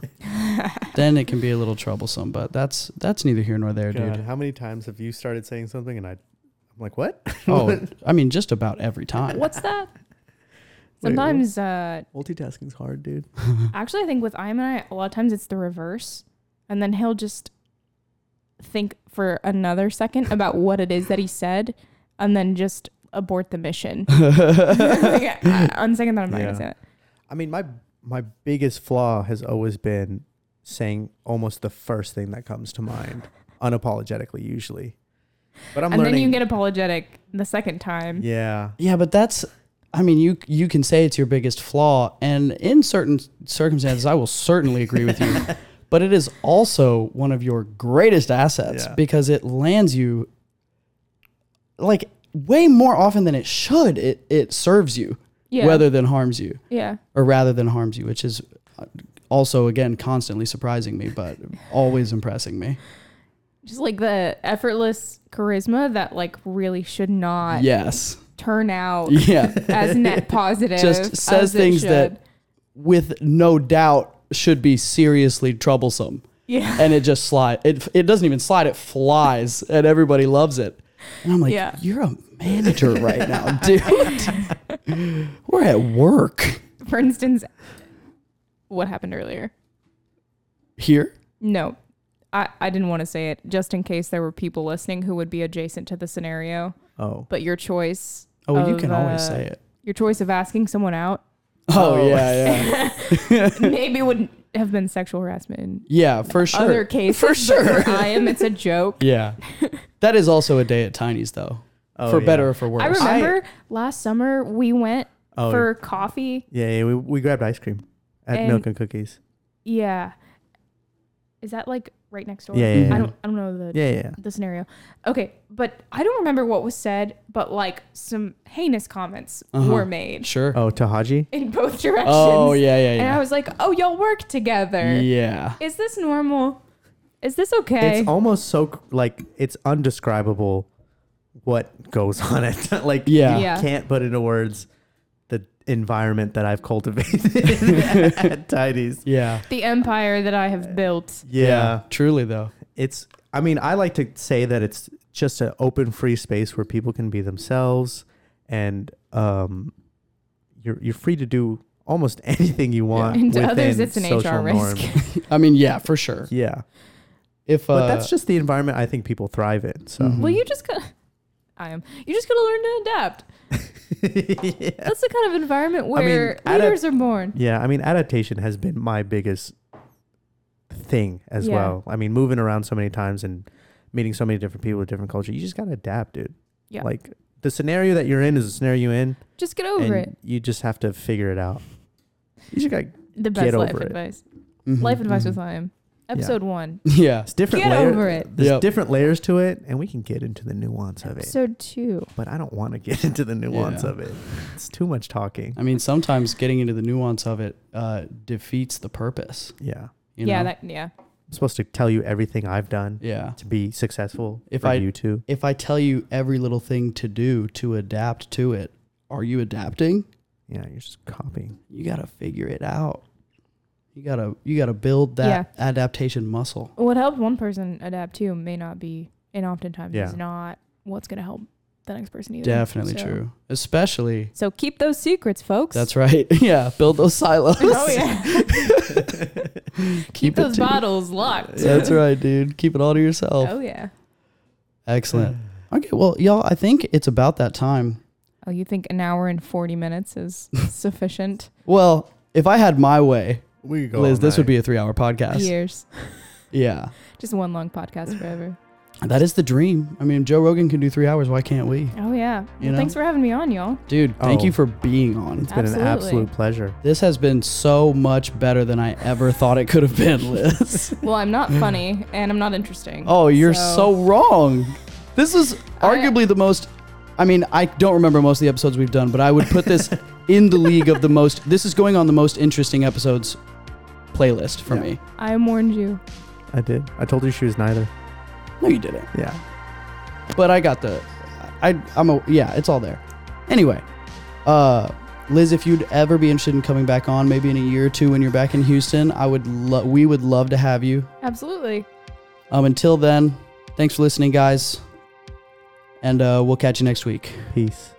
A: then it can be a little troublesome, but that's that's neither here nor there,
B: God,
A: dude.
B: how many times have you started saying something and I, I'm like, what?
A: Oh, I mean just about every time.
C: what's that
B: Wait, what?
C: sometimes uh
B: Multitasking's hard, dude.
C: Actually, I think with I and I, a lot of times it's the reverse, and then he'll just think for another second about what it is that he said, and then just abort
A: <laughs>
C: the mission. <laughs> like, uh, on second thought, I'm not
B: Yeah.
C: gonna say that.
B: I mean, my my biggest flaw has always been saying almost the first thing that comes to mind, unapologetically, usually. But I'm
C: and
B: learning.
C: then you get apologetic the second time.
B: yeah,
A: Yeah, but that's I mean, you you can say it's your biggest flaw and in certain circumstances I will certainly agree with you. But it is also one of your greatest assets
B: Yeah.
A: because it lands you like way more often than it should. It it serves you
C: Yeah.
A: rather than harms you.
C: Yeah.
A: or rather than harms you, which is uh, also again constantly surprising me, but always impressing me.
C: Just like the effortless charisma that like really should not
A: Yes,
C: turn
A: <laughs>
C: out
A: yeah,
C: as net positive.
A: Just says
C: as it
A: things
C: should.
A: that- with no doubt should be seriously troublesome,
C: Yeah. <laughs>
A: and it just slide. It it doesn't even slide; it flies, and everybody loves it. And I'm like,
C: Yeah.
A: you're a manager right now, <laughs> dude. We're at work
C: For instance, what happened earlier?
A: here.
C: No, I, I didn't want to say it just in case there were people listening who would be adjacent to the scenario.
B: Oh,
C: But your choice,
A: Oh, you
C: Of,
A: can always
C: uh,
A: say
C: <laughs>
A: it.
C: your choice of asking
A: <laughs>
C: someone out,
A: Oh,
B: oh.
A: yeah, yeah,
C: maybe would have been sexual harassment in
A: yeah, for sure.
C: <laughs> other cases.
A: For
C: but
A: sure.
C: for I am. It's
A: <laughs>
C: a joke.
A: yeah, that is also a day at Tiny's though.
B: Oh,
A: for
B: yeah.
A: better or for worse.
C: I remember last summer we went
B: Oh,
C: for coffee.
B: yeah, yeah. We, we grabbed ice cream at
C: And-
B: Milk and Cookies.
C: Yeah, is that like right next door?
B: Yeah, yeah, yeah.
C: I don't. I don't know the
B: Yeah, yeah.
C: the scenario. Okay, but I don't remember what was said, but like some heinous comments
A: Uh-huh.
C: were made.
A: Sure.
B: Oh, Tahaji.
C: in both <laughs> directions.
A: Oh, yeah, yeah,
C: And I
A: yeah.
C: was like, oh, y'all work together.
A: yeah.
C: Is this normal? Is this okay?
B: It's almost so c- like it's undescribable what goes <laughs> on it. like
A: Yeah.
B: you
C: Yeah.
B: can't put into words the environment that I've cultivated <laughs> at Tidy's.
A: Yeah.
C: the empire that I have built.
B: yeah.
A: Truly though.
B: it's i mean i like to say that it's just an open free space where people can be themselves and um you're you're free to do almost <laughs> anything you want
C: And to others,
B: within
C: it's an
B: social
C: HR risk. <laughs>
B: norms.
A: I mean, yeah, for sure.
B: yeah
A: If uh,
B: but that's just the environment i think people thrive in so
A: Mhm.
C: Well, you just got. I am. You just got to learn to adapt.
A: Mm-hmm.
B: <laughs> yeah.
C: That's the kind of environment where
B: adapt-
C: leaders are born.
B: yeah i mean adaptation has been my biggest thing as
C: Yeah.
B: well i mean moving around so many times and meeting so many different people with different culture you just gotta adapt dude
C: Yeah.
B: like the scenario that you're in is the scenario you're in
C: Just get over
B: and
C: it.
B: You just have to figure it out. You just got
C: The best life
B: over it.
C: advice.
A: mhm,
C: Life advice with
A: mhm.
C: I am. Episode one.
A: <laughs> yeah,
B: it's different
C: Get
B: layer-
C: over it.
B: There's
A: Yep.
B: different layers to it, and we can get into the nuance of it.
C: Episode two.
B: But I don't want to get <laughs> into the nuance
A: Yeah.
B: of it. It's too much talking.
A: I mean, sometimes getting into the nuance of it uh, defeats the purpose.
B: Yeah,
A: You
C: yeah.
A: know?
C: That. Yeah.
B: I'm supposed to tell you everything I've done
A: yeah.
B: to be successful.
A: If
B: for
A: I-
B: you too,
A: If I tell you every little thing to do to adapt to it, are you adapting?
B: yeah, you're just copying.
A: You gotta figure it out. You gotta you gotta build that adaptation muscle.
C: What helped one person adapt to may not be, and oftentimes
B: Yeah.
C: is not what's going to help the next person either.
A: Definitely
C: So-
A: true. Especially
C: So keep those secrets, folks.
A: that's right. <laughs> Yeah, build those silos.
C: Oh yeah.
A: <laughs> Keep,
C: keep
A: it
C: <laughs> those
A: to-
C: bottles locked.
A: That's right, dude. Keep it all to yourself.
C: Oh yeah.
A: Excellent. Okay, well, y'all, I think it's about that time.
C: Oh, you think an hour and forty
A: <laughs>
C: minutes is sufficient?
A: Well, if I had my way,
B: We could go.
A: Liz, this would be a three-hour podcast.
C: Years,
A: yeah,
C: just one long podcast forever.
A: that is the dream. I mean, Joe Rogan can do three hours. Why can't we,
C: Oh yeah.
A: You
C: Well,
A: know?
C: thanks for having me on, y'all.
A: dude? Thank
B: Oh.
A: you for being on.
B: It's been
C: Absolutely.
B: an absolute pleasure.
A: This has been so much better than I ever thought it could have been, Liz.
C: Well,
A: <laughs>
C: I'm not funny and I'm not interesting.
A: Oh, you're so, wrong. This is
C: I-
A: arguably the most. I mean, I don't remember most of the episodes we've done, but I would put <laughs> this in the league of the most. This is going on the most interesting episodes playlist for
B: Yeah.
A: me.
C: I warned you.
B: I did. I told you she was neither.
A: No, you didn't.
B: Yeah.
A: But I got the. I I'm a yeah. It's all there. Anyway, uh, Liz, if you'd ever be interested in coming back on, maybe in a year or two when you're back in Houston, I would. Lo- we would love to have you.
C: Absolutely.
A: Um, until then, thanks for listening, guys, and uh, we'll catch you next week.
B: Peace.